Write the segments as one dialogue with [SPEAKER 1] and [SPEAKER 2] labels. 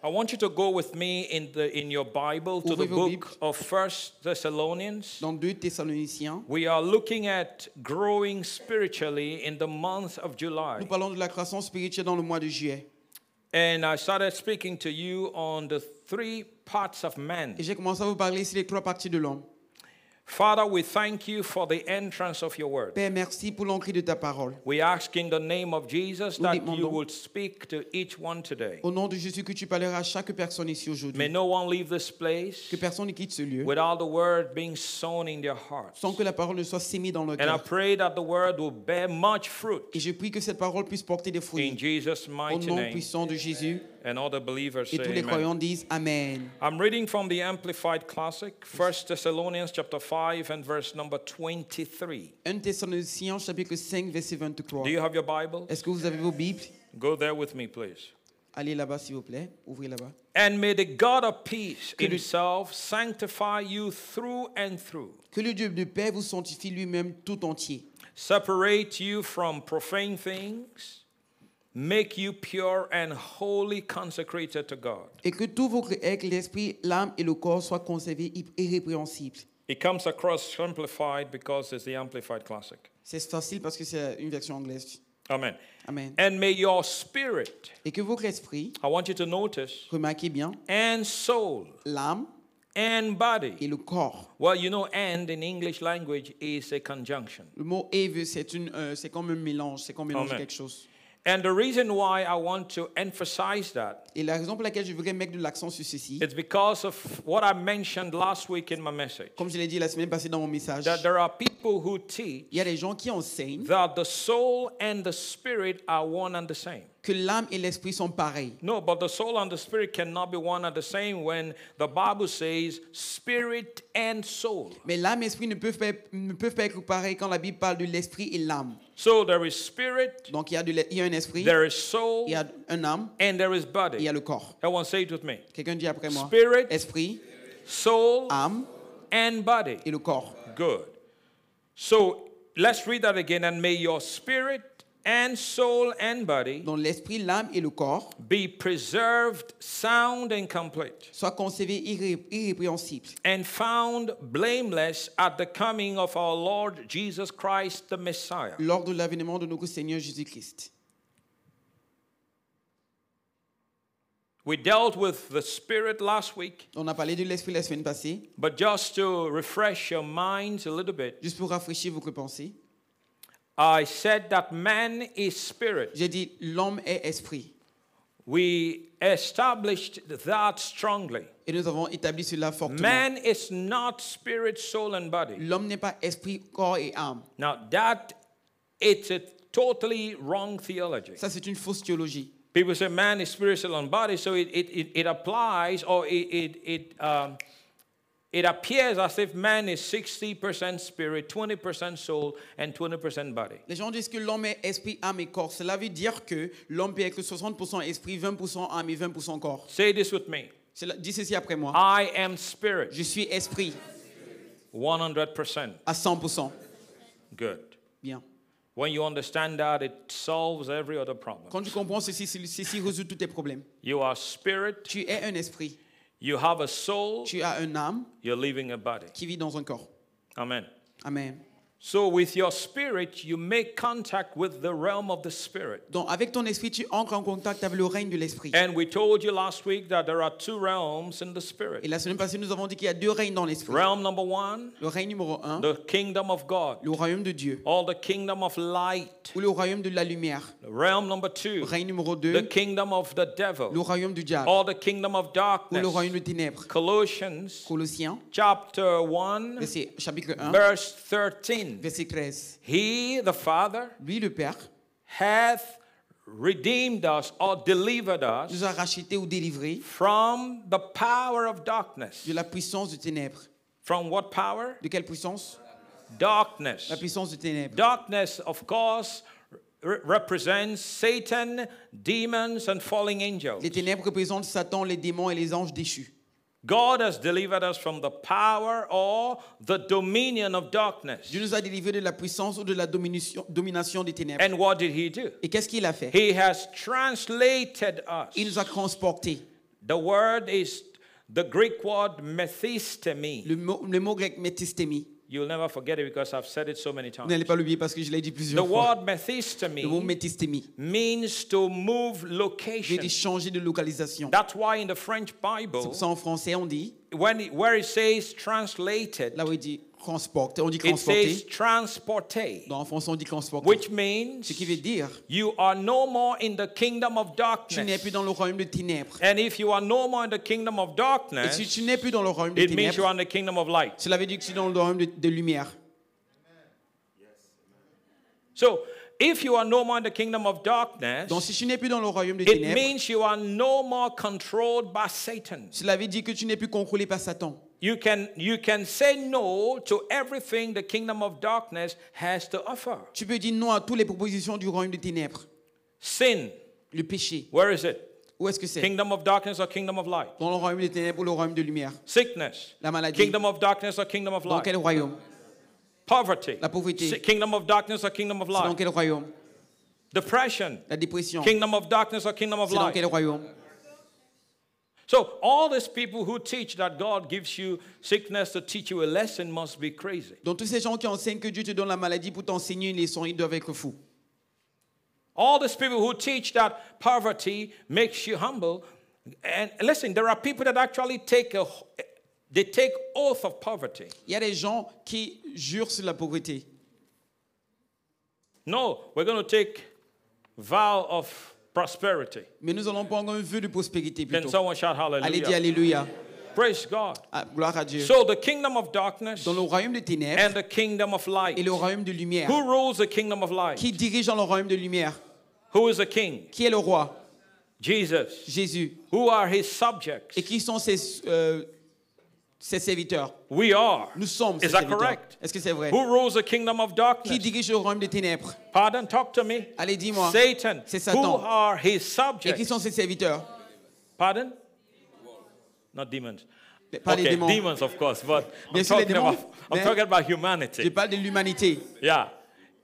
[SPEAKER 1] I want you to go with me in the in your Bible to the
[SPEAKER 2] Ouvrez vos
[SPEAKER 1] book of First Thessalonians.
[SPEAKER 2] dans 2 Thessaloniciens.
[SPEAKER 1] We are looking at growing spiritually in the month of
[SPEAKER 2] Nous
[SPEAKER 1] July.
[SPEAKER 2] parlons de la croissance spirituelle dans le mois de juillet.
[SPEAKER 1] And I started speaking to you on the three parts of man.
[SPEAKER 2] Et j'ai commencé à vous parler ici des trois parties de l'homme.
[SPEAKER 1] Father, we thank you for the entrance of your word.
[SPEAKER 2] Père, merci pour l'entrée de ta parole.
[SPEAKER 1] We ask in the name of Jesus
[SPEAKER 2] Nous
[SPEAKER 1] that you
[SPEAKER 2] demandons-
[SPEAKER 1] would speak to each one today.
[SPEAKER 2] Au nom de Jésus, que tu parleras à chaque personne ici aujourd'hui.
[SPEAKER 1] May no one leave this place
[SPEAKER 2] Que personne ne quitte ce lieu
[SPEAKER 1] without the word being sown in their hearts.
[SPEAKER 2] sans que la parole ne soit sémée dans le
[SPEAKER 1] And I
[SPEAKER 2] cœur.
[SPEAKER 1] pray that the word will bear much fruit
[SPEAKER 2] Et je prie que cette parole puisse porter des
[SPEAKER 1] in
[SPEAKER 2] fruits.
[SPEAKER 1] Jesus'
[SPEAKER 2] Au
[SPEAKER 1] mighty
[SPEAKER 2] nom
[SPEAKER 1] name.
[SPEAKER 2] puissant de Jésus.
[SPEAKER 1] And all the believers
[SPEAKER 2] Et
[SPEAKER 1] say
[SPEAKER 2] tous les
[SPEAKER 1] amen.
[SPEAKER 2] croyants disent Amen.
[SPEAKER 1] I'm reading from the Amplified Classic, 1 Thessalonians chapter 5 and verse number 23.
[SPEAKER 2] 1 Thessaloniciens, chapitre 5, verset
[SPEAKER 1] Do
[SPEAKER 2] 23.
[SPEAKER 1] you have your Bible?
[SPEAKER 2] Est-ce que vous avez vos Bibles
[SPEAKER 1] Go there with me, please.
[SPEAKER 2] Allez là-bas, s'il vous plaît. Ouvrez là-bas.
[SPEAKER 1] And may the God of peace
[SPEAKER 2] Que le-
[SPEAKER 1] himself sanctify you through and through,
[SPEAKER 2] Que le Dieu de paix vous sanctifie lui-même tout entier.
[SPEAKER 1] separate you from profane things, make you pure and wholly consecrated to God.
[SPEAKER 2] Et que tous vos êtres, l'esprit, l'âme et le corps soient conservés irrépréhensibles.
[SPEAKER 1] It comes across amplified because it's the Amplified Classic.
[SPEAKER 2] C'est facile parce que c'est une version anglaise.
[SPEAKER 1] Amen.
[SPEAKER 2] Amen.
[SPEAKER 1] And may your spirit,
[SPEAKER 2] Et que votre esprit,
[SPEAKER 1] I want you to notice,
[SPEAKER 2] remarquez bien,
[SPEAKER 1] and soul
[SPEAKER 2] l'âme
[SPEAKER 1] and body.
[SPEAKER 2] et le corps.
[SPEAKER 1] Well, you know, and in English language is a conjunction.
[SPEAKER 2] Le mot Eve, c'est une, euh, c'est comme un mélange, c'est comme mélange
[SPEAKER 1] Amen.
[SPEAKER 2] quelque chose.
[SPEAKER 1] And the reason why I want to emphasize that
[SPEAKER 2] Et la raison pour laquelle je voudrais mettre de l'accent sur ceci,
[SPEAKER 1] is because of what I mentioned last week in my message.
[SPEAKER 2] comme je l'ai dit la semaine passée dans mon message,
[SPEAKER 1] That there are people who teach
[SPEAKER 2] il y a des gens qui enseignent
[SPEAKER 1] that the soul and the spirit are one and the same.
[SPEAKER 2] que l'âme et l'esprit sont pareils.
[SPEAKER 1] No, but the soul and the spirit cannot be one and the same when the Bible says spirit and soul.
[SPEAKER 2] Mais l'âme et l'esprit ne peuvent pas être, ne peuvent pas être pareils quand la Bible parle de l'esprit et l'âme.
[SPEAKER 1] So there is spirit,
[SPEAKER 2] Donc il y a, de l'e- il y a un esprit,
[SPEAKER 1] there is
[SPEAKER 2] il
[SPEAKER 1] soul,
[SPEAKER 2] y a un âme,
[SPEAKER 1] and there is
[SPEAKER 2] et il y
[SPEAKER 1] body.
[SPEAKER 2] a le corps.
[SPEAKER 1] Everyone say it with me.
[SPEAKER 2] Quelqu'un dit après moi.
[SPEAKER 1] Spirit.
[SPEAKER 2] Esprit,
[SPEAKER 1] Soul
[SPEAKER 2] âme
[SPEAKER 1] and body.
[SPEAKER 2] et le corps.
[SPEAKER 1] Good. So let's read that again. And may your spirit and soul and body
[SPEAKER 2] Donc l'esprit, l'âme et le corps
[SPEAKER 1] be preserved sound and complete,
[SPEAKER 2] soient conservés irré- irrépréhensibles
[SPEAKER 1] and found blameless at the coming of our Lord Jesus Christ, the Messiah.
[SPEAKER 2] lors de l'avènement de notre Seigneur Jésus-Christ.
[SPEAKER 1] We dealt with the spirit last week,
[SPEAKER 2] On a parlé de l'esprit la semaine passée,
[SPEAKER 1] but just to refresh your minds a little bit,
[SPEAKER 2] juste pour rafraîchir vos pensées.
[SPEAKER 1] I said that man is spirit.
[SPEAKER 2] J'ai dit l'homme est esprit.
[SPEAKER 1] We established that strongly.
[SPEAKER 2] Et nous avons établi cela fortement.
[SPEAKER 1] Man is not spirit, soul, and body.
[SPEAKER 2] L'homme n'est pas esprit, corps et âme.
[SPEAKER 1] Now that it's a totally wrong theology.
[SPEAKER 2] Ça, c'est une fausse théologie.
[SPEAKER 1] People say man is spiritual and body, so it, it, it, it applies or it it it, um, it appears as if man is 60% spirit, 20% soul, and 20% body.
[SPEAKER 2] Les gens disent que l'homme est esprit, âme et corps. Cela veut dire que l'homme peut être 60% esprit, 20% âme et 20% corps.
[SPEAKER 1] Say this with me.
[SPEAKER 2] Cela- dis ceci après moi.
[SPEAKER 1] I am spirit,
[SPEAKER 2] Je suis esprit
[SPEAKER 1] 100%.
[SPEAKER 2] à 100%.
[SPEAKER 1] Good.
[SPEAKER 2] Bien.
[SPEAKER 1] When you understand that, it solves every other problem.
[SPEAKER 2] Quand tu comprends ceci, ceci ceci résout tous tes problèmes.
[SPEAKER 1] You are spirit,
[SPEAKER 2] Tu es un esprit.
[SPEAKER 1] you have a soul,
[SPEAKER 2] Tu as un âme
[SPEAKER 1] you're living a body.
[SPEAKER 2] qui vit dans un corps.
[SPEAKER 1] Amen.
[SPEAKER 2] Amen.
[SPEAKER 1] So, with your spirit, you make contact with the realm of the spirit.
[SPEAKER 2] Donc, avec ton esprit, tu entres en contact avec le règne de l'esprit.
[SPEAKER 1] And we told you last week that there are two realms in the
[SPEAKER 2] Et
[SPEAKER 1] spirit.
[SPEAKER 2] la semaine passée, nous avons dit qu'il y a deux règnes dans l'esprit.
[SPEAKER 1] Realm number one,
[SPEAKER 2] Le règne numéro un,
[SPEAKER 1] the kingdom of God,
[SPEAKER 2] le royaume de Dieu,
[SPEAKER 1] or the kingdom of light.
[SPEAKER 2] ou le royaume de la lumière.
[SPEAKER 1] Realm number
[SPEAKER 2] Le
[SPEAKER 1] two,
[SPEAKER 2] règne numéro
[SPEAKER 1] the
[SPEAKER 2] deux,
[SPEAKER 1] kingdom of the
[SPEAKER 2] le
[SPEAKER 1] devil,
[SPEAKER 2] royaume du diable,
[SPEAKER 1] or the kingdom of
[SPEAKER 2] ou le
[SPEAKER 1] darkness.
[SPEAKER 2] royaume des ténèbres.
[SPEAKER 1] Colossians
[SPEAKER 2] Colossiens,
[SPEAKER 1] chapter 1,
[SPEAKER 2] verset, chapitre 1,
[SPEAKER 1] verse 13.
[SPEAKER 2] verset 13.
[SPEAKER 1] He, the Father,
[SPEAKER 2] Lui, le Père,
[SPEAKER 1] hath redeemed us or delivered us
[SPEAKER 2] nous a rachetés ou délivrés
[SPEAKER 1] from the power of darkness.
[SPEAKER 2] de la puissance des ténèbres.
[SPEAKER 1] From what power?
[SPEAKER 2] De quelle puissance
[SPEAKER 1] Darkness.
[SPEAKER 2] La puissance des ténèbres.
[SPEAKER 1] Darkness, of course, re- represents Satan, demons, and falling angels.
[SPEAKER 2] Les ténèbres représentent Satan, les démons et les anges déchus.
[SPEAKER 1] God has delivered us from the power or the dominion of darkness.
[SPEAKER 2] Dieu nous a délivrés de la puissance ou de la domination, domination des ténèbres.
[SPEAKER 1] And what did he do?
[SPEAKER 2] Et qu'est-ce qu'il a fait
[SPEAKER 1] He has translated us.
[SPEAKER 2] Il nous a transportés
[SPEAKER 1] The word is the Greek word methistemi.
[SPEAKER 2] Le mot, le mot grec métistémie.
[SPEAKER 1] You'll never forget it because I've said it so many
[SPEAKER 2] Vous
[SPEAKER 1] times.
[SPEAKER 2] n'allez pas l'oublier parce que je l'ai dit
[SPEAKER 1] The
[SPEAKER 2] plusieurs
[SPEAKER 1] word
[SPEAKER 2] fois. Le mot
[SPEAKER 1] methistemi
[SPEAKER 2] métistémie
[SPEAKER 1] means to move
[SPEAKER 2] veut dire
[SPEAKER 1] location.
[SPEAKER 2] changer de localisation.
[SPEAKER 1] That's why in the French
[SPEAKER 2] C'est
[SPEAKER 1] Bible,
[SPEAKER 2] pour ça en français on dit,
[SPEAKER 1] when it, where it says translated,
[SPEAKER 2] là où il dit transporter, on dit
[SPEAKER 1] it says
[SPEAKER 2] transporter.
[SPEAKER 1] transporte,
[SPEAKER 2] Dans en français on dit transporter.
[SPEAKER 1] which means
[SPEAKER 2] Ce qui veut dire,
[SPEAKER 1] you are no more in the kingdom of
[SPEAKER 2] tu n'es
[SPEAKER 1] darkness.
[SPEAKER 2] plus dans le royaume de ténèbres.
[SPEAKER 1] And if you are no more in the kingdom of
[SPEAKER 2] Et si
[SPEAKER 1] darkness,
[SPEAKER 2] tu n'es plus dans le royaume de
[SPEAKER 1] it means you
[SPEAKER 2] ténèbres,
[SPEAKER 1] are in the kingdom of light.
[SPEAKER 2] cela veut dire que tu es dans le royaume de, de lumière.
[SPEAKER 1] So if you are no more in the kingdom of darkness,
[SPEAKER 2] Donc si tu n'es plus dans le royaume de
[SPEAKER 1] it
[SPEAKER 2] ténèbres,
[SPEAKER 1] means you are no more controlled by Satan.
[SPEAKER 2] cela veut dire que tu n'es plus contrôlé par Satan.
[SPEAKER 1] You can, you can say no to everything the kingdom of darkness has to offer.
[SPEAKER 2] Tu peux dire non à toutes les propositions du royaume de ténèbres.
[SPEAKER 1] Sin,
[SPEAKER 2] Le péché,
[SPEAKER 1] where is it?
[SPEAKER 2] où est-ce que c'est
[SPEAKER 1] Kingdom of darkness or kingdom of light?
[SPEAKER 2] Dans le royaume de ténèbres ou le royaume de lumière
[SPEAKER 1] Sickness,
[SPEAKER 2] La maladie,
[SPEAKER 1] kingdom of darkness or kingdom of
[SPEAKER 2] dans
[SPEAKER 1] light?
[SPEAKER 2] quel royaume
[SPEAKER 1] Poverty,
[SPEAKER 2] La pauvreté.
[SPEAKER 1] si- kingdom of darkness or kingdom of
[SPEAKER 2] C'est dans
[SPEAKER 1] light?
[SPEAKER 2] quel royaume
[SPEAKER 1] Depression,
[SPEAKER 2] La dépression, c'est
[SPEAKER 1] kingdom of darkness or kingdom of
[SPEAKER 2] dans
[SPEAKER 1] light?
[SPEAKER 2] quel royaume
[SPEAKER 1] So, all these people who teach that God gives you sickness to teach you a lesson must be crazy.
[SPEAKER 2] Donc tous ces gens qui enseignent que Dieu te donne la maladie pour t'enseigner une leçon, ils doivent être fous.
[SPEAKER 1] All these people who teach that poverty makes you humble. And listen, there are people that actually take a they take oath of poverty.
[SPEAKER 2] Il y a des gens qui jurent sur la pauvreté.
[SPEAKER 1] No, we're going to take vow of prosperity.
[SPEAKER 2] Mais nous allons prendre un vœu de prospérité
[SPEAKER 1] Can
[SPEAKER 2] plutôt.
[SPEAKER 1] someone shout
[SPEAKER 2] Allez dire
[SPEAKER 1] hallelujah?
[SPEAKER 2] Alléluia.
[SPEAKER 1] Praise God.
[SPEAKER 2] Ah, gloire à Dieu.
[SPEAKER 1] So the kingdom of darkness
[SPEAKER 2] Dans le royaume de ténèbres
[SPEAKER 1] and the kingdom of
[SPEAKER 2] et
[SPEAKER 1] light.
[SPEAKER 2] le royaume de lumière.
[SPEAKER 1] Who rules the kingdom of light?
[SPEAKER 2] Qui dirige dans le royaume de lumière
[SPEAKER 1] Who is the king?
[SPEAKER 2] Qui est le roi
[SPEAKER 1] Jesus.
[SPEAKER 2] Jésus.
[SPEAKER 1] Who are his subjects?
[SPEAKER 2] Et qui sont ses, euh, ses serviteurs
[SPEAKER 1] We are.
[SPEAKER 2] Nous sommes ses
[SPEAKER 1] Is that
[SPEAKER 2] serviteurs.
[SPEAKER 1] correct?
[SPEAKER 2] Est-ce que c'est vrai
[SPEAKER 1] Who rules the kingdom of
[SPEAKER 2] Qui
[SPEAKER 1] darkness?
[SPEAKER 2] dirige le royaume des ténèbres
[SPEAKER 1] Pardon, talk to me.
[SPEAKER 2] Allez, dis-moi.
[SPEAKER 1] Satan,
[SPEAKER 2] C'est
[SPEAKER 1] who
[SPEAKER 2] Satan.
[SPEAKER 1] are his
[SPEAKER 2] Et qui
[SPEAKER 1] subjects?
[SPEAKER 2] sont ses serviteurs
[SPEAKER 1] Pardon? Not demons.
[SPEAKER 2] Pas les
[SPEAKER 1] okay,
[SPEAKER 2] démons.
[SPEAKER 1] demons, of course, but I'm,
[SPEAKER 2] Bien sûr, les
[SPEAKER 1] talking
[SPEAKER 2] démons,
[SPEAKER 1] about, I'm
[SPEAKER 2] mais-
[SPEAKER 1] talking about
[SPEAKER 2] Je
[SPEAKER 1] humanity.
[SPEAKER 2] parle de l'humanité.
[SPEAKER 1] Yeah.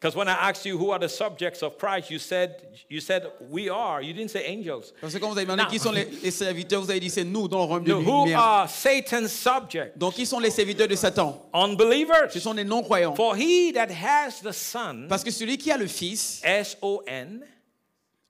[SPEAKER 1] Because when I asked you who are the subjects of Christ, you said, you said we are. You didn't say angels.
[SPEAKER 2] Parce que quand vous avez demandé
[SPEAKER 1] Non.
[SPEAKER 2] qui sont les, les serviteurs, vous avez dit c'est nous dans le royaume de
[SPEAKER 1] No, who
[SPEAKER 2] lumière.
[SPEAKER 1] are Satan's subjects?
[SPEAKER 2] Donc qui sont les serviteurs de Satan Ce
[SPEAKER 1] Unbelievers.
[SPEAKER 2] sont les non-croyants.
[SPEAKER 1] For he that has the Son,
[SPEAKER 2] Parce que celui qui a le Fils,
[SPEAKER 1] S O N,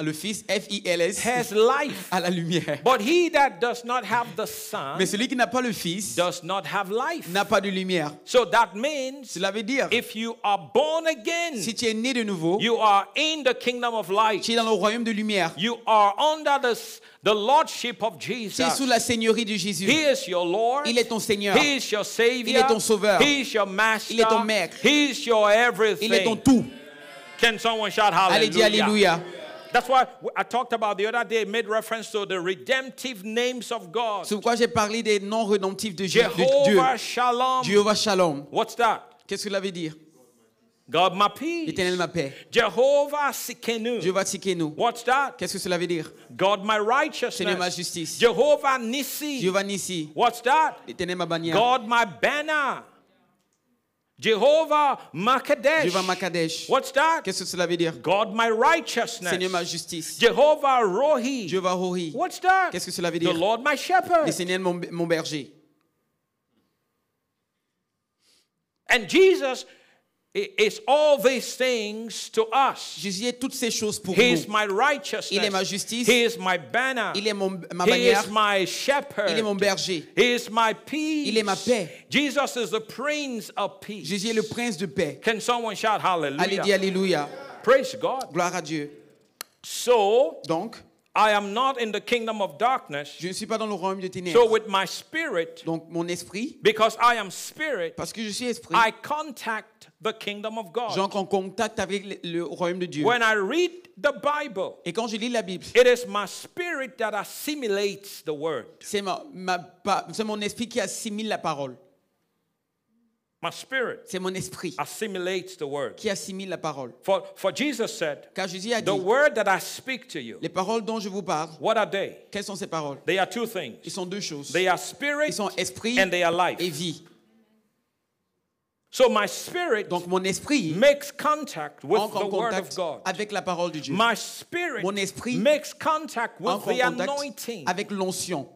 [SPEAKER 2] le Fils F-I-L-S,
[SPEAKER 1] has life.
[SPEAKER 2] a la lumière.
[SPEAKER 1] But he that does not have the Son
[SPEAKER 2] Mais celui qui n'a pas le Fils
[SPEAKER 1] does not have life.
[SPEAKER 2] n'a pas de lumière.
[SPEAKER 1] So that means
[SPEAKER 2] Cela veut dire,
[SPEAKER 1] If you are born again,
[SPEAKER 2] si tu es né de nouveau,
[SPEAKER 1] you are in the kingdom of light.
[SPEAKER 2] tu es dans le royaume de lumière.
[SPEAKER 1] You are under the, the lordship of
[SPEAKER 2] Tu es
[SPEAKER 1] Jesus.
[SPEAKER 2] sous la seigneurie de Jésus.
[SPEAKER 1] He is your Lord.
[SPEAKER 2] Il est ton Seigneur.
[SPEAKER 1] He is your Savior.
[SPEAKER 2] Il est ton Sauveur.
[SPEAKER 1] He is your Master.
[SPEAKER 2] Il est ton Maître.
[SPEAKER 1] He is your everything.
[SPEAKER 2] Il est ton tout.
[SPEAKER 1] Can someone shout hallelujah?
[SPEAKER 2] Allez, dis Alléluia.
[SPEAKER 1] That's why I talked about the other day, made reference to the redemptive names of God.
[SPEAKER 2] C'est pourquoi j'ai parlé des noms rédemptifs de Jésus- de Dieu.
[SPEAKER 1] Jehovah Shalom.
[SPEAKER 2] Jéhovah Shalom.
[SPEAKER 1] What's that?
[SPEAKER 2] Qu'est-ce que cela veut dire
[SPEAKER 1] God my peace.
[SPEAKER 2] Éternel ma paix.
[SPEAKER 1] Jehovah Sikenu.
[SPEAKER 2] Dieu va tiquer nous.
[SPEAKER 1] What's that?
[SPEAKER 2] Qu'est-ce que cela veut dire
[SPEAKER 1] God my
[SPEAKER 2] Éternel ma
[SPEAKER 1] righteousness.
[SPEAKER 2] justice.
[SPEAKER 1] Jehovah Nissi.
[SPEAKER 2] Dieu va ici.
[SPEAKER 1] What's that?
[SPEAKER 2] Éternel ma bannière.
[SPEAKER 1] God my banner. Jehovah Makadesh.
[SPEAKER 2] Jehovah Makadesh.
[SPEAKER 1] What's that?
[SPEAKER 2] Qu'est-ce que cela veut dire
[SPEAKER 1] God my righteousness.
[SPEAKER 2] Seigneur ma justice.
[SPEAKER 1] Jehovah Rohi.
[SPEAKER 2] Dieu va Hori.
[SPEAKER 1] What's that?
[SPEAKER 2] Qu'est-ce que cela veut
[SPEAKER 1] The
[SPEAKER 2] dire
[SPEAKER 1] Lord my shepherd.
[SPEAKER 2] Le Seigneur mon, mon berger.
[SPEAKER 1] And Jesus i- is all these things to us.
[SPEAKER 2] Jésus est toutes ces choses pour
[SPEAKER 1] He is
[SPEAKER 2] nous.
[SPEAKER 1] my righteousness.
[SPEAKER 2] Il est ma justice.
[SPEAKER 1] He is my banner.
[SPEAKER 2] Il est mon, ma
[SPEAKER 1] he
[SPEAKER 2] bannière.
[SPEAKER 1] is my shepherd.
[SPEAKER 2] Il est mon berger.
[SPEAKER 1] He is my peace.
[SPEAKER 2] Il est ma paix.
[SPEAKER 1] Jesus is the prince of peace.
[SPEAKER 2] Jésus est le prince de paix.
[SPEAKER 1] Can someone shout hallelujah?
[SPEAKER 2] Allez, dis Alléluia.
[SPEAKER 1] Praise God.
[SPEAKER 2] Gloire à Dieu.
[SPEAKER 1] So,
[SPEAKER 2] Donc,
[SPEAKER 1] I am not in the kingdom of darkness.
[SPEAKER 2] je ne suis pas dans le royaume de
[SPEAKER 1] So,
[SPEAKER 2] ténèbres.
[SPEAKER 1] with my spirit,
[SPEAKER 2] Donc, mon esprit,
[SPEAKER 1] because I am spirit,
[SPEAKER 2] parce que je suis esprit,
[SPEAKER 1] I contact the kingdom of God.
[SPEAKER 2] j'entre en contact avec le, le royaume de Dieu.
[SPEAKER 1] When I read the Bible,
[SPEAKER 2] Et quand je lis la Bible,
[SPEAKER 1] it is my spirit that assimilates the word.
[SPEAKER 2] c'est ma- ma pa- c'est mon esprit qui assimile la parole.
[SPEAKER 1] My spirit
[SPEAKER 2] C'est mon esprit
[SPEAKER 1] assimilates the word.
[SPEAKER 2] qui assimile la parole.
[SPEAKER 1] For, for Jesus said,
[SPEAKER 2] Car Jésus a dit,
[SPEAKER 1] The word that I speak to you,
[SPEAKER 2] les paroles dont je vous parle,
[SPEAKER 1] what are they?
[SPEAKER 2] quelles sont ces paroles
[SPEAKER 1] They are two things.
[SPEAKER 2] Ils sont deux choses.
[SPEAKER 1] They are
[SPEAKER 2] Ils
[SPEAKER 1] spirit
[SPEAKER 2] sont esprit
[SPEAKER 1] and they are life.
[SPEAKER 2] et vie.
[SPEAKER 1] So my spirit
[SPEAKER 2] Donc mon esprit
[SPEAKER 1] makes contact with
[SPEAKER 2] entre
[SPEAKER 1] the
[SPEAKER 2] en
[SPEAKER 1] word of
[SPEAKER 2] contact
[SPEAKER 1] God.
[SPEAKER 2] avec la parole de Dieu.
[SPEAKER 1] My spirit
[SPEAKER 2] Mon esprit
[SPEAKER 1] makes contact with
[SPEAKER 2] Entre en
[SPEAKER 1] the
[SPEAKER 2] contact
[SPEAKER 1] anointing.
[SPEAKER 2] avec l'onction.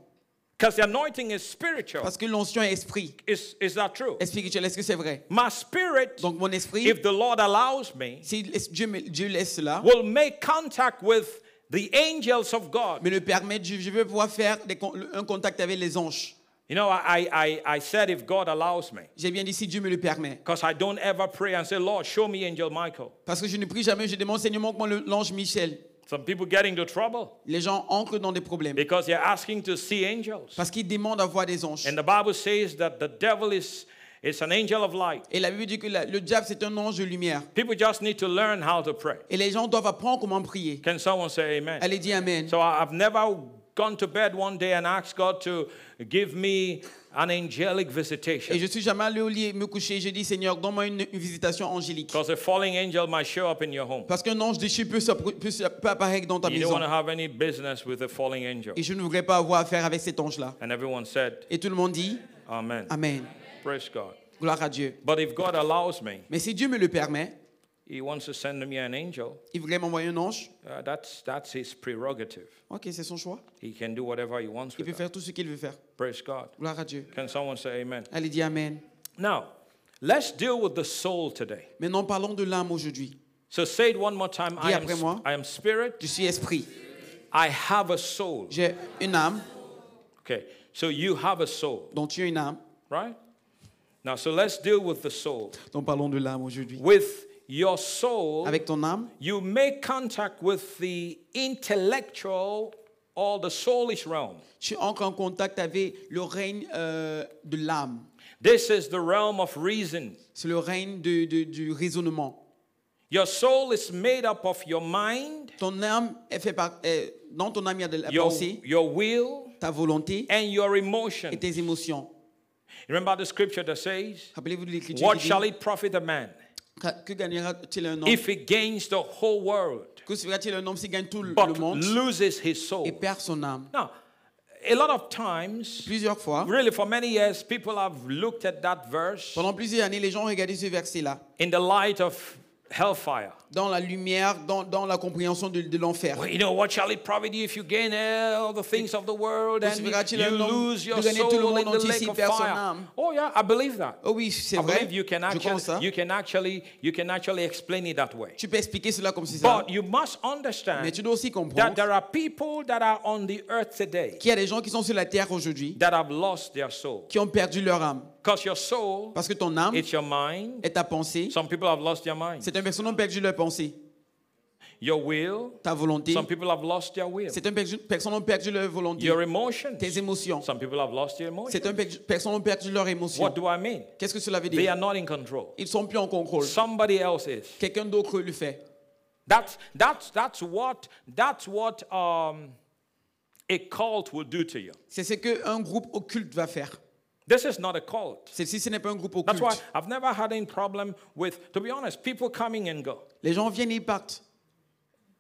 [SPEAKER 1] Because the anointing is spiritual.
[SPEAKER 2] Parce que l'onction est esprit.
[SPEAKER 1] Is, is that true?
[SPEAKER 2] Est spirituel, est-ce que c'est vrai
[SPEAKER 1] My spirit,
[SPEAKER 2] Donc mon esprit,
[SPEAKER 1] if the Lord allows me,
[SPEAKER 2] si l'es- Dieu, me- Dieu laisse cela,
[SPEAKER 1] will make contact with the angels of God.
[SPEAKER 2] me le permet, je, je veux pouvoir faire des con- un contact avec les anges.
[SPEAKER 1] You know, I, I, I said if God allows me.
[SPEAKER 2] J'ai bien dit si Dieu me le permet.
[SPEAKER 1] Because I don't ever pray and say, Lord, show me angel Michael.
[SPEAKER 2] Parce que je ne prie jamais, je demande Seigneur, montre-moi le- l'ange Michel.
[SPEAKER 1] Some people get into trouble
[SPEAKER 2] Les gens entrent dans des problèmes
[SPEAKER 1] because they're asking to see angels.
[SPEAKER 2] parce qu'ils demandent à voir des anges.
[SPEAKER 1] And the Bible says that the devil is, is an angel of light.
[SPEAKER 2] Et la Bible dit que la- le diable, c'est un ange de lumière.
[SPEAKER 1] People just need to learn how to pray.
[SPEAKER 2] Et les gens doivent apprendre comment prier.
[SPEAKER 1] Can someone say amen?
[SPEAKER 2] Allez, dis Amen.
[SPEAKER 1] So I- I've never gone to bed one day and asked God to give me an angelic
[SPEAKER 2] Et
[SPEAKER 1] visitation.
[SPEAKER 2] je suis jamais allé au lit et me coucher. Je dis, Seigneur, donne-moi une, une visitation angélique.
[SPEAKER 1] Because a falling angel might show up in your home.
[SPEAKER 2] Parce qu'un ange déchu peut, s'appro- peut s'app- peut apparaître dans ta
[SPEAKER 1] You don't
[SPEAKER 2] maison.
[SPEAKER 1] want to have any business with a falling angel.
[SPEAKER 2] Et je ne voudrais pas avoir affaire avec cet ange-là.
[SPEAKER 1] And everyone said,
[SPEAKER 2] Et tout le monde dit,
[SPEAKER 1] Amen.
[SPEAKER 2] Amen.
[SPEAKER 1] Praise God.
[SPEAKER 2] Gloire à Dieu.
[SPEAKER 1] But if God allows me,
[SPEAKER 2] Mais si Dieu me le permet,
[SPEAKER 1] He wants to send me an angel.
[SPEAKER 2] il voudrait m'envoyer un ange.
[SPEAKER 1] Uh, that's, that's His prerogative.
[SPEAKER 2] Ok, c'est son choix.
[SPEAKER 1] He can do whatever He wants
[SPEAKER 2] Il
[SPEAKER 1] with
[SPEAKER 2] peut
[SPEAKER 1] that.
[SPEAKER 2] faire tout ce qu'il veut faire.
[SPEAKER 1] Praise God.
[SPEAKER 2] Gloire à Dieu.
[SPEAKER 1] Can someone say amen?
[SPEAKER 2] Allez, dis Amen.
[SPEAKER 1] Now, let's deal with the soul today.
[SPEAKER 2] Maintenant, parlons de l'âme aujourd'hui.
[SPEAKER 1] So say it one more time. I
[SPEAKER 2] Dis
[SPEAKER 1] am,
[SPEAKER 2] après moi.
[SPEAKER 1] I am spirit.
[SPEAKER 2] Je suis esprit.
[SPEAKER 1] I have a soul.
[SPEAKER 2] J'ai une âme,
[SPEAKER 1] Okay. So you have a soul,
[SPEAKER 2] dont tu as une âme.
[SPEAKER 1] right? Now, so let's deal with the soul.
[SPEAKER 2] Donc, parlons de l'âme aujourd'hui.
[SPEAKER 1] With your soul,
[SPEAKER 2] Avec ton âme,
[SPEAKER 1] you make contact with the intellectual or the soulish realm.
[SPEAKER 2] tu entres en contact avec le règne euh, de l'âme.
[SPEAKER 1] This is the realm of reason.
[SPEAKER 2] C'est le règne de- de- du raisonnement.
[SPEAKER 1] Your soul is made up of your mind,
[SPEAKER 2] Ton âme est fait par, euh, dans ton âme, il y a de la
[SPEAKER 1] your,
[SPEAKER 2] pensée,
[SPEAKER 1] your will,
[SPEAKER 2] ta volonté
[SPEAKER 1] and your
[SPEAKER 2] et
[SPEAKER 1] emotion.
[SPEAKER 2] tes émotions.
[SPEAKER 1] Remember the scripture that says,
[SPEAKER 2] Rappelez-vous de l'écriture
[SPEAKER 1] What
[SPEAKER 2] qui
[SPEAKER 1] shall
[SPEAKER 2] dit,
[SPEAKER 1] it profit a man
[SPEAKER 2] Qu- que gagnera-t-il un homme
[SPEAKER 1] if he gains the whole world
[SPEAKER 2] Que se fera-t-il un homme s'il gagne tout le
[SPEAKER 1] but
[SPEAKER 2] monde
[SPEAKER 1] loses his
[SPEAKER 2] et
[SPEAKER 1] soul?
[SPEAKER 2] perd son âme
[SPEAKER 1] Now, a lot of times,
[SPEAKER 2] Plusieurs fois,
[SPEAKER 1] really for many years, people have looked at that verse
[SPEAKER 2] pendant plusieurs années, les gens ont regardé ce verset-là
[SPEAKER 1] in the light of hellfire.
[SPEAKER 2] dans la lumière, dans, dans la compréhension de, de l'enfer.
[SPEAKER 1] Well, you know, what shall it profit you if you gain all the things of the world
[SPEAKER 2] Que
[SPEAKER 1] and you,
[SPEAKER 2] suffira-t-il à un
[SPEAKER 1] you
[SPEAKER 2] homme
[SPEAKER 1] lose
[SPEAKER 2] de
[SPEAKER 1] your
[SPEAKER 2] gagner tout le
[SPEAKER 1] soul
[SPEAKER 2] monde
[SPEAKER 1] in the
[SPEAKER 2] entier
[SPEAKER 1] lake
[SPEAKER 2] s'il
[SPEAKER 1] of
[SPEAKER 2] perd son
[SPEAKER 1] fire?
[SPEAKER 2] âme?
[SPEAKER 1] Oh yeah, I believe that.
[SPEAKER 2] Oh oui, c'est
[SPEAKER 1] I
[SPEAKER 2] vrai.
[SPEAKER 1] believe you can
[SPEAKER 2] Je crois en ça.
[SPEAKER 1] actually you can actually you can actually explain it that way.
[SPEAKER 2] Tu peux expliquer cela comme si ça.
[SPEAKER 1] But you must
[SPEAKER 2] Mais
[SPEAKER 1] understand
[SPEAKER 2] tu dois aussi
[SPEAKER 1] that
[SPEAKER 2] comprendre
[SPEAKER 1] there are people that are on the earth today
[SPEAKER 2] qu'il y a des gens qui sont sur la terre aujourd'hui
[SPEAKER 1] that have lost their soul.
[SPEAKER 2] qui ont perdu leur âme.
[SPEAKER 1] Because your soul,
[SPEAKER 2] Parce que ton âme
[SPEAKER 1] it's your mind.
[SPEAKER 2] est ta pensée.
[SPEAKER 1] Some people have lost their mind.
[SPEAKER 2] Certaines personnes ont perdu leur pensée,
[SPEAKER 1] Your will,
[SPEAKER 2] ta volonté.
[SPEAKER 1] some people have lost their will.
[SPEAKER 2] Certaines per- personnes ont perdu leur volonté,
[SPEAKER 1] Your emotions,
[SPEAKER 2] tes émotions.
[SPEAKER 1] some people have lost their emotions.
[SPEAKER 2] Certaines per- personnes ont perdu leur émotion.
[SPEAKER 1] What do I mean?
[SPEAKER 2] Qu'est-ce que cela veut
[SPEAKER 1] They
[SPEAKER 2] dire
[SPEAKER 1] are not in control.
[SPEAKER 2] Ils sont plus en contrôle.
[SPEAKER 1] Somebody else is.
[SPEAKER 2] Quelqu'un d'autre le fait.
[SPEAKER 1] That's that's that's what that's what um, a cult will do to you.
[SPEAKER 2] C'est ce qu'un groupe occulte va faire.
[SPEAKER 1] This is not a cult.
[SPEAKER 2] Celle-ci, ce n'est pas un groupe
[SPEAKER 1] That's
[SPEAKER 2] occulte.
[SPEAKER 1] why I've never had any problem with. To be honest, people coming and go.
[SPEAKER 2] Les gens viennent et ils partent.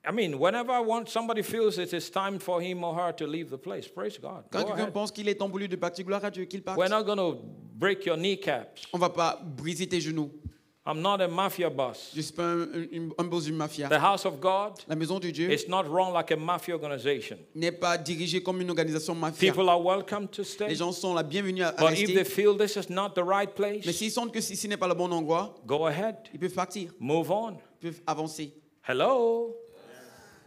[SPEAKER 1] I mean, whenever I want somebody feels it is time for him or her to leave the place. Praise God.
[SPEAKER 2] Quand
[SPEAKER 1] Go
[SPEAKER 2] quelqu'un
[SPEAKER 1] ahead.
[SPEAKER 2] pense qu'il est temps pour lui de partir, gloire à Dieu qu'il parte.
[SPEAKER 1] We're not going to break your kneecaps.
[SPEAKER 2] On va pas briser tes genoux.
[SPEAKER 1] I'm not a mafia boss.
[SPEAKER 2] Je suis pas un, un, un boss d'une mafia.
[SPEAKER 1] The house of God
[SPEAKER 2] La maison de Dieu
[SPEAKER 1] is not run like a mafia organization.
[SPEAKER 2] n'est pas dirigée comme une organisation mafia.
[SPEAKER 1] People are welcome to
[SPEAKER 2] Les
[SPEAKER 1] stay,
[SPEAKER 2] gens sont la bienvenue à à
[SPEAKER 1] but if they
[SPEAKER 2] rester.
[SPEAKER 1] feel this is not the right
[SPEAKER 2] Mais
[SPEAKER 1] place,
[SPEAKER 2] s'ils sentent que ceci n'est pas le bon endroit,
[SPEAKER 1] go ahead.
[SPEAKER 2] ils peuvent partir,
[SPEAKER 1] Move on.
[SPEAKER 2] ils peuvent avancer.
[SPEAKER 1] Hello?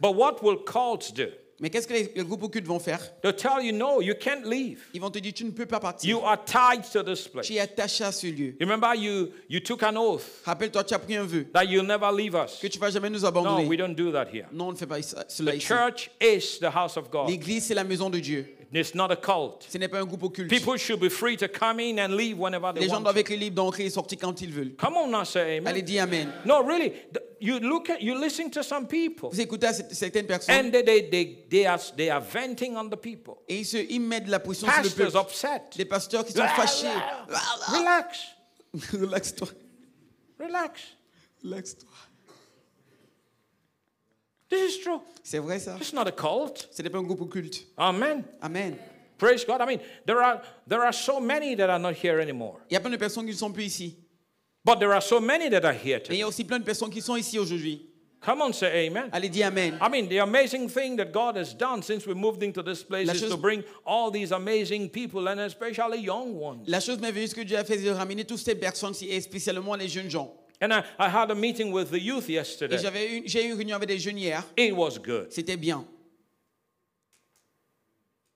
[SPEAKER 1] But what will cults do?
[SPEAKER 2] Mais qu'est-ce que les, les groupes occultes vont faire
[SPEAKER 1] They'll tell you, no, you can't leave.
[SPEAKER 2] Ils vont te dire tu ne peux pas partir.
[SPEAKER 1] You are tied to this place.
[SPEAKER 2] Tu es attaché à ce lieu.
[SPEAKER 1] Remember, you, you took an oath
[SPEAKER 2] Rappelle-toi, tu as pris un vœu
[SPEAKER 1] that you'll never leave us.
[SPEAKER 2] que tu vas jamais nous
[SPEAKER 1] No,
[SPEAKER 2] abandonner.
[SPEAKER 1] we don't do that here.
[SPEAKER 2] Non, on ne fait pas ça- cela
[SPEAKER 1] The
[SPEAKER 2] ici.
[SPEAKER 1] church is the house of God,
[SPEAKER 2] L'église, c'est la maison de Dieu.
[SPEAKER 1] it's not a cult.
[SPEAKER 2] Ce n'est pas un groupe occulte.
[SPEAKER 1] People should be free to come in and leave whenever they
[SPEAKER 2] Les gens
[SPEAKER 1] want.
[SPEAKER 2] doivent
[SPEAKER 1] to.
[SPEAKER 2] être libres d'entrer et sortir quand ils veulent.
[SPEAKER 1] Come on now, say amen.
[SPEAKER 2] Allez, dis Amen.
[SPEAKER 1] No, really, th- you look at, you listen to some people,
[SPEAKER 2] Vous écoutez à cette- certaines personnes
[SPEAKER 1] and they, they, they, they, are, they are venting on the people.
[SPEAKER 2] et ils, se, ils mettent de la pression sur le
[SPEAKER 1] Pastors
[SPEAKER 2] peuple.
[SPEAKER 1] upset.
[SPEAKER 2] Des pasteurs qui sont fâchés.
[SPEAKER 1] Relax,
[SPEAKER 2] Relaxe-toi.
[SPEAKER 1] relax.
[SPEAKER 2] Relaxe-toi.
[SPEAKER 1] This is true.
[SPEAKER 2] C'est vrai ça.
[SPEAKER 1] It's not a cult.
[SPEAKER 2] Ce n'est pas un groupe occulte.
[SPEAKER 1] Amen.
[SPEAKER 2] Amen.
[SPEAKER 1] Praise God. I mean, there are there are so many that are not here anymore,
[SPEAKER 2] Il y a plein de personnes qui ne sont plus ici.
[SPEAKER 1] but there are so many that are here
[SPEAKER 2] Et il
[SPEAKER 1] today.
[SPEAKER 2] y a aussi plein de personnes qui sont ici aujourd'hui.
[SPEAKER 1] Come on, say amen.
[SPEAKER 2] Allez, dis Amen.
[SPEAKER 1] I mean, the amazing thing that God has done since we moved into this place
[SPEAKER 2] La
[SPEAKER 1] is to
[SPEAKER 2] chose-
[SPEAKER 1] bring all these amazing people and especially young ones.
[SPEAKER 2] La chose merveilleuse que Dieu a fait, c'est de ramener toutes ces personnes ci et spécialement les jeunes gens.
[SPEAKER 1] And I, I had a meeting with the youth
[SPEAKER 2] Et
[SPEAKER 1] yesterday.
[SPEAKER 2] j'avais une- j'ai eu une réunion avec des jeunes hier.
[SPEAKER 1] It was good.
[SPEAKER 2] C'était bien.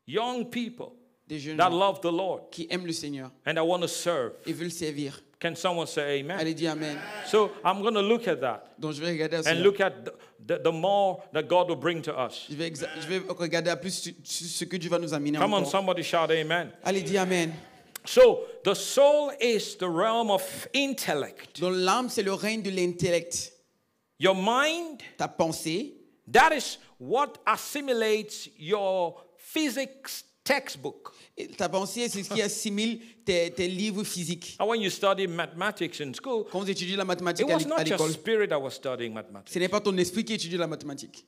[SPEAKER 1] Young people
[SPEAKER 2] Des jeunes
[SPEAKER 1] that
[SPEAKER 2] gens
[SPEAKER 1] love the Lord
[SPEAKER 2] qui aiment le Seigneur
[SPEAKER 1] and I want to serve.
[SPEAKER 2] et veulent servir.
[SPEAKER 1] Can someone say amen?
[SPEAKER 2] Allez, dis Amen.
[SPEAKER 1] So I'm going to look at that
[SPEAKER 2] Donc je vais regarder à
[SPEAKER 1] and
[SPEAKER 2] cela.
[SPEAKER 1] look at the, the, the more that God will bring to us.
[SPEAKER 2] Je vais, exa- je vais regarder à plus su- su- ce que Dieu va nous amener.
[SPEAKER 1] Come on,
[SPEAKER 2] encore.
[SPEAKER 1] somebody shout amen.
[SPEAKER 2] Allez, dis Amen.
[SPEAKER 1] So the soul is the realm of intellect.
[SPEAKER 2] Dans l'âme, c'est le règne de l'intellect.
[SPEAKER 1] Your mind,
[SPEAKER 2] Ta pensée,
[SPEAKER 1] that is what assimilates your physics textbook.
[SPEAKER 2] et ta pensée, c'est ce qui assimile tes, tes livres physiques.
[SPEAKER 1] And when you study mathematics in school,
[SPEAKER 2] Quand vous étudiez la
[SPEAKER 1] it
[SPEAKER 2] mathématique à
[SPEAKER 1] was
[SPEAKER 2] l'é-
[SPEAKER 1] not
[SPEAKER 2] à
[SPEAKER 1] your
[SPEAKER 2] l'école,
[SPEAKER 1] spirit that was studying mathematics.
[SPEAKER 2] ce n'est pas ton esprit qui étudie la mathématique.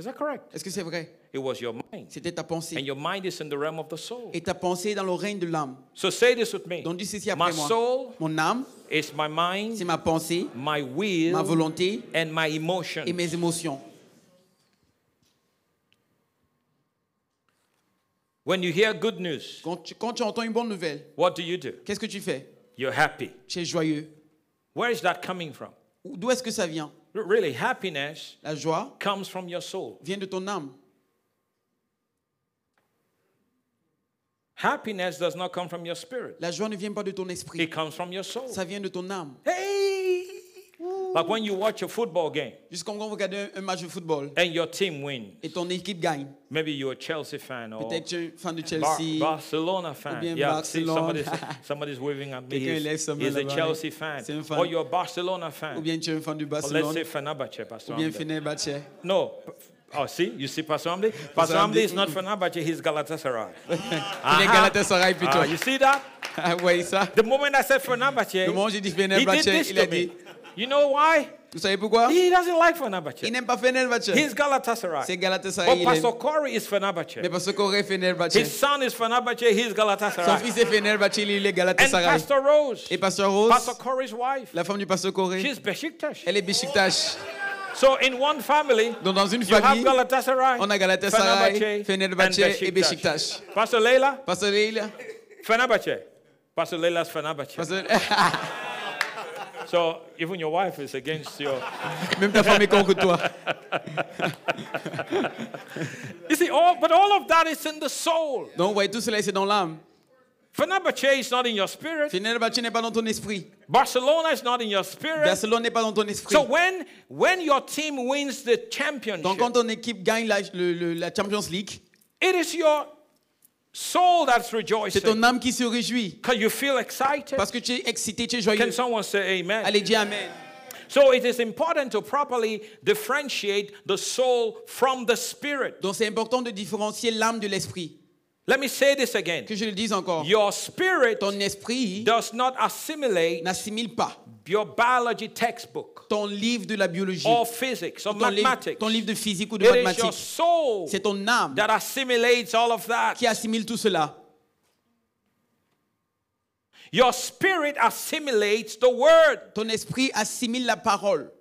[SPEAKER 1] Is that correct?
[SPEAKER 2] Est-ce que c'est vrai
[SPEAKER 1] It was your mind.
[SPEAKER 2] C'était ta
[SPEAKER 1] And
[SPEAKER 2] pensée.
[SPEAKER 1] your mind is in the realm of the soul.
[SPEAKER 2] Et ta pensée est dans le règne de l'âme.
[SPEAKER 1] So say this with me.
[SPEAKER 2] Donc dis ceci
[SPEAKER 1] My
[SPEAKER 2] après moi.
[SPEAKER 1] soul
[SPEAKER 2] Mon âme,
[SPEAKER 1] is my
[SPEAKER 2] c'est
[SPEAKER 1] mind,
[SPEAKER 2] ma pensée,
[SPEAKER 1] my
[SPEAKER 2] ma
[SPEAKER 1] will,
[SPEAKER 2] volonté
[SPEAKER 1] and my
[SPEAKER 2] et
[SPEAKER 1] emotion.
[SPEAKER 2] mes émotions.
[SPEAKER 1] When you hear good news,
[SPEAKER 2] Quand tu, quand tu entends une bonne nouvelle,
[SPEAKER 1] what do you do?
[SPEAKER 2] qu'est-ce que tu fais
[SPEAKER 1] You're happy.
[SPEAKER 2] Tu es joyeux.
[SPEAKER 1] Where is that coming from?
[SPEAKER 2] Ou- D'où est-ce que ça vient
[SPEAKER 1] R- Really, happiness
[SPEAKER 2] La joie
[SPEAKER 1] comes from your soul.
[SPEAKER 2] vient de ton âme.
[SPEAKER 1] Happiness does not come from your spirit,
[SPEAKER 2] La joie ne vient pas de ton esprit.
[SPEAKER 1] it comes from your soul.
[SPEAKER 2] Ça vient de ton âme.
[SPEAKER 1] Hey! Like when you watch a football game
[SPEAKER 2] Juste comme quand vous regardez un, un match de football
[SPEAKER 1] and your team win.
[SPEAKER 2] et ton équipe gagne.
[SPEAKER 1] Maybe you're a Chelsea fan or
[SPEAKER 2] Peut-être tu es un fan de
[SPEAKER 1] Bar-
[SPEAKER 2] Chelsea.
[SPEAKER 1] Barcelona fan.
[SPEAKER 2] bien
[SPEAKER 1] yeah, see,
[SPEAKER 2] Barcelone.
[SPEAKER 1] somebody's, somebody's waving at me.
[SPEAKER 2] Quelqu'un lève
[SPEAKER 1] He's,
[SPEAKER 2] sa main
[SPEAKER 1] he's a
[SPEAKER 2] là-bas.
[SPEAKER 1] Chelsea fan.
[SPEAKER 2] C'est un fan.
[SPEAKER 1] Or you're a Barcelona fan.
[SPEAKER 2] Ou bien tu es un fan du
[SPEAKER 1] Or let's
[SPEAKER 2] Barcelone.
[SPEAKER 1] say Fenerbahce, Pastor
[SPEAKER 2] Ou bien
[SPEAKER 1] Hamdi.
[SPEAKER 2] Fenerbahce.
[SPEAKER 1] No. Oh, see, you see Pastor Amdi? Pastor
[SPEAKER 2] Hamdi,
[SPEAKER 1] Amdi is not
[SPEAKER 2] mm.
[SPEAKER 1] Fenerbahce, he's Galatasaray.
[SPEAKER 2] Il est Galatasaray plutôt.
[SPEAKER 1] Ah, you see that?
[SPEAKER 2] Ah, Vous voyez ça
[SPEAKER 1] The moment I said Fenerbahce,
[SPEAKER 2] Le moment où j'ai dit
[SPEAKER 1] he did
[SPEAKER 2] Fenerbahce,
[SPEAKER 1] this
[SPEAKER 2] il a
[SPEAKER 1] to
[SPEAKER 2] dit.
[SPEAKER 1] me. You know why?
[SPEAKER 2] Vous savez pourquoi
[SPEAKER 1] He doesn't like
[SPEAKER 2] Il
[SPEAKER 1] Fenerbahce.
[SPEAKER 2] n'aime pas Fenerbahce.
[SPEAKER 1] He's Galatasaray.
[SPEAKER 2] C'est
[SPEAKER 1] But
[SPEAKER 2] Galatasaray. il aime.
[SPEAKER 1] Pastor Corey is
[SPEAKER 2] Mais
[SPEAKER 1] Fenerbahce.
[SPEAKER 2] parce qu'aurait Fenerbahce.
[SPEAKER 1] His son is Fenerbahce, he's
[SPEAKER 2] Son
[SPEAKER 1] Galatasaray.
[SPEAKER 2] fils est Fenerbahce, lui, il est
[SPEAKER 1] And
[SPEAKER 2] Galatasaray.
[SPEAKER 1] Pastor Rose,
[SPEAKER 2] Et Pasteur Rose,
[SPEAKER 1] Pastor Corey's wife,
[SPEAKER 2] la femme du Pasteur Coré,
[SPEAKER 1] she's Besiktas.
[SPEAKER 2] elle est Besiktas.
[SPEAKER 1] So in one family,
[SPEAKER 2] Donc dans une
[SPEAKER 1] you have
[SPEAKER 2] famille,
[SPEAKER 1] Galatasaray,
[SPEAKER 2] on a Galatasaray,
[SPEAKER 1] Fenerbahce,
[SPEAKER 2] Fenerbahce
[SPEAKER 1] and
[SPEAKER 2] et Besiktas.
[SPEAKER 1] Pastor Leila,
[SPEAKER 2] Pasteur Leila,
[SPEAKER 1] Fenerbahce. Pastor Leila's Fenerbahce.
[SPEAKER 2] Pasteur-
[SPEAKER 1] So even your wife is against your...
[SPEAKER 2] même ta femme est contre toi.
[SPEAKER 1] You see, all, but all of that is in the soul.
[SPEAKER 2] Donc vous voyez, tout cela, c'est dans l'âme.
[SPEAKER 1] Fenerbahce is not in your spirit.
[SPEAKER 2] Fenerbahce n'est pas dans ton esprit.
[SPEAKER 1] Barcelona is not in your spirit.
[SPEAKER 2] Barcelone n'est pas dans ton esprit.
[SPEAKER 1] So when when your team wins the
[SPEAKER 2] Donc quand
[SPEAKER 1] championship,
[SPEAKER 2] ton équipe gagne la, le- le- la Champions League,
[SPEAKER 1] it is your soul that's
[SPEAKER 2] c'est ton
[SPEAKER 1] rejoicing.
[SPEAKER 2] âme qui se réjouit.
[SPEAKER 1] Because you feel excited.
[SPEAKER 2] Parce que tu es excité, tu es
[SPEAKER 1] Can
[SPEAKER 2] joyeux.
[SPEAKER 1] someone say amen?
[SPEAKER 2] Allez, dis Amen.
[SPEAKER 1] So it is important to properly differentiate the soul from the spirit.
[SPEAKER 2] Donc c'est important de différencier l'âme de l'esprit.
[SPEAKER 1] Let me say this again.
[SPEAKER 2] Que je le dise encore.
[SPEAKER 1] Your spirit
[SPEAKER 2] Ton esprit
[SPEAKER 1] does not assimilate
[SPEAKER 2] n'assimile pas
[SPEAKER 1] your biology textbook
[SPEAKER 2] ton livre de la biologie,
[SPEAKER 1] or physics or
[SPEAKER 2] ton, livre,
[SPEAKER 1] mathematics.
[SPEAKER 2] ton livre de physique ou de
[SPEAKER 1] It is your
[SPEAKER 2] mathématiques.
[SPEAKER 1] soul
[SPEAKER 2] C'est ton âme
[SPEAKER 1] that assimilates all of that.
[SPEAKER 2] qui assimile tout cela.
[SPEAKER 1] Your spirit assimilates the word.
[SPEAKER 2] Ton esprit assimile la parole.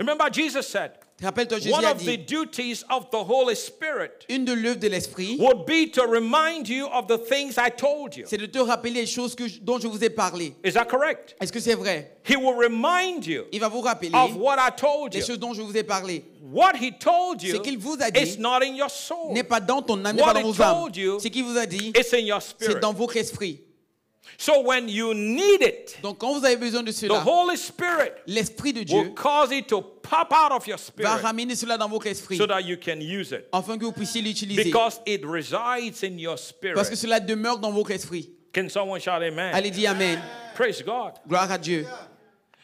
[SPEAKER 1] Remember, Jesus said,
[SPEAKER 2] Rappelle-toi, Jésus
[SPEAKER 1] one
[SPEAKER 2] a
[SPEAKER 1] of the
[SPEAKER 2] dit,
[SPEAKER 1] duties of the Holy Spirit
[SPEAKER 2] une de l'œuvre de l'esprit,
[SPEAKER 1] would be to remind you of the things I told you.
[SPEAKER 2] c'est de te rappeler les choses que je- dont je vous ai parlé.
[SPEAKER 1] Is that correct?
[SPEAKER 2] Est-ce que c'est vrai
[SPEAKER 1] He will remind you
[SPEAKER 2] Il va vous rappeler
[SPEAKER 1] of what I told
[SPEAKER 2] les
[SPEAKER 1] you.
[SPEAKER 2] choses dont je vous ai parlé.
[SPEAKER 1] What he told you
[SPEAKER 2] Ce qu'il vous a
[SPEAKER 1] is
[SPEAKER 2] dit
[SPEAKER 1] not in your soul.
[SPEAKER 2] n'est pas dans ton âme, n'est
[SPEAKER 1] What
[SPEAKER 2] pas dans
[SPEAKER 1] he
[SPEAKER 2] vos âmes.
[SPEAKER 1] told you
[SPEAKER 2] Ce qu'il vous a dit,
[SPEAKER 1] It's in your
[SPEAKER 2] c'est
[SPEAKER 1] spirit.
[SPEAKER 2] dans votre esprit.
[SPEAKER 1] So when you need it,
[SPEAKER 2] Donc quand vous avez besoin de
[SPEAKER 1] the
[SPEAKER 2] cela,
[SPEAKER 1] Holy Spirit
[SPEAKER 2] l'esprit de
[SPEAKER 1] will
[SPEAKER 2] Dieu
[SPEAKER 1] cause it to pop out of your
[SPEAKER 2] va
[SPEAKER 1] spirit
[SPEAKER 2] ramener cela dans votre esprit
[SPEAKER 1] so that you can use it.
[SPEAKER 2] afin que vous puissiez l'utiliser.
[SPEAKER 1] Because it resides in your
[SPEAKER 2] Parce
[SPEAKER 1] spirit.
[SPEAKER 2] que cela demeure dans votre esprit.
[SPEAKER 1] Can someone shout amen?
[SPEAKER 2] Allez, dis Amen.
[SPEAKER 1] Praise God.
[SPEAKER 2] Gloire à Dieu.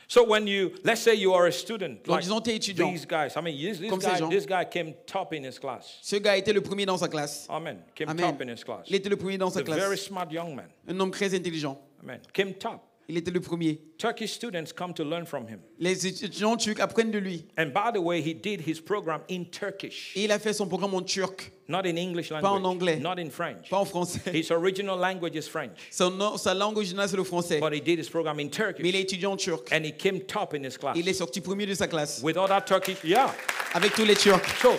[SPEAKER 1] So when you, let's say you are a student,
[SPEAKER 2] Donc,
[SPEAKER 1] like
[SPEAKER 2] disons, t'es étudiant.
[SPEAKER 1] these guys. I mean, this, this
[SPEAKER 2] Comme ces
[SPEAKER 1] guy,
[SPEAKER 2] gens.
[SPEAKER 1] this guy came top in his class.
[SPEAKER 2] Ce gars était le premier dans sa classe.
[SPEAKER 1] Amen. Came
[SPEAKER 2] Amen.
[SPEAKER 1] top in his class.
[SPEAKER 2] Il était le premier dans sa
[SPEAKER 1] A very
[SPEAKER 2] classe.
[SPEAKER 1] smart young man.
[SPEAKER 2] Un homme très intelligent.
[SPEAKER 1] Amen. Came top.
[SPEAKER 2] Il Il était le premier.
[SPEAKER 1] Turkish students come to learn from him.
[SPEAKER 2] Les étudiants turcs apprennent de lui.
[SPEAKER 1] And by the way, he did his program in Turkish,
[SPEAKER 2] Et il a fait son programme en turc,
[SPEAKER 1] not in English
[SPEAKER 2] en
[SPEAKER 1] language,
[SPEAKER 2] anglais.
[SPEAKER 1] not in French.
[SPEAKER 2] pas en français.
[SPEAKER 1] His original language is French,
[SPEAKER 2] Son nom- sa langue originale, c'est le français.
[SPEAKER 1] but he did his program in
[SPEAKER 2] Mais il
[SPEAKER 1] Turkish,
[SPEAKER 2] est étudiant en turc.
[SPEAKER 1] and he came top in his class
[SPEAKER 2] Il est sorti premier de sa classe,
[SPEAKER 1] with other Turkish. Yeah.
[SPEAKER 2] avec tous les Turcs.
[SPEAKER 1] So,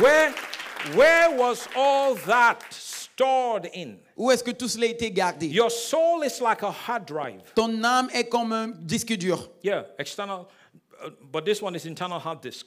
[SPEAKER 1] where, where was all that stored in?
[SPEAKER 2] Où est-ce que tout cela a été gardé
[SPEAKER 1] Your soul is like a hard drive.
[SPEAKER 2] Ton âme est comme un disque dur.
[SPEAKER 1] Yeah, external, uh, but this one is internal hard disk.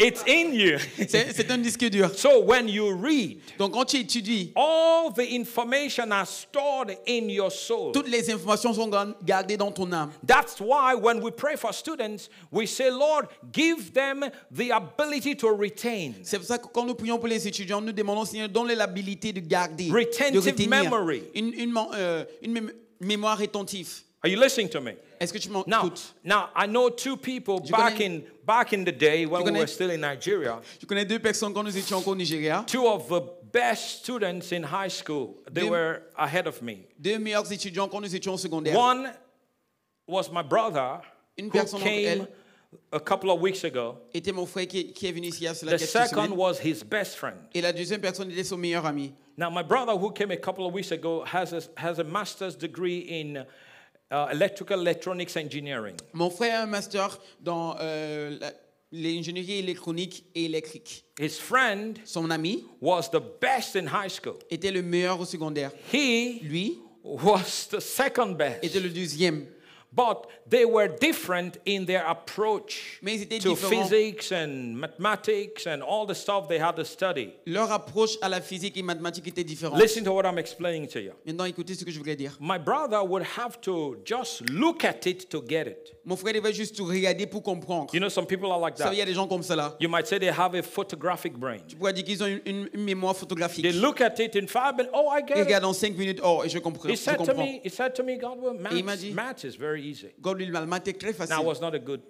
[SPEAKER 1] it's in you.
[SPEAKER 2] C'est c'est un disque dur.
[SPEAKER 1] So when you read,
[SPEAKER 2] Donc quand tu étudies,
[SPEAKER 1] all the information are stored in your soul.
[SPEAKER 2] toutes les informations sont gar- gardées dans ton âme.
[SPEAKER 1] That's why when we pray for students, we say, Lord, give them the ability to retain.
[SPEAKER 2] C'est pour ça que quand nous prions pour les étudiants, nous demandons, Seigneur, donne-leur l'habilité de garder, de
[SPEAKER 1] Retentive
[SPEAKER 2] retenir.
[SPEAKER 1] memory.
[SPEAKER 2] Une, une men- euh, une mém- mémoire rétentive.
[SPEAKER 1] Are you listening to me?
[SPEAKER 2] Est-ce que tu
[SPEAKER 1] Now,
[SPEAKER 2] m'écoutes
[SPEAKER 1] now I know two people
[SPEAKER 2] You
[SPEAKER 1] back
[SPEAKER 2] gonna-
[SPEAKER 1] in back in the day when we
[SPEAKER 2] gonna-
[SPEAKER 1] were still in Nigeria.
[SPEAKER 2] Je connais deux personnes quand nous étions encore au Nigeria.
[SPEAKER 1] Two of the best students in high school. They
[SPEAKER 2] Them-
[SPEAKER 1] were ahead of me.
[SPEAKER 2] Deux meilleurs étudiants quand nous étions au secondaire.
[SPEAKER 1] One was my brother
[SPEAKER 2] Une
[SPEAKER 1] who
[SPEAKER 2] personne, donc,
[SPEAKER 1] came
[SPEAKER 2] elle-
[SPEAKER 1] a couple of weeks ago.
[SPEAKER 2] était mon frère qui, qui est venu ici il y a cela
[SPEAKER 1] The
[SPEAKER 2] quelques
[SPEAKER 1] second
[SPEAKER 2] semaines.
[SPEAKER 1] was his best friend.
[SPEAKER 2] Et la deuxième personne était son meilleur ami.
[SPEAKER 1] Now, my brother who came a couple of weeks ago has a, has a master's degree in uh, electrical electronics engineering.
[SPEAKER 2] Mon frère a un master dans euh, la- l'ingénierie électronique et électrique.
[SPEAKER 1] His friend
[SPEAKER 2] Son ami
[SPEAKER 1] was the best in high school.
[SPEAKER 2] était le meilleur au secondaire.
[SPEAKER 1] He
[SPEAKER 2] Lui
[SPEAKER 1] was the second best.
[SPEAKER 2] était le deuxième.
[SPEAKER 1] But they were different in their approach
[SPEAKER 2] Mais ils étaient
[SPEAKER 1] to
[SPEAKER 2] différents.
[SPEAKER 1] physics and mathematics and all the stuff they had to study.
[SPEAKER 2] Leur approche à la physique et mathématiques était différente.
[SPEAKER 1] Listen to what I'm explaining to you.
[SPEAKER 2] Maintenant, écoutez ce que je voulais dire.
[SPEAKER 1] My brother would have to just look at it to get it.
[SPEAKER 2] Mon frère devait juste tout regarder pour comprendre.
[SPEAKER 1] You know, some people are like
[SPEAKER 2] Vous savez, il y
[SPEAKER 1] that.
[SPEAKER 2] a des gens comme cela.
[SPEAKER 1] You might say they have a photographic brain.
[SPEAKER 2] Je pourrais dire qu'ils ont une, une- une mémoire photographique.
[SPEAKER 1] They look at it in five minutes. Oh, I
[SPEAKER 2] Ils
[SPEAKER 1] get it.
[SPEAKER 2] regardent en 5 minutes. Oh, et je comprends.
[SPEAKER 1] He
[SPEAKER 2] Je
[SPEAKER 1] said to
[SPEAKER 2] comprends.
[SPEAKER 1] me, he said to me, God, well,
[SPEAKER 2] Et il m'a
[SPEAKER 1] maths,
[SPEAKER 2] dit-
[SPEAKER 1] maths is very easy.
[SPEAKER 2] God, lui, le maths est très facile.
[SPEAKER 1] Now, I was not a good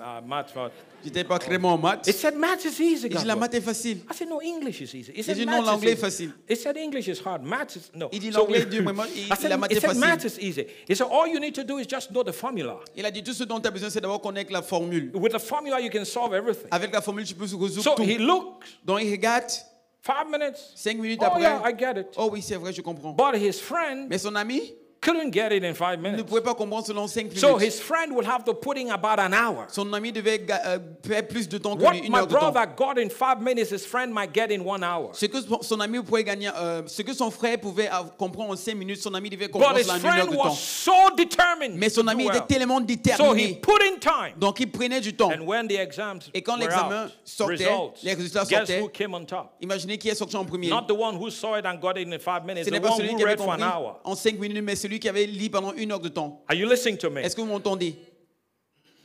[SPEAKER 1] uh, math. but-
[SPEAKER 2] J'étais pas très bon en maths.
[SPEAKER 1] He said, maths is easy,
[SPEAKER 2] Il dit,
[SPEAKER 1] God.
[SPEAKER 2] la
[SPEAKER 1] well."
[SPEAKER 2] maths est facile.
[SPEAKER 1] I said, no, English is easy. He said,
[SPEAKER 2] dit,
[SPEAKER 1] maths
[SPEAKER 2] non, l'anglais est
[SPEAKER 1] is easy.
[SPEAKER 2] facile.
[SPEAKER 1] He said, English is hard. Maths is, no.
[SPEAKER 2] Il dit,
[SPEAKER 1] So
[SPEAKER 2] l'anglais
[SPEAKER 1] we-
[SPEAKER 2] est dur, mais moi, il-
[SPEAKER 1] I said,
[SPEAKER 2] la maths
[SPEAKER 1] he
[SPEAKER 2] est
[SPEAKER 1] said,
[SPEAKER 2] facile.
[SPEAKER 1] maths is easy. He said, all you need to do is just know the formula.
[SPEAKER 2] Il a dit, tout ce dont tu as besoin, c'est d'abord connaître la formule.
[SPEAKER 1] With the formula, you can solve everything.
[SPEAKER 2] Avec la formule, tu peux résoudre
[SPEAKER 1] So
[SPEAKER 2] Ah, tout.
[SPEAKER 1] he looked,
[SPEAKER 2] Donc, il regarde
[SPEAKER 1] five minutes.
[SPEAKER 2] 5 minutes
[SPEAKER 1] Oh,
[SPEAKER 2] après.
[SPEAKER 1] yeah, I get it.
[SPEAKER 2] Oh oui, c'est vrai, je comprends.
[SPEAKER 1] But his friend
[SPEAKER 2] Mais son ami
[SPEAKER 1] couldn't get it in five
[SPEAKER 2] ne
[SPEAKER 1] minutes.
[SPEAKER 2] pouvait pas comprendre selon 5 minutes.
[SPEAKER 1] So his friend would have to put in about an hour.
[SPEAKER 2] Son ami devait ga- euh, faire plus de temps que lui,
[SPEAKER 1] What
[SPEAKER 2] une
[SPEAKER 1] my
[SPEAKER 2] heure de temps.
[SPEAKER 1] brother got in five minutes, his friend might get in one hour.
[SPEAKER 2] Ce que son- son ami pouvait gagner, euh, ce que son frère pouvait av- comprendre en 5 minutes, son ami devait
[SPEAKER 1] But
[SPEAKER 2] comprendre
[SPEAKER 1] his
[SPEAKER 2] cela en une heure
[SPEAKER 1] friend
[SPEAKER 2] de
[SPEAKER 1] was
[SPEAKER 2] temps.
[SPEAKER 1] so determined.
[SPEAKER 2] Mais son
[SPEAKER 1] to
[SPEAKER 2] ami
[SPEAKER 1] do
[SPEAKER 2] était
[SPEAKER 1] well.
[SPEAKER 2] tellement
[SPEAKER 1] So he
[SPEAKER 2] déterminé.
[SPEAKER 1] put in time.
[SPEAKER 2] Donc il prenait du temps.
[SPEAKER 1] And when the exams
[SPEAKER 2] Et quand
[SPEAKER 1] were
[SPEAKER 2] l'examen
[SPEAKER 1] out,
[SPEAKER 2] sortait,
[SPEAKER 1] results,
[SPEAKER 2] les résultats
[SPEAKER 1] guess
[SPEAKER 2] sortaient,
[SPEAKER 1] who came on top?
[SPEAKER 2] Imaginez qui est sorti en premier.
[SPEAKER 1] Not the one who saw it and got it in five minutes,
[SPEAKER 2] Ce
[SPEAKER 1] the
[SPEAKER 2] n'est pas
[SPEAKER 1] one
[SPEAKER 2] celui
[SPEAKER 1] who
[SPEAKER 2] qui avait
[SPEAKER 1] read for an
[SPEAKER 2] compris
[SPEAKER 1] hour.
[SPEAKER 2] en 5 minutes, mais celui qui avait lu pendant une heure de temps.
[SPEAKER 1] Are you listening to me?
[SPEAKER 2] Est-ce que vous m'entendez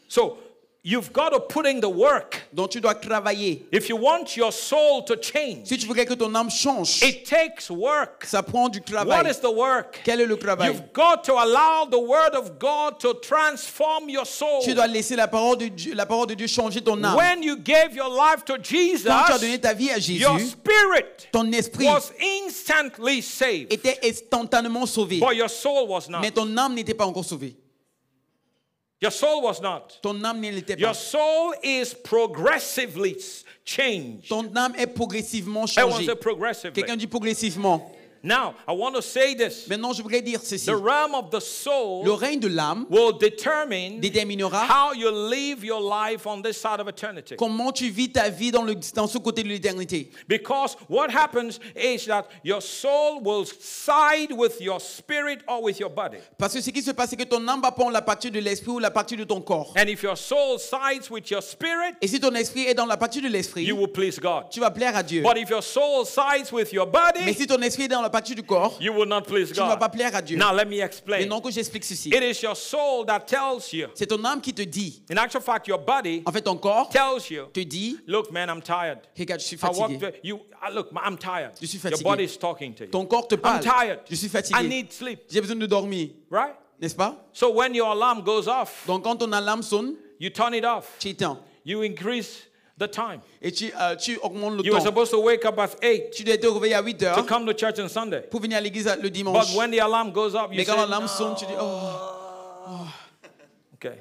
[SPEAKER 1] So you've got to put in the work.
[SPEAKER 2] Donc tu dois travailler.
[SPEAKER 1] If you want your soul to change,
[SPEAKER 2] Si tu voudrais que ton âme change,
[SPEAKER 1] it takes work.
[SPEAKER 2] ça prend du
[SPEAKER 1] What
[SPEAKER 2] travail.
[SPEAKER 1] is the work?
[SPEAKER 2] Quel est le travail
[SPEAKER 1] You've got to allow the word of God to transform your soul.
[SPEAKER 2] Tu dois laisser la parole de Dieu, la parole de Dieu changer ton âme.
[SPEAKER 1] When you gave your life to
[SPEAKER 2] Quand tu as donné
[SPEAKER 1] Jesus,
[SPEAKER 2] ta vie à
[SPEAKER 1] your
[SPEAKER 2] Jésus,
[SPEAKER 1] spirit
[SPEAKER 2] ton esprit
[SPEAKER 1] was instantly saved,
[SPEAKER 2] était instantanément sauvé.
[SPEAKER 1] but your soul was not.
[SPEAKER 2] Mais ton âme n'était pas encore sauvée.
[SPEAKER 1] Your soul was not.
[SPEAKER 2] Ton âme ne l'était pas.
[SPEAKER 1] Your soul is progressively s- changed.
[SPEAKER 2] Ton âme est progressivement
[SPEAKER 1] I want to
[SPEAKER 2] changée.
[SPEAKER 1] say progressively.
[SPEAKER 2] Quelqu'un dit progressivement.
[SPEAKER 1] Now, I want to say this.
[SPEAKER 2] Maintenant, je voudrais dire ceci.
[SPEAKER 1] The realm of the
[SPEAKER 2] Le
[SPEAKER 1] soul
[SPEAKER 2] règne de l'âme
[SPEAKER 1] will determine
[SPEAKER 2] déterminera
[SPEAKER 1] how you live your life on this side of eternity.
[SPEAKER 2] comment tu vis ta vie dans, le, dans ce côté de l'éternité.
[SPEAKER 1] Because what happens is that your soul will side with your spirit or with your body.
[SPEAKER 2] Parce que ce qui se passe, c'est que ton âme va prendre la partie de l'esprit ou la partie de ton corps.
[SPEAKER 1] And if your soul sides with your spirit,
[SPEAKER 2] Et si ton esprit est dans la partie de l'esprit,
[SPEAKER 1] you will please God.
[SPEAKER 2] tu vas plaire à Dieu.
[SPEAKER 1] But if your soul sides with your
[SPEAKER 2] Mais
[SPEAKER 1] body,
[SPEAKER 2] si ton esprit est dans la partie du corps,
[SPEAKER 1] you will not please
[SPEAKER 2] tu ne vas pas
[SPEAKER 1] God.
[SPEAKER 2] plaire à Dieu.
[SPEAKER 1] Now let me explain.
[SPEAKER 2] Maintenant que j'explique ceci,
[SPEAKER 1] It is your soul that tells you.
[SPEAKER 2] c'est ton âme qui te dit,
[SPEAKER 1] In actual fact, your body
[SPEAKER 2] en fait ton corps
[SPEAKER 1] tells you,
[SPEAKER 2] te dit,
[SPEAKER 1] look, man, I'm tired.
[SPEAKER 2] regarde, je suis
[SPEAKER 1] I walked,
[SPEAKER 2] fatigué.
[SPEAKER 1] you, I- look, ma- I'm tired.
[SPEAKER 2] Je suis
[SPEAKER 1] Your
[SPEAKER 2] fatigué.
[SPEAKER 1] body is talking to you.
[SPEAKER 2] Ton corps te
[SPEAKER 1] I'm
[SPEAKER 2] parle.
[SPEAKER 1] tired.
[SPEAKER 2] Je suis
[SPEAKER 1] I
[SPEAKER 2] fatigué.
[SPEAKER 1] need sleep,
[SPEAKER 2] J'ai besoin de dormir,
[SPEAKER 1] right?
[SPEAKER 2] n'est-ce pas
[SPEAKER 1] So when your alarm goes off,
[SPEAKER 2] Donc quand ton alarme sonne,
[SPEAKER 1] you turn it off.
[SPEAKER 2] tu éteins.
[SPEAKER 1] You increase the time.
[SPEAKER 2] Et tu, euh, tu augmentes le
[SPEAKER 1] You were
[SPEAKER 2] temps.
[SPEAKER 1] supposed to wake up at 8
[SPEAKER 2] Tu dois te réveiller à 8
[SPEAKER 1] to
[SPEAKER 2] heures
[SPEAKER 1] come to church on Sunday.
[SPEAKER 2] pour venir à l'église le
[SPEAKER 1] But
[SPEAKER 2] dimanche.
[SPEAKER 1] when the alarm goes up, you
[SPEAKER 2] Mais
[SPEAKER 1] say,
[SPEAKER 2] quand l'alarme
[SPEAKER 1] "No."
[SPEAKER 2] sonne, tu dis Oh,
[SPEAKER 1] okay,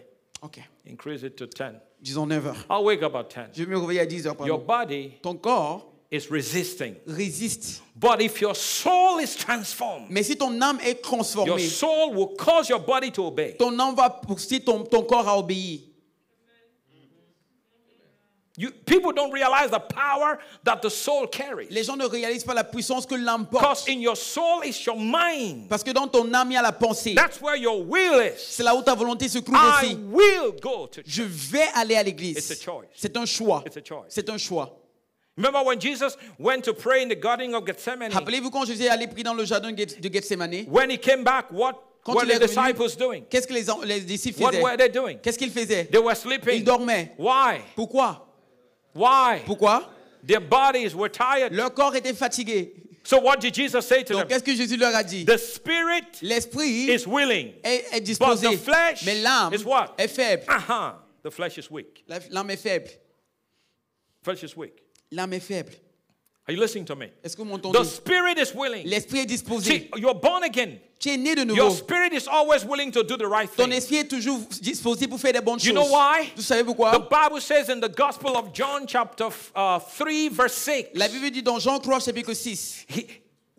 [SPEAKER 2] ok,
[SPEAKER 1] increase it to 10.
[SPEAKER 2] disons 9 heures.
[SPEAKER 1] I'll wake up at 10.
[SPEAKER 2] Je vais me réveiller à 10 heures.
[SPEAKER 1] Your
[SPEAKER 2] pardon.
[SPEAKER 1] body
[SPEAKER 2] Ton corps
[SPEAKER 1] is resisting.
[SPEAKER 2] résiste.
[SPEAKER 1] But if your soul is transformed,
[SPEAKER 2] Mais si ton âme est
[SPEAKER 1] your
[SPEAKER 2] transformée,
[SPEAKER 1] soul will cause your body to obey.
[SPEAKER 2] ton âme va pousser ton, ton corps à obéir.
[SPEAKER 1] You, people don't realize the power that the soul carries.
[SPEAKER 2] Les gens ne réalisent pas la puissance que l'âme porte.
[SPEAKER 1] Because in your soul is your mind.
[SPEAKER 2] Parce que dans ton âme, il y a la pensée.
[SPEAKER 1] That's where your will is.
[SPEAKER 2] C'est là où ta volonté se trouve
[SPEAKER 1] I
[SPEAKER 2] aussi.
[SPEAKER 1] will go to.
[SPEAKER 2] Je vais aller
[SPEAKER 1] It's
[SPEAKER 2] à
[SPEAKER 1] a
[SPEAKER 2] l'église.
[SPEAKER 1] choice.
[SPEAKER 2] C'est un choix.
[SPEAKER 1] It's a choice.
[SPEAKER 2] C'est un choix.
[SPEAKER 1] Remember when Jesus went to pray in the garden of Gethsemane?
[SPEAKER 2] Rappelez-vous quand Jésus est allé prier dans le jardin de Geth- de Gethsemane,
[SPEAKER 1] When he came back, what
[SPEAKER 2] Quand
[SPEAKER 1] were
[SPEAKER 2] il est
[SPEAKER 1] the
[SPEAKER 2] revenu,
[SPEAKER 1] disciples doing?
[SPEAKER 2] qu'est-ce que les, en- les disciples
[SPEAKER 1] What were
[SPEAKER 2] faisaient
[SPEAKER 1] they doing?
[SPEAKER 2] Qu'est-ce qu'ils faisaient
[SPEAKER 1] They were sleeping.
[SPEAKER 2] Ils dormaient.
[SPEAKER 1] Why?
[SPEAKER 2] Pourquoi
[SPEAKER 1] Why?
[SPEAKER 2] Pourquoi
[SPEAKER 1] Their bodies were tired.
[SPEAKER 2] Leur corps était fatigué.
[SPEAKER 1] So what did Jesus say to
[SPEAKER 2] Donc
[SPEAKER 1] them?
[SPEAKER 2] qu'est-ce que Jésus leur a dit
[SPEAKER 1] The spirit
[SPEAKER 2] L'esprit est,
[SPEAKER 1] is willing.
[SPEAKER 2] est
[SPEAKER 1] But
[SPEAKER 2] disposé,
[SPEAKER 1] the flesh
[SPEAKER 2] mais l'âme
[SPEAKER 1] is what?
[SPEAKER 2] est faible.
[SPEAKER 1] Uh-huh. The flesh is weak.
[SPEAKER 2] La- L'âme est faible.
[SPEAKER 1] Flesh is weak.
[SPEAKER 2] L'âme est faible.
[SPEAKER 1] Are you listening to me?
[SPEAKER 2] Est-ce que vous
[SPEAKER 1] The
[SPEAKER 2] m'entendez
[SPEAKER 1] spirit is willing.
[SPEAKER 2] L'esprit est disposé.
[SPEAKER 1] See, you're born again.
[SPEAKER 2] Tu es né de
[SPEAKER 1] Your
[SPEAKER 2] nouveau.
[SPEAKER 1] spirit is always willing to do the right
[SPEAKER 2] Ton
[SPEAKER 1] thing.
[SPEAKER 2] esprit est toujours disposé pour faire des bonnes
[SPEAKER 1] You know
[SPEAKER 2] choses.
[SPEAKER 1] why?
[SPEAKER 2] Vous savez
[SPEAKER 1] The
[SPEAKER 2] pourquoi
[SPEAKER 1] Bible says in the Gospel of John, chapter uh, 3, verse 6,
[SPEAKER 2] La Bible dit dans Jean 3, chapitre 6,
[SPEAKER 1] he-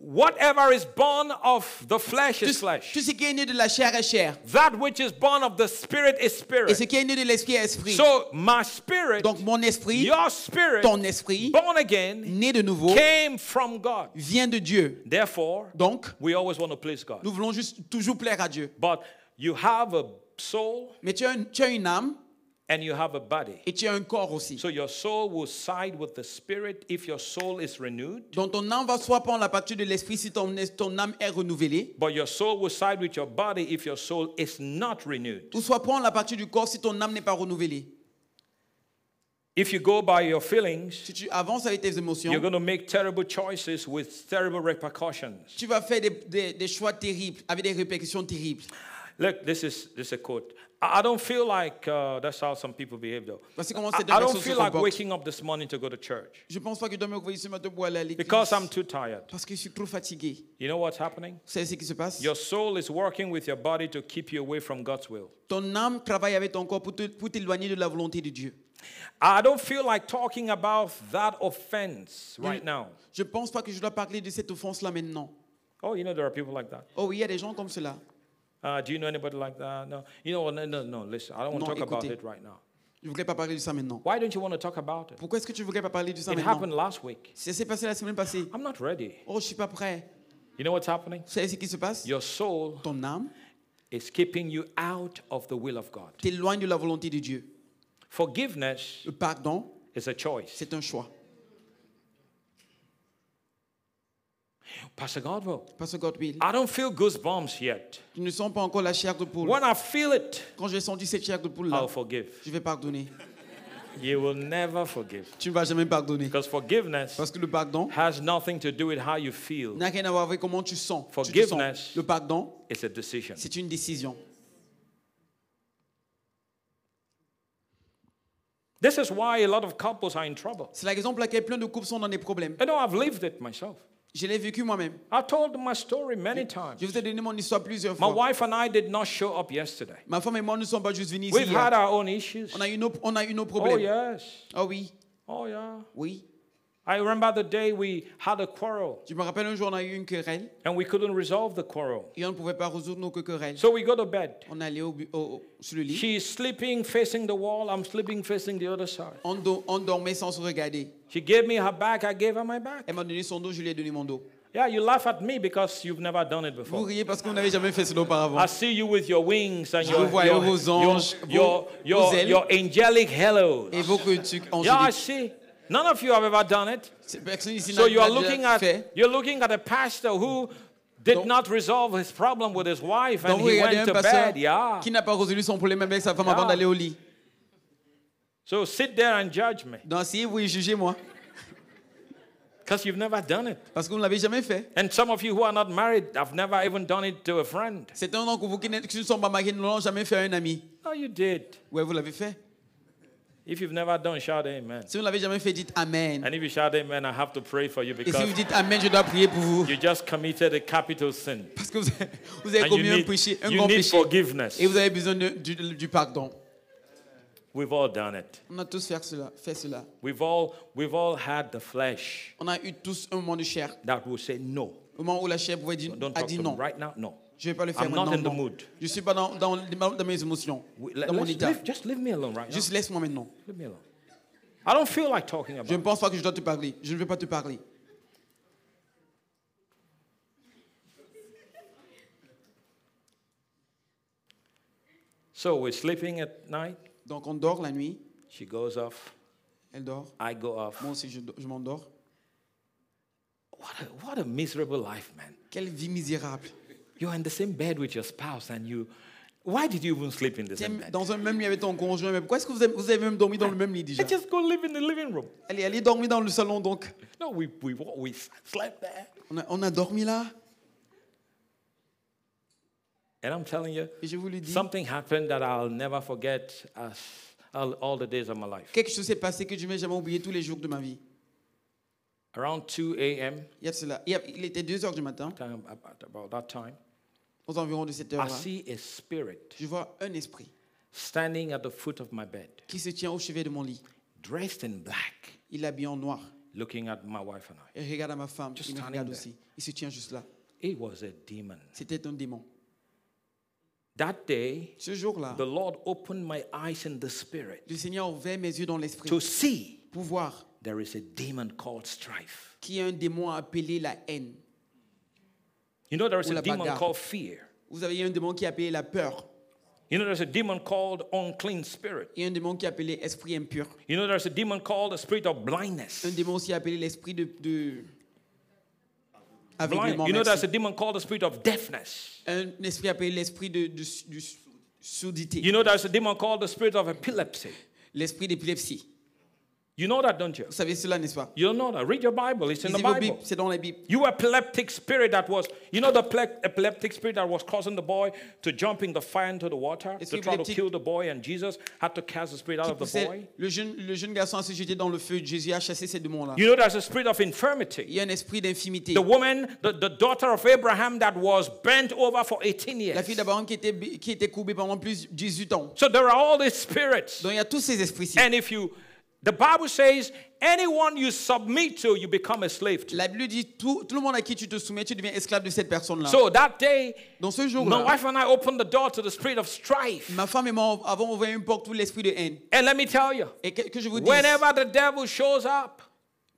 [SPEAKER 1] whatever is born of the flesh
[SPEAKER 2] tout,
[SPEAKER 1] is flesh.
[SPEAKER 2] tout ce qui est né de la chair est chair,
[SPEAKER 1] That which is born of the spirit is
[SPEAKER 2] et
[SPEAKER 1] spirit.
[SPEAKER 2] ce qui est né de l'esprit est esprit.
[SPEAKER 1] So my spirit,
[SPEAKER 2] Donc mon esprit,
[SPEAKER 1] your spirit,
[SPEAKER 2] ton esprit,
[SPEAKER 1] born again,
[SPEAKER 2] né de nouveau,
[SPEAKER 1] came from God.
[SPEAKER 2] vient de Dieu.
[SPEAKER 1] Therefore,
[SPEAKER 2] Donc,
[SPEAKER 1] we always want to please God.
[SPEAKER 2] nous voulons juste toujours plaire à Dieu.
[SPEAKER 1] But you have a soul
[SPEAKER 2] Mais tu as, un- tu as une âme
[SPEAKER 1] and you have a body.
[SPEAKER 2] et tu as un corps aussi.
[SPEAKER 1] So your soul will side with the spirit if your soul is renewed.
[SPEAKER 2] Donc ton âme va soit prendre la partie de l'esprit si ton, es- ton âme est renouvelée,
[SPEAKER 1] But your soul will side with your body if your soul is not renewed.
[SPEAKER 2] ou soit prendre la partie du corps si ton âme n'est pas renouvelée.
[SPEAKER 1] If you go by your feelings,
[SPEAKER 2] Si tu avances avec tes émotions,
[SPEAKER 1] you're going to make terrible choices with terrible repercussions.
[SPEAKER 2] tu vas faire des, des- des choix terribles, avec des répercussions terribles.
[SPEAKER 1] Look, this is this is a quote. I I don't feel like uh, that's how some people behave, though.
[SPEAKER 2] Voici comment
[SPEAKER 1] I,
[SPEAKER 2] certaines
[SPEAKER 1] I don't
[SPEAKER 2] personnes se
[SPEAKER 1] feel like
[SPEAKER 2] comportent.
[SPEAKER 1] waking up this morning to go to church
[SPEAKER 2] Je pense pas que je dois me réveiller ce matin pour aller à l'église.
[SPEAKER 1] because I'm too tired.
[SPEAKER 2] Parce que je suis trop fatigué.
[SPEAKER 1] You know what's happening?
[SPEAKER 2] Vous savez ce qui se passe
[SPEAKER 1] Your soul is working with your body to keep you away from God's will.
[SPEAKER 2] Ton âme travaille avec ton corps pour te- pour t'éloigner de la volonté de Dieu.
[SPEAKER 1] I don't feel like talking about that offense right now.
[SPEAKER 2] Je pense pas que je dois parler de cette offense-là maintenant.
[SPEAKER 1] Oh, you know, there are people like that.
[SPEAKER 2] Oh oui, il y a des gens comme cela.
[SPEAKER 1] Uh, do you know anybody like that? No. You know, no, no, no. Listen, I don't want to
[SPEAKER 2] Non,
[SPEAKER 1] talk about
[SPEAKER 2] écoutez.
[SPEAKER 1] it right now.
[SPEAKER 2] Je voudrais pas parler de ça maintenant.
[SPEAKER 1] Why don't you want to talk about it?
[SPEAKER 2] Pourquoi est-ce que tu voudrais pas parler de ça
[SPEAKER 1] It
[SPEAKER 2] maintenant
[SPEAKER 1] happened last week.
[SPEAKER 2] Ça s'est passé la semaine passée.
[SPEAKER 1] I'm not ready.
[SPEAKER 2] Oh, je suis pas prêt.
[SPEAKER 1] You know what's happening?
[SPEAKER 2] Vous savez ce qui se passe
[SPEAKER 1] Your soul
[SPEAKER 2] Ton âme
[SPEAKER 1] is keeping you out of the will of God.
[SPEAKER 2] t'éloigne de la volonté de Dieu.
[SPEAKER 1] Forgiveness
[SPEAKER 2] Le Euh, pardon,
[SPEAKER 1] is a choice.
[SPEAKER 2] c'est un choix.
[SPEAKER 1] Pastor Godwell,
[SPEAKER 2] Parce que God will.
[SPEAKER 1] I don't feel goosebumps yet.
[SPEAKER 2] Tu ne sens pas encore la chair de poule.
[SPEAKER 1] When I feel it,
[SPEAKER 2] Quand j'ai senti cette chair de poule là,
[SPEAKER 1] I'll forgive.
[SPEAKER 2] je vais pardonner.
[SPEAKER 1] You will never forgive.
[SPEAKER 2] Tu ne vas jamais pardonner.
[SPEAKER 1] Because forgiveness
[SPEAKER 2] Parce que le pardon
[SPEAKER 1] has nothing to do with how you feel,
[SPEAKER 2] n'a rien à voir avec comment tu sens. Tu te sens.
[SPEAKER 1] Forgiveness.
[SPEAKER 2] Le pardon,
[SPEAKER 1] it's a decision.
[SPEAKER 2] c'est une décision.
[SPEAKER 1] This is why a lot of couples are in trouble.
[SPEAKER 2] C'est la raison pour laquelle plein de couples sont dans des problèmes.
[SPEAKER 1] You know, I've lived it myself.
[SPEAKER 2] Je l'ai vécu moi-même.
[SPEAKER 1] I told my story many times.
[SPEAKER 2] Je vous ai donné mon histoire plusieurs
[SPEAKER 1] My
[SPEAKER 2] fois.
[SPEAKER 1] wife and I did not show up yesterday.
[SPEAKER 2] Ma femme et moi ne sommes pas juste venus ici.
[SPEAKER 1] We've had
[SPEAKER 2] hier.
[SPEAKER 1] our own issues.
[SPEAKER 2] On a eu nos, on a eu nos
[SPEAKER 1] Oh,
[SPEAKER 2] problèmes.
[SPEAKER 1] yes.
[SPEAKER 2] Ah oui,
[SPEAKER 1] Oh, yeah.
[SPEAKER 2] oui.
[SPEAKER 1] I remember the day we had a quarrel
[SPEAKER 2] Je me rappelle un jour, on a eu une querelle
[SPEAKER 1] and we couldn't resolve the quarrel.
[SPEAKER 2] et on ne pouvait pas résoudre nos querelles.
[SPEAKER 1] So we go to bed.
[SPEAKER 2] On allait au, bu- au- au- sur le lit.
[SPEAKER 1] She's sleeping facing the wall. I'm sleeping facing the other side.
[SPEAKER 2] On, do- on dormait sans se regarder.
[SPEAKER 1] She gave me her back. I gave her my back.
[SPEAKER 2] Elle m'a donné son dos, je lui ai donné mon dos.
[SPEAKER 1] Yeah, you laugh at me because you've never done it
[SPEAKER 2] Vous
[SPEAKER 1] before.
[SPEAKER 2] riez parce que vous n'avez jamais fait cela auparavant.
[SPEAKER 1] I see you with your wings and
[SPEAKER 2] Je
[SPEAKER 1] your,
[SPEAKER 2] vous vois,
[SPEAKER 1] your,
[SPEAKER 2] vos
[SPEAKER 1] your,
[SPEAKER 2] anges, vos-
[SPEAKER 1] your, your,
[SPEAKER 2] vos ailes.
[SPEAKER 1] your angelic hellos.
[SPEAKER 2] Et vos trucs
[SPEAKER 1] Yeah, I
[SPEAKER 2] angéliques.
[SPEAKER 1] see. None of you have ever done it.
[SPEAKER 2] Personne ici
[SPEAKER 1] So
[SPEAKER 2] n'a
[SPEAKER 1] you are
[SPEAKER 2] n'a
[SPEAKER 1] looking
[SPEAKER 2] déjà fait.
[SPEAKER 1] at you're looking at a pastor who did
[SPEAKER 2] Donc-
[SPEAKER 1] not resolve his problem with his wife and
[SPEAKER 2] Donc vous
[SPEAKER 1] he
[SPEAKER 2] regardez
[SPEAKER 1] went to
[SPEAKER 2] un pasteur
[SPEAKER 1] bed. Yeah.
[SPEAKER 2] qui n'a pas résolu son problème avec sa femme
[SPEAKER 1] Yeah.
[SPEAKER 2] avant d'aller au lit.
[SPEAKER 1] So sit there and judge me
[SPEAKER 2] Donc si vous jugez-moi,
[SPEAKER 1] because you've never done it.
[SPEAKER 2] parce que vous ne l'avez jamais fait.
[SPEAKER 1] And some of you who are not married have never even done it to a friend.
[SPEAKER 2] C'est un an que vous qui n'êtes- qui ne sont pas mariés, ne l'ont jamais fait à un ami.
[SPEAKER 1] No, you did.
[SPEAKER 2] Ouais, vous l'avez fait.
[SPEAKER 1] If you've never done, shout amen.
[SPEAKER 2] Si vous ne l'avez jamais fait, dites Amen.
[SPEAKER 1] And if you shout amen, I have to pray for you
[SPEAKER 2] Et si vous
[SPEAKER 1] because
[SPEAKER 2] dites Amen, je dois prier pour vous.
[SPEAKER 1] you just committed a capital sin.
[SPEAKER 2] Parce que vous avez, vous avez
[SPEAKER 1] And you
[SPEAKER 2] commis un,
[SPEAKER 1] need,
[SPEAKER 2] péché, un
[SPEAKER 1] you
[SPEAKER 2] grand
[SPEAKER 1] need
[SPEAKER 2] péché.
[SPEAKER 1] forgiveness.
[SPEAKER 2] Et vous avez besoin de- du, du pardon.
[SPEAKER 1] We've all done it.
[SPEAKER 2] On a tous fait cela, fait cela.
[SPEAKER 1] We've all, we've all had the flesh
[SPEAKER 2] On a eu tous un moment de chair.
[SPEAKER 1] that will say no.
[SPEAKER 2] Au moment où la chair pouvait dire,
[SPEAKER 1] Don't
[SPEAKER 2] a
[SPEAKER 1] talk
[SPEAKER 2] dit
[SPEAKER 1] to me
[SPEAKER 2] non.
[SPEAKER 1] right now. No.
[SPEAKER 2] Je ne vais pas le faire
[SPEAKER 1] I'm not
[SPEAKER 2] maintenant.
[SPEAKER 1] in the
[SPEAKER 2] non.
[SPEAKER 1] mood.
[SPEAKER 2] Je ne suis pas dans, dans, dans mes émotions,
[SPEAKER 1] We- let-
[SPEAKER 2] dans mon
[SPEAKER 1] let's
[SPEAKER 2] état.
[SPEAKER 1] leave- just leave me alone right now.
[SPEAKER 2] Juste laisse-moi maintenant.
[SPEAKER 1] Leave me alone. I don't feel like talking
[SPEAKER 2] Je
[SPEAKER 1] about
[SPEAKER 2] ne
[SPEAKER 1] it.
[SPEAKER 2] pense pas que je dois te parler. Je ne veux pas te parler.
[SPEAKER 1] So we're sleeping at night.
[SPEAKER 2] Donc on dort la nuit.
[SPEAKER 1] She goes off.
[SPEAKER 2] Elle dort.
[SPEAKER 1] I go off.
[SPEAKER 2] Moi aussi, je, do- je m'endors.
[SPEAKER 1] What a, what a miserable life, man.
[SPEAKER 2] Quelle vie misérable.
[SPEAKER 1] You're in the same bed with your spouse and you. Why did you even sleep in the
[SPEAKER 2] Tiens,
[SPEAKER 1] same bed?
[SPEAKER 2] Dans un même lit avec ton conjoint. Mais pourquoi est-ce que vous avez, vous avez même dormi dans le même lit déjà
[SPEAKER 1] Let's just go live in the living room.
[SPEAKER 2] Allez, allez dormir dans le salon donc.
[SPEAKER 1] No, we, we, we slept there.
[SPEAKER 2] On a, on a dormi là.
[SPEAKER 1] And I'm telling you,
[SPEAKER 2] Et je vous le dis.
[SPEAKER 1] something happened that I'll never forget as, all, all the days of my life.
[SPEAKER 2] Quelque chose s'est passé que je ne vais jamais oublier tous les jours de ma vie.
[SPEAKER 1] Around 2 a.m.,
[SPEAKER 2] Il, y a cela. Il y a- il était 2 heures du matin,
[SPEAKER 1] time, about, about that time,
[SPEAKER 2] aux environs de cette
[SPEAKER 1] I
[SPEAKER 2] heure-là.
[SPEAKER 1] see a spirit
[SPEAKER 2] Je vois un esprit
[SPEAKER 1] standing at the foot of my bed,
[SPEAKER 2] qui se tient au chevet de mon lit.
[SPEAKER 1] dressed in black,
[SPEAKER 2] Il est habillé en noir.
[SPEAKER 1] looking at my wife and I.
[SPEAKER 2] Il regarde à ma femme.
[SPEAKER 1] Just
[SPEAKER 2] Il me
[SPEAKER 1] standing
[SPEAKER 2] regarde
[SPEAKER 1] there.
[SPEAKER 2] aussi. Il se tient juste là.
[SPEAKER 1] It was a demon.
[SPEAKER 2] C'était un démon.
[SPEAKER 1] That day,
[SPEAKER 2] Ce jour-là,
[SPEAKER 1] the Lord opened my eyes in the spirit
[SPEAKER 2] le Seigneur a ouvert mes yeux dans l'esprit
[SPEAKER 1] to see
[SPEAKER 2] pour voir
[SPEAKER 1] there is a demon called strife.
[SPEAKER 2] qu'il y a un démon appelé la haine.
[SPEAKER 1] You know, there is
[SPEAKER 2] Ou
[SPEAKER 1] a
[SPEAKER 2] la
[SPEAKER 1] demon
[SPEAKER 2] bagarre.
[SPEAKER 1] called fear.
[SPEAKER 2] Vous avez un démon qui est appelé la peur.
[SPEAKER 1] You know, there's a demon called unclean spirit.
[SPEAKER 2] Et un démon qui est appelé esprit impur.
[SPEAKER 1] You know, there's a demon called the spirit of blindness.
[SPEAKER 2] Un démon aussi appelé l'esprit de... de...
[SPEAKER 1] Blind.
[SPEAKER 2] aveuglement,
[SPEAKER 1] You know,
[SPEAKER 2] merci.
[SPEAKER 1] there's a demon called the spirit of deafness.
[SPEAKER 2] un esprit appelé l'esprit de, de, de sourdité,
[SPEAKER 1] You know, there's a demon called the spirit of epilepsy.
[SPEAKER 2] l'esprit d'épilepsie.
[SPEAKER 1] You know that, don't you?
[SPEAKER 2] Vous savez cela, n'est-ce pas
[SPEAKER 1] You don't know that. Read your Bible. It's in the
[SPEAKER 2] Lisez vos Bibles,
[SPEAKER 1] Bible.
[SPEAKER 2] c'est dans la Bible.
[SPEAKER 1] You epileptic spirit that was, you know, the ple- epileptic spirit that was causing the boy to jump in the fire into the water
[SPEAKER 2] Est-ce
[SPEAKER 1] to
[SPEAKER 2] que
[SPEAKER 1] try to
[SPEAKER 2] l'épileptique-
[SPEAKER 1] kill the boy, and Jesus had to cast the spirit out
[SPEAKER 2] Qui
[SPEAKER 1] of the boy.
[SPEAKER 2] poussait le, jeune, le jeune garçon à se jeter dans le feu. Jésus a chassé ces démons-là.
[SPEAKER 1] You know, there's a spirit of infirmity.
[SPEAKER 2] Il y a un esprit d'infimité.
[SPEAKER 1] The woman, the, the daughter of Abraham, that was bent over for 18
[SPEAKER 2] La
[SPEAKER 1] years.
[SPEAKER 2] fille d'Abraham qui était, qui était courbée pendant plus de 18 ans.
[SPEAKER 1] So there are all these spirits.
[SPEAKER 2] Donc il y a tous ces esprits-ci.
[SPEAKER 1] And if you, the Bible says, anyone you submit to, you become a slave to.
[SPEAKER 2] La Bible dit tout, tout le monde à qui tu te soumets, tu deviens esclave de cette personne-là.
[SPEAKER 1] So that day,
[SPEAKER 2] Dans ce
[SPEAKER 1] my
[SPEAKER 2] jour-là,
[SPEAKER 1] wife and I opened the door to the spirit of strife.
[SPEAKER 2] ma femme et moi avons ouvert une porte pour l'esprit de haine.
[SPEAKER 1] And let me tell you,
[SPEAKER 2] Et que, que je vous dis
[SPEAKER 1] whenever the devil shows up,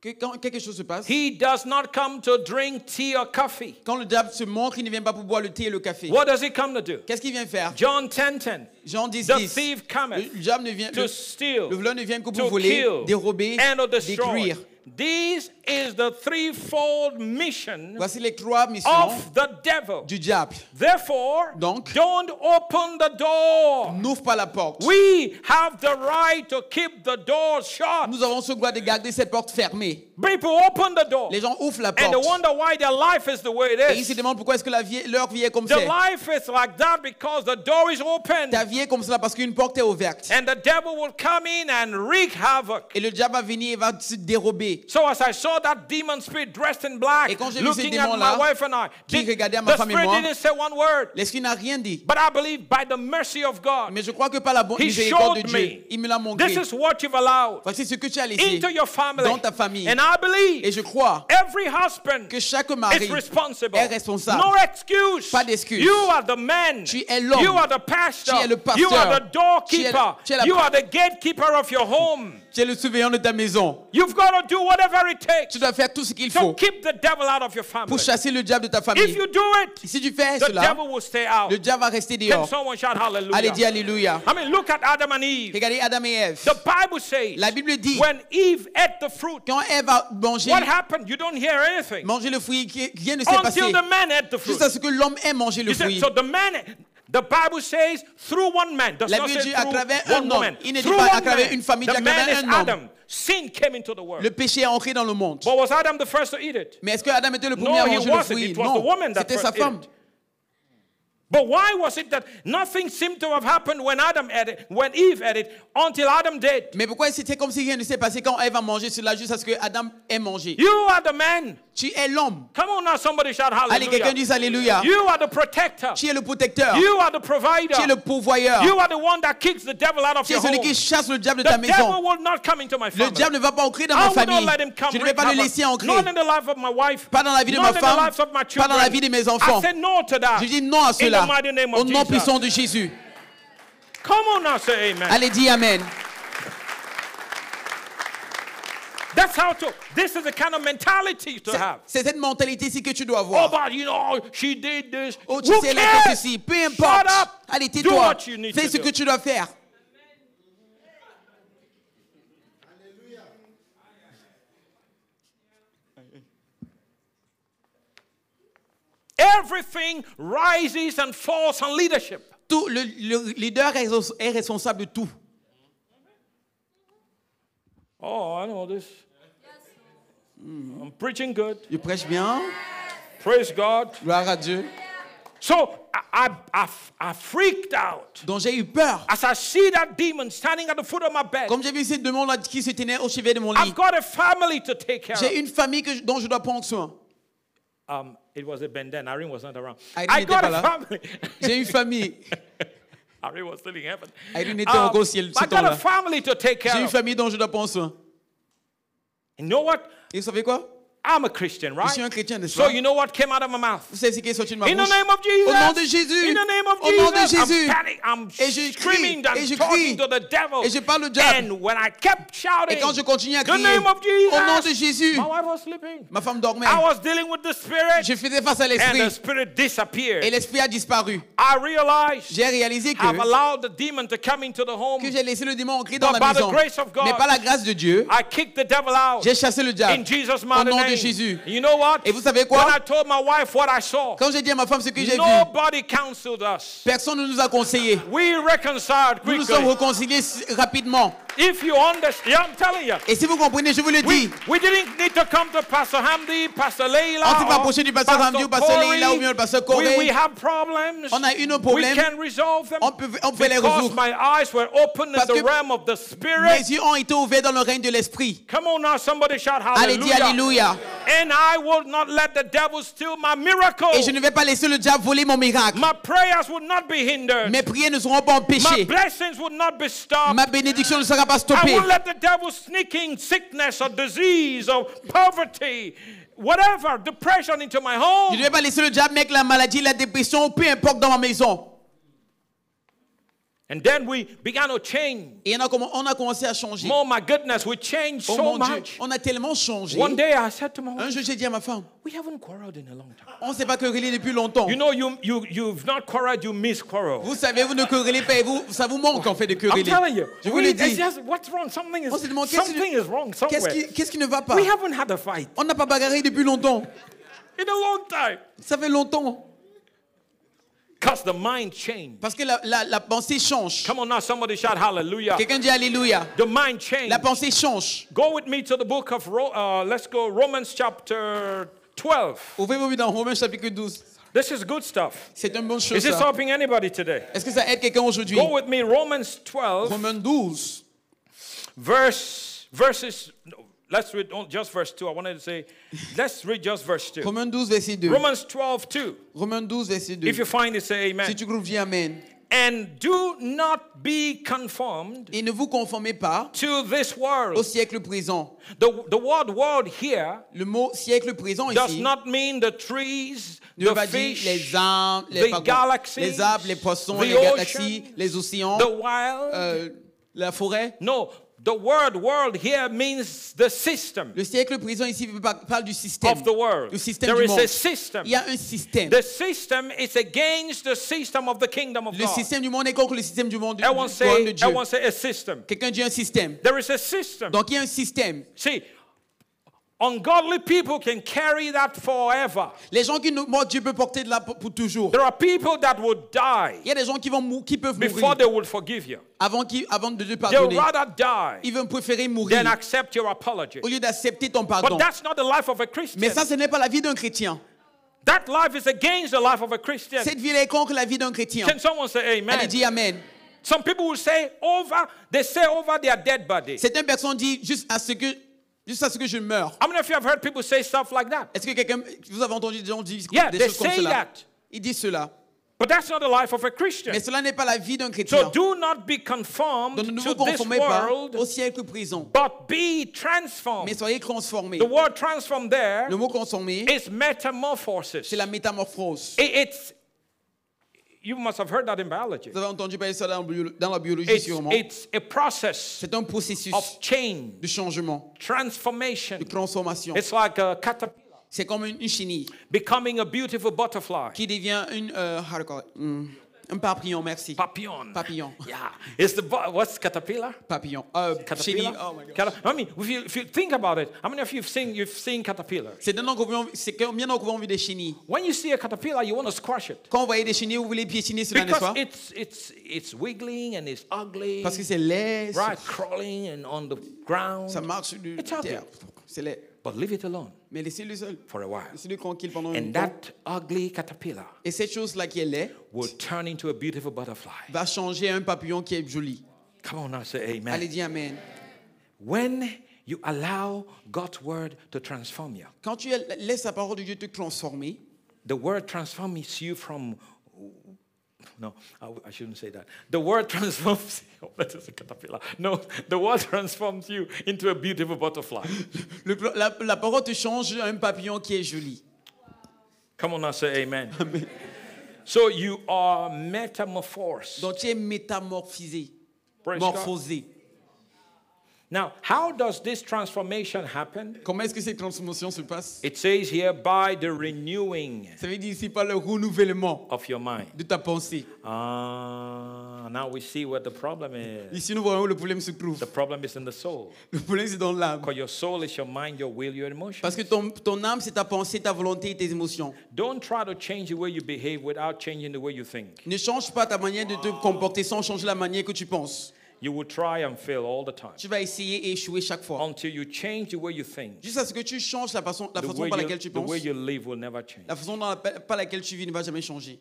[SPEAKER 2] que quand quelque chose se passe,
[SPEAKER 1] he does not come to drink tea or coffee.
[SPEAKER 2] quand le diable se montre, il ne vient pas pour boire le thé et le café.
[SPEAKER 1] What does he come to do?
[SPEAKER 2] Qu'est-ce qu'il vient faire
[SPEAKER 1] John 10:10.
[SPEAKER 2] Jean 10,
[SPEAKER 1] The
[SPEAKER 2] 10.
[SPEAKER 1] thief cometh
[SPEAKER 2] Le le diable ne vient,
[SPEAKER 1] to
[SPEAKER 2] le,
[SPEAKER 1] steal,
[SPEAKER 2] le voleur ne vient que pour
[SPEAKER 1] to
[SPEAKER 2] voler,
[SPEAKER 1] kill,
[SPEAKER 2] dérober,
[SPEAKER 1] and to destroy.
[SPEAKER 2] détruire.
[SPEAKER 1] This is the threefold mission
[SPEAKER 2] Voici les trois missions
[SPEAKER 1] of the devil.
[SPEAKER 2] du diable.
[SPEAKER 1] Therefore,
[SPEAKER 2] Donc-
[SPEAKER 1] don't open the door.
[SPEAKER 2] N'ouvre pas la porte.
[SPEAKER 1] We have the right to keep the door shut.
[SPEAKER 2] Nous avons ce droit de garder cette porte fermée.
[SPEAKER 1] People open the door
[SPEAKER 2] Les gens ouvrent la
[SPEAKER 1] and they
[SPEAKER 2] porte.
[SPEAKER 1] wonder why their life is the way it
[SPEAKER 2] Et ils se
[SPEAKER 1] is.
[SPEAKER 2] demandent pourquoi est-ce que la vie, leur vie est comme
[SPEAKER 1] The
[SPEAKER 2] ça.
[SPEAKER 1] life is like that because the door is open
[SPEAKER 2] Ta vie est comme cela parce qu'une porte est ouverte.
[SPEAKER 1] and the devil will come in and wreak havoc.
[SPEAKER 2] Et le diable va venir et va se dérober.
[SPEAKER 1] So as I saw that demon spirit dressed in black
[SPEAKER 2] Et quand j'ai vu ce
[SPEAKER 1] looking at my
[SPEAKER 2] démon-là,
[SPEAKER 1] wife and I,
[SPEAKER 2] qui
[SPEAKER 1] did-
[SPEAKER 2] regardait à ma
[SPEAKER 1] the
[SPEAKER 2] femme et
[SPEAKER 1] spirit
[SPEAKER 2] moi,
[SPEAKER 1] didn't say one word.
[SPEAKER 2] L'esprit n'a rien dit.
[SPEAKER 1] But I believe by the mercy of God,
[SPEAKER 2] Mais je crois que par la bonne
[SPEAKER 1] he
[SPEAKER 2] miséricorde de
[SPEAKER 1] showed
[SPEAKER 2] Dieu,
[SPEAKER 1] me
[SPEAKER 2] il me l'a
[SPEAKER 1] this
[SPEAKER 2] montré.
[SPEAKER 1] is what you've allowed.
[SPEAKER 2] Voici ce que tu as laissé
[SPEAKER 1] into your family.
[SPEAKER 2] dans ta famille.
[SPEAKER 1] And I
[SPEAKER 2] Et
[SPEAKER 1] believe
[SPEAKER 2] je crois
[SPEAKER 1] every husband
[SPEAKER 2] que chaque
[SPEAKER 1] is
[SPEAKER 2] mari
[SPEAKER 1] responsible.
[SPEAKER 2] est responsable.
[SPEAKER 1] No excuse.
[SPEAKER 2] Pas d'excuse.
[SPEAKER 1] You are the man.
[SPEAKER 2] Tu es l'homme.
[SPEAKER 1] You are the pastor.
[SPEAKER 2] Tu es le
[SPEAKER 1] You are
[SPEAKER 2] pasteur.
[SPEAKER 1] the doorkeeper.
[SPEAKER 2] Tu es la-
[SPEAKER 1] you are the gatekeeper of your home.
[SPEAKER 2] Tu es le surveillant de ta maison.
[SPEAKER 1] You've got to do whatever it takes
[SPEAKER 2] Tu dois faire tout ce qu'il
[SPEAKER 1] to
[SPEAKER 2] faut
[SPEAKER 1] keep the devil out of your family.
[SPEAKER 2] pour chasser le diable de ta
[SPEAKER 1] If
[SPEAKER 2] famille.
[SPEAKER 1] you do it,
[SPEAKER 2] Si tu fais
[SPEAKER 1] the
[SPEAKER 2] cela,
[SPEAKER 1] devil will stay out.
[SPEAKER 2] le diable va rester
[SPEAKER 1] Can
[SPEAKER 2] dehors.
[SPEAKER 1] someone shout
[SPEAKER 2] Allez, dis
[SPEAKER 1] hallelujah?
[SPEAKER 2] Alléluia.
[SPEAKER 1] I mean, look at Adam and Eve.
[SPEAKER 2] Regardez Adam et Ève.
[SPEAKER 1] The Bible says
[SPEAKER 2] La Bible dit-
[SPEAKER 1] when Eve ate the fruit,
[SPEAKER 2] Quand Ève a mangé,
[SPEAKER 1] what happened? You don't hear anything.
[SPEAKER 2] mangé le fruit, qui- rien ne s'est
[SPEAKER 1] until
[SPEAKER 2] passé.
[SPEAKER 1] the man ate the fruit.
[SPEAKER 2] Juste à ce que l'homme ait mangé le
[SPEAKER 1] You see,
[SPEAKER 2] fruit.
[SPEAKER 1] so the man, the Bible says, through one man, does
[SPEAKER 2] La
[SPEAKER 1] not
[SPEAKER 2] Bible
[SPEAKER 1] say
[SPEAKER 2] dit à
[SPEAKER 1] through
[SPEAKER 2] travers un
[SPEAKER 1] one
[SPEAKER 2] homme.
[SPEAKER 1] woman.
[SPEAKER 2] Il ne dit
[SPEAKER 1] through
[SPEAKER 2] pas à
[SPEAKER 1] one
[SPEAKER 2] travers
[SPEAKER 1] man.
[SPEAKER 2] une famille,
[SPEAKER 1] the
[SPEAKER 2] à
[SPEAKER 1] man
[SPEAKER 2] travers
[SPEAKER 1] is
[SPEAKER 2] un homme.
[SPEAKER 1] Adam. Sin came into the world.
[SPEAKER 2] Le péché est entré dans le monde.
[SPEAKER 1] But was Adam the first to eat it?
[SPEAKER 2] Mais est-ce que Adam était le premier
[SPEAKER 1] No,
[SPEAKER 2] à
[SPEAKER 1] he
[SPEAKER 2] manger le
[SPEAKER 1] wasn't.
[SPEAKER 2] fruit
[SPEAKER 1] It was the
[SPEAKER 2] Non,
[SPEAKER 1] woman that
[SPEAKER 2] c'était
[SPEAKER 1] first
[SPEAKER 2] sa
[SPEAKER 1] ate
[SPEAKER 2] femme.
[SPEAKER 1] it. But why was it that nothing seemed to have happened when Adam had it, when Eve had it, until Adam did?
[SPEAKER 2] Mais pourquoi c'était comme si rien ne s'est passé quand Ève a mangé cela juste parce que Adam ait mangé
[SPEAKER 1] You are the man.
[SPEAKER 2] Tu es l'homme.
[SPEAKER 1] Come on now, somebody shout
[SPEAKER 2] Allez, quelqu'un
[SPEAKER 1] hallelujah.
[SPEAKER 2] dise Alléluia.
[SPEAKER 1] You are the protector.
[SPEAKER 2] Tu es le protecteur.
[SPEAKER 1] You are the provider.
[SPEAKER 2] Tu es le pourvoyeur.
[SPEAKER 1] You are the one that kicks the devil out of
[SPEAKER 2] Tu
[SPEAKER 1] your
[SPEAKER 2] es celui
[SPEAKER 1] home.
[SPEAKER 2] qui chasse le diable de ta
[SPEAKER 1] The devil
[SPEAKER 2] maison.
[SPEAKER 1] will not come into my
[SPEAKER 2] Le
[SPEAKER 1] family.
[SPEAKER 2] diable ne va pas ancrer dans
[SPEAKER 1] I
[SPEAKER 2] ma
[SPEAKER 1] will not
[SPEAKER 2] famille.
[SPEAKER 1] let him come
[SPEAKER 2] Je ne vais pas le
[SPEAKER 1] recover.
[SPEAKER 2] laisser ancrer.
[SPEAKER 1] Not in the life of my wife.
[SPEAKER 2] Pas dans la vie de
[SPEAKER 1] Not
[SPEAKER 2] ma
[SPEAKER 1] in the
[SPEAKER 2] femme.
[SPEAKER 1] lives of my
[SPEAKER 2] Pas dans la
[SPEAKER 1] children.
[SPEAKER 2] vie de mes enfants.
[SPEAKER 1] I say no to that.
[SPEAKER 2] Je dis non à
[SPEAKER 1] In the
[SPEAKER 2] cela.
[SPEAKER 1] mighty name
[SPEAKER 2] Au
[SPEAKER 1] of
[SPEAKER 2] nom
[SPEAKER 1] Jesus.
[SPEAKER 2] puissant de Jésus.
[SPEAKER 1] Come on now, say amen.
[SPEAKER 2] Allez, dis Amen.
[SPEAKER 1] That's how to. This is the kind of mentality to
[SPEAKER 2] C'est-
[SPEAKER 1] have.
[SPEAKER 2] C'est cette mentalité-ci que tu dois
[SPEAKER 1] Oh,
[SPEAKER 2] avoir.
[SPEAKER 1] but you know, she did this.
[SPEAKER 2] Oh, tu
[SPEAKER 1] Who
[SPEAKER 2] sais, elle a fait
[SPEAKER 1] cares?
[SPEAKER 2] ceci. Peu
[SPEAKER 1] Shut
[SPEAKER 2] importe.
[SPEAKER 1] up.
[SPEAKER 2] Allez,
[SPEAKER 1] Do
[SPEAKER 2] tais-toi.
[SPEAKER 1] what you need
[SPEAKER 2] Fais
[SPEAKER 1] to
[SPEAKER 2] ce que
[SPEAKER 1] do.
[SPEAKER 2] tu dois faire.
[SPEAKER 1] Everything rises and falls on leadership.
[SPEAKER 2] Tout, le, le leader est res- est responsable de tout.
[SPEAKER 1] Oh, I know this.
[SPEAKER 2] Hmm.
[SPEAKER 1] I'm preaching good.
[SPEAKER 2] Je prêche bien.
[SPEAKER 1] Praise God.
[SPEAKER 2] Gloire à Dieu.
[SPEAKER 1] So I, I, I, I freaked out
[SPEAKER 2] Donc j'ai eu peur.
[SPEAKER 1] as I see that demon standing at the foot of my bed.
[SPEAKER 2] Comme j'ai vu ces deux mondes là qui se tenaient au chevet de mon lit.
[SPEAKER 1] I've got a family to take care
[SPEAKER 2] J'ai
[SPEAKER 1] of.
[SPEAKER 2] une famille que je- dont je dois prendre soin.
[SPEAKER 1] Um, it was a Ben then. Irene was not around.
[SPEAKER 2] Irene
[SPEAKER 1] I got
[SPEAKER 2] était
[SPEAKER 1] a
[SPEAKER 2] pas là.
[SPEAKER 1] family.
[SPEAKER 2] J'ai une famille.
[SPEAKER 1] Irene was still in heaven. Um,
[SPEAKER 2] Irene était encore au ciel ce
[SPEAKER 1] I got
[SPEAKER 2] temps-là.
[SPEAKER 1] a family to take
[SPEAKER 2] J'ai
[SPEAKER 1] care
[SPEAKER 2] une
[SPEAKER 1] of.
[SPEAKER 2] famille dont je dois prendre soin.
[SPEAKER 1] You know what?
[SPEAKER 2] Et vous savez quoi
[SPEAKER 1] I'm a Christian, right?
[SPEAKER 2] suis un chrétien, n'est-ce
[SPEAKER 1] so
[SPEAKER 2] pas?
[SPEAKER 1] you know what came out of my
[SPEAKER 2] Vous
[SPEAKER 1] mouth?
[SPEAKER 2] savez ce qui est sorti de ma
[SPEAKER 1] In the
[SPEAKER 2] bouche
[SPEAKER 1] name of Jesus.
[SPEAKER 2] Au nom de Jésus.
[SPEAKER 1] In the name of
[SPEAKER 2] Au nom de
[SPEAKER 1] Jesus.
[SPEAKER 2] Jésus.
[SPEAKER 1] I'm panic. I'm
[SPEAKER 2] Et je crie,
[SPEAKER 1] screaming. I'm
[SPEAKER 2] et je
[SPEAKER 1] talking
[SPEAKER 2] crie,
[SPEAKER 1] to the devil.
[SPEAKER 2] et je parle au diable.
[SPEAKER 1] And when I kept shouting.
[SPEAKER 2] Et quand je continuais à
[SPEAKER 1] the
[SPEAKER 2] crier,
[SPEAKER 1] name of Jesus.
[SPEAKER 2] au nom de Jésus,
[SPEAKER 1] My wife was sleeping.
[SPEAKER 2] ma femme dormait.
[SPEAKER 1] I was dealing with the spirit.
[SPEAKER 2] Je faisais face à
[SPEAKER 1] and
[SPEAKER 2] l'esprit
[SPEAKER 1] the spirit disappeared.
[SPEAKER 2] et l'esprit a disparu.
[SPEAKER 1] I realized
[SPEAKER 2] J'ai réalisé que,
[SPEAKER 1] I've allowed the demon to come into the home.
[SPEAKER 2] que j'ai laissé le démon ancré dans
[SPEAKER 1] But
[SPEAKER 2] la
[SPEAKER 1] by the
[SPEAKER 2] maison.
[SPEAKER 1] grace of God,
[SPEAKER 2] Mais par la grâce de Dieu,
[SPEAKER 1] I kicked the devil out.
[SPEAKER 2] j'ai chassé le diable.
[SPEAKER 1] In Jesus'
[SPEAKER 2] Au
[SPEAKER 1] mighty
[SPEAKER 2] nom de
[SPEAKER 1] name.
[SPEAKER 2] Jésus.
[SPEAKER 1] You know what?
[SPEAKER 2] Et vous savez quoi?
[SPEAKER 1] When I told my wife what I saw,
[SPEAKER 2] Quand j'ai dit à ma femme ce que j'ai vu,
[SPEAKER 1] nobody counseled us.
[SPEAKER 2] personne ne nous a conseillé.
[SPEAKER 1] We reconciled
[SPEAKER 2] Nous nous
[SPEAKER 1] quickly.
[SPEAKER 2] sommes réconciliés s- rapidement.
[SPEAKER 1] if you understand, yeah, I'm telling you.
[SPEAKER 2] Et si vous comprenez, je vous le
[SPEAKER 1] We,
[SPEAKER 2] dis.
[SPEAKER 1] we didn't need to come to Pastor Hamdi, Pastor Leila,
[SPEAKER 2] On s'est pas
[SPEAKER 1] or
[SPEAKER 2] approché du pasteur Hamdi ou pasteur
[SPEAKER 1] Corey.
[SPEAKER 2] Leila ou bien le pasteur Corey.
[SPEAKER 1] We, we have problems.
[SPEAKER 2] On a eu nos
[SPEAKER 1] We
[SPEAKER 2] problèmes.
[SPEAKER 1] can resolve them.
[SPEAKER 2] On peut- on peut les
[SPEAKER 1] because
[SPEAKER 2] résoudre.
[SPEAKER 1] my eyes were open
[SPEAKER 2] Parce
[SPEAKER 1] in the
[SPEAKER 2] que
[SPEAKER 1] realm of the spirit.
[SPEAKER 2] Mes yeux ont été ouverts dans le règne de l'esprit.
[SPEAKER 1] Come on now, somebody shout
[SPEAKER 2] Allez, dis
[SPEAKER 1] hallelujah.
[SPEAKER 2] Alléluia.
[SPEAKER 1] And I will not let the devil steal my miracle.
[SPEAKER 2] Et je ne vais pas laisser le diable voler mon miracle.
[SPEAKER 1] My prayers will not be hindered.
[SPEAKER 2] Mes prières ne seront pas
[SPEAKER 1] My
[SPEAKER 2] empêchées.
[SPEAKER 1] blessings will not be stopped.
[SPEAKER 2] Ma bénédiction ne sera pas
[SPEAKER 1] I
[SPEAKER 2] stoppée.
[SPEAKER 1] won't let the devil sneak in sickness or disease or poverty, whatever, depression into my
[SPEAKER 2] Je ne
[SPEAKER 1] home.
[SPEAKER 2] vais pas laisser le diable mettre la maladie, la dépression, peu importe dans ma maison.
[SPEAKER 1] And then we began to change.
[SPEAKER 2] Et on a, comm- on a commencé à changer.
[SPEAKER 1] Oh my goodness, we changed
[SPEAKER 2] Oh
[SPEAKER 1] so
[SPEAKER 2] mon Dieu,
[SPEAKER 1] much.
[SPEAKER 2] on a tellement changé.
[SPEAKER 1] One day I said to my
[SPEAKER 2] Un
[SPEAKER 1] wife,
[SPEAKER 2] jour, j'ai dit à ma femme,
[SPEAKER 1] we haven't quarreled in a long time.
[SPEAKER 2] on ne s'est pas querellé depuis longtemps.
[SPEAKER 1] You know, you, you, you've not quarreled, you miss quarrel.
[SPEAKER 2] Vous savez, vous ne querellez pas et vous, ça vous manque en fait de
[SPEAKER 1] I'm
[SPEAKER 2] quereller.
[SPEAKER 1] telling you.
[SPEAKER 2] Je vous le
[SPEAKER 1] we- it's
[SPEAKER 2] dis.
[SPEAKER 1] just- what's wrong? Something
[SPEAKER 2] On se demande
[SPEAKER 1] is,
[SPEAKER 2] qu'est-ce
[SPEAKER 1] something is wrong
[SPEAKER 2] qui, qu'est-ce
[SPEAKER 1] somewhere.
[SPEAKER 2] qui- qu'est-ce qui ne va pas.
[SPEAKER 1] We haven't had a fight
[SPEAKER 2] On n'a pas bagarré depuis longtemps.
[SPEAKER 1] in a long time.
[SPEAKER 2] Ça fait longtemps.
[SPEAKER 1] Because the mind changed.
[SPEAKER 2] Parce que la, la- la pensée change.
[SPEAKER 1] Come on now, somebody shout hallelujah.
[SPEAKER 2] Quelqu'un dit Alléluia.
[SPEAKER 1] The mind changed.
[SPEAKER 2] La pensée change.
[SPEAKER 1] Go with me to the book of, Ro- uh, let's go, Romans chapter 12.
[SPEAKER 2] Ouvrez vos Bibles dans Romains chapitre 12.
[SPEAKER 1] This is good stuff.
[SPEAKER 2] C'est une bonne chose.
[SPEAKER 1] Is this
[SPEAKER 2] ça.
[SPEAKER 1] helping anybody today?
[SPEAKER 2] Est-ce que ça aide quelqu'un aujourd'hui
[SPEAKER 1] Go with me, Romans 12,
[SPEAKER 2] Romains 12.
[SPEAKER 1] verse, verses, no, let's read on- just verse 2. I wanted to say, let's read just verse 2.
[SPEAKER 2] Romains 12, verset 2.
[SPEAKER 1] Romans 12, 2.
[SPEAKER 2] Romains 12, verset 2.
[SPEAKER 1] If you find it, say
[SPEAKER 2] Si
[SPEAKER 1] amen.
[SPEAKER 2] tu trouves, dis Amen.
[SPEAKER 1] And do not be conformed
[SPEAKER 2] Et ne vous conformez pas
[SPEAKER 1] to this
[SPEAKER 2] au
[SPEAKER 1] world.
[SPEAKER 2] siècle présent.
[SPEAKER 1] The, the word world here
[SPEAKER 2] Le mot siècle présent
[SPEAKER 1] does
[SPEAKER 2] ici
[SPEAKER 1] not mean the trees,
[SPEAKER 2] ne veut
[SPEAKER 1] the
[SPEAKER 2] pas dire
[SPEAKER 1] fish,
[SPEAKER 2] les arbres, les,
[SPEAKER 1] the
[SPEAKER 2] pardon,
[SPEAKER 1] galaxies,
[SPEAKER 2] les arbres, les poissons,
[SPEAKER 1] the
[SPEAKER 2] les galaxies,
[SPEAKER 1] oceans,
[SPEAKER 2] les océans,
[SPEAKER 1] the wild.
[SPEAKER 2] euh, la forêt.
[SPEAKER 1] no, the word world here means the system
[SPEAKER 2] Le siècle présent ici par- parle du système.
[SPEAKER 1] of the world.
[SPEAKER 2] Le système
[SPEAKER 1] There
[SPEAKER 2] du
[SPEAKER 1] is
[SPEAKER 2] monde.
[SPEAKER 1] a system.
[SPEAKER 2] Il y a un système.
[SPEAKER 1] The system is against the system of the kingdom of
[SPEAKER 2] Le
[SPEAKER 1] God.
[SPEAKER 2] système du monde est contre le système du monde du
[SPEAKER 1] Everyone
[SPEAKER 2] du royaume de
[SPEAKER 1] say,
[SPEAKER 2] Dieu.
[SPEAKER 1] everyone say a system.
[SPEAKER 2] Quelqu'un dit un système.
[SPEAKER 1] There is a system.
[SPEAKER 2] Donc il y a un système.
[SPEAKER 1] See, ungodly people can carry that forever.
[SPEAKER 2] Les gens qui nous mordent, Dieu peut porter de là pour, pour toujours.
[SPEAKER 1] There are people that will die
[SPEAKER 2] Il y a des gens qui, vont mou- qui peuvent
[SPEAKER 1] before
[SPEAKER 2] mourir
[SPEAKER 1] they will forgive you.
[SPEAKER 2] avant, qui, avant de Dieu
[SPEAKER 1] They would
[SPEAKER 2] pardonner.
[SPEAKER 1] rather die
[SPEAKER 2] Ils vont préférer
[SPEAKER 1] than
[SPEAKER 2] mourir
[SPEAKER 1] accept your apology.
[SPEAKER 2] au lieu d'accepter ton
[SPEAKER 1] But
[SPEAKER 2] pardon.
[SPEAKER 1] that's not the life of a Christian.
[SPEAKER 2] Mais ça, ce n'est pas la vie d'un chrétien.
[SPEAKER 1] That life is against the life of a Christian.
[SPEAKER 2] Cette vie est contre la vie d'un chrétien.
[SPEAKER 1] Can someone say
[SPEAKER 2] Allez,
[SPEAKER 1] amen?
[SPEAKER 2] dis Amen.
[SPEAKER 1] Some people will say over, they say over their dead body.
[SPEAKER 2] Certaines personnes disent juste à ce que, juste à ce que je meure.
[SPEAKER 1] How many of you have heard people say stuff like that?
[SPEAKER 2] Est-ce que quelqu'un, vous avez entendu des gens dire
[SPEAKER 1] Yeah,
[SPEAKER 2] des
[SPEAKER 1] they
[SPEAKER 2] choses comme
[SPEAKER 1] say
[SPEAKER 2] cela
[SPEAKER 1] that.
[SPEAKER 2] Ils disent cela.
[SPEAKER 1] But that's not the life of a Christian.
[SPEAKER 2] Mais cela n'est pas la vie d'un
[SPEAKER 1] So
[SPEAKER 2] chrétien.
[SPEAKER 1] do not be conformed
[SPEAKER 2] Donc ne
[SPEAKER 1] to
[SPEAKER 2] vous
[SPEAKER 1] this
[SPEAKER 2] conformez pas au
[SPEAKER 1] world,
[SPEAKER 2] siècle présent,
[SPEAKER 1] but be transformed.
[SPEAKER 2] mais soyez transformés.
[SPEAKER 1] The word transform there
[SPEAKER 2] Le mot transformer,
[SPEAKER 1] is metamorphosis.
[SPEAKER 2] c'est la métamorphose.
[SPEAKER 1] It- it's you must have heard that in biology.
[SPEAKER 2] Vous avez entendu parler de ça dans, bio- dans la biologie
[SPEAKER 1] It's,
[SPEAKER 2] sûrement.
[SPEAKER 1] it's a process
[SPEAKER 2] C'est un processus
[SPEAKER 1] of change,
[SPEAKER 2] de changement,
[SPEAKER 1] transformation.
[SPEAKER 2] de transformation.
[SPEAKER 1] It's like a caterpillar
[SPEAKER 2] C'est comme une, une chenille
[SPEAKER 1] becoming a beautiful butterfly.
[SPEAKER 2] qui devient une, euh, how to call it? Hmm, un papillon, merci.
[SPEAKER 1] Papillon.
[SPEAKER 2] Papillon.
[SPEAKER 1] Yeah. It's the bu- what's caterpillar?
[SPEAKER 2] Papillon. Euh, chenille.
[SPEAKER 1] Caterpillar.
[SPEAKER 2] Oh my God.
[SPEAKER 1] Cata- I mean, if you, if you think about it, how many of you've seen you've seen caterpillar?
[SPEAKER 2] C'est maintenant qu'on voit- c'est combien donc qu'on voit des chenilles.
[SPEAKER 1] When you see a caterpillar, you want to squash it
[SPEAKER 2] Quand vous voyez des chenilles, vous voulez piétiner cela, n'est-ce pas
[SPEAKER 1] because it's it's it's wiggling and it's ugly,
[SPEAKER 2] Parce que c'est laid,
[SPEAKER 1] right? Crawling and on the ground.
[SPEAKER 2] ça marche du
[SPEAKER 1] It's ugly.
[SPEAKER 2] terre. C'est laid.
[SPEAKER 1] But leave it alone
[SPEAKER 2] Mais laissez-le seul.
[SPEAKER 1] for a while,
[SPEAKER 2] Laissez-le tranquille pendant une
[SPEAKER 1] and
[SPEAKER 2] temps.
[SPEAKER 1] that ugly caterpillar
[SPEAKER 2] Et cette chose-là qui est laid
[SPEAKER 1] will turn into a beautiful butterfly.
[SPEAKER 2] va changer un papillon qui est joli.
[SPEAKER 1] Come on now, say
[SPEAKER 2] Allez,
[SPEAKER 1] amen.
[SPEAKER 2] dis Amen.
[SPEAKER 1] When you allow God's word to transform you,
[SPEAKER 2] Quand tu laisses la parole de Dieu te transformer,
[SPEAKER 1] the word transforms you from. No, I, I shouldn't say that. The word transforms. Oh, that is a caterpillar. No, the word transforms you into a beautiful butterfly.
[SPEAKER 2] le pla- la, la parole te change à un papillon qui est joli.
[SPEAKER 1] Come on now, say amen. So you are metamorphosed.
[SPEAKER 2] Donc tu es métamorphisé,
[SPEAKER 1] Praise God.
[SPEAKER 2] morphosé.
[SPEAKER 1] Now, how does this transformation happen?
[SPEAKER 2] Comment est-ce que cette transformation se passe
[SPEAKER 1] It says here by the renewing
[SPEAKER 2] Ça veut dire ici par le renouvellement
[SPEAKER 1] of your mind.
[SPEAKER 2] de ta pensée.
[SPEAKER 1] Ah, now we see what the problem is.
[SPEAKER 2] Ici, nous voyons où le problème se trouve.
[SPEAKER 1] The problem is in the soul.
[SPEAKER 2] Le problème, c'est dans l'âme.
[SPEAKER 1] Because your soul is your mind, your will, your emotion.
[SPEAKER 2] Parce que ton, ton âme, c'est ta pensée, ta volonté et tes émotions.
[SPEAKER 1] Don't try to change the way you behave without changing the way you think.
[SPEAKER 2] Ne change pas ta manière de te comporter sans changer la manière que tu penses.
[SPEAKER 1] You will try and fail all the time
[SPEAKER 2] Tu vas essayer et échouer chaque fois.
[SPEAKER 1] until you change the way you think.
[SPEAKER 2] Juste à ce que tu changes la façon, la
[SPEAKER 1] The
[SPEAKER 2] façon
[SPEAKER 1] way
[SPEAKER 2] par
[SPEAKER 1] you,
[SPEAKER 2] laquelle tu
[SPEAKER 1] the
[SPEAKER 2] penses.
[SPEAKER 1] way you live will never change.
[SPEAKER 2] La façon dans la- par laquelle tu vis ne va jamais changer.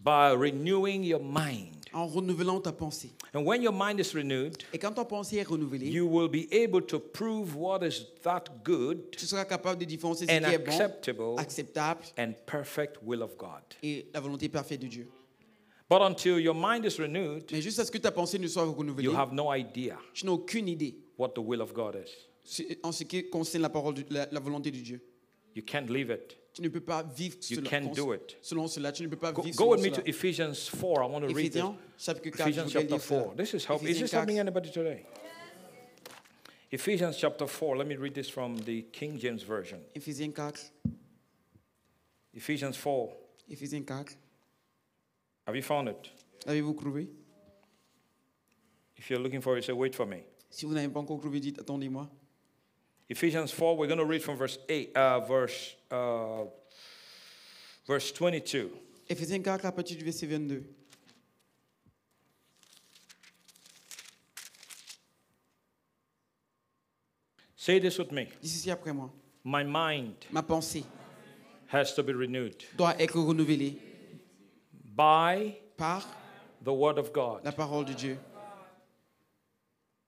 [SPEAKER 1] By renewing your mind.
[SPEAKER 2] En renouvelant ta pensée.
[SPEAKER 1] And when your mind is renewed,
[SPEAKER 2] Et quand ta pensée est renouvelée,
[SPEAKER 1] you will be able to prove what is that good
[SPEAKER 2] tu seras capable de différencier ce
[SPEAKER 1] and
[SPEAKER 2] qui est bon,
[SPEAKER 1] acceptable
[SPEAKER 2] acceptable
[SPEAKER 1] and perfect will of God.
[SPEAKER 2] et la volonté parfaite de Dieu.
[SPEAKER 1] But until your mind is renewed,
[SPEAKER 2] Mais juste à ce que ta pensée ne soit renouvelée,
[SPEAKER 1] you have no idea
[SPEAKER 2] tu n'as aucune idée
[SPEAKER 1] what the will of God is.
[SPEAKER 2] su- en ce qui concerne la, parole de- la, la volonté de Dieu.
[SPEAKER 1] You can't leave it.
[SPEAKER 2] Tu ne peux pas vivre
[SPEAKER 1] You
[SPEAKER 2] cela-
[SPEAKER 1] can't
[SPEAKER 2] cons-
[SPEAKER 1] do it.
[SPEAKER 2] selon cela. Tu ne peux pas
[SPEAKER 1] Go,
[SPEAKER 2] vivre
[SPEAKER 1] go with me
[SPEAKER 2] selon
[SPEAKER 1] to
[SPEAKER 2] cela.
[SPEAKER 1] Ephesians 4. I want to read this. Ephesians
[SPEAKER 2] Éphésiens, chapitre 4, je voudrais
[SPEAKER 1] chapter
[SPEAKER 2] lire cela.
[SPEAKER 1] 4. This is help. Is
[SPEAKER 2] Éphésiens
[SPEAKER 1] this helping
[SPEAKER 2] 4.
[SPEAKER 1] anybody today? Ephesians chapter 4. Let me read this from the King James Version.
[SPEAKER 2] Éphésiens 4.
[SPEAKER 1] Ephesians 4.
[SPEAKER 2] Éphésiens 4.
[SPEAKER 1] Have you found it?
[SPEAKER 2] L'avez-vous trouvé
[SPEAKER 1] If you're looking for it, say, wait for me.
[SPEAKER 2] Si vous n'avez pas encore trouvé, dites attendez-moi.
[SPEAKER 1] Ephesians 4, we're going to read from verse 8, uh, verse, uh, verse 22.
[SPEAKER 2] Éphésiens 4, à partir du verset 22.
[SPEAKER 1] Say this with me.
[SPEAKER 2] Dis ceci après moi.
[SPEAKER 1] My mind
[SPEAKER 2] Ma pensée
[SPEAKER 1] has to be renewed
[SPEAKER 2] doit être renouvelée
[SPEAKER 1] by
[SPEAKER 2] par
[SPEAKER 1] the word of God.
[SPEAKER 2] la parole de Dieu.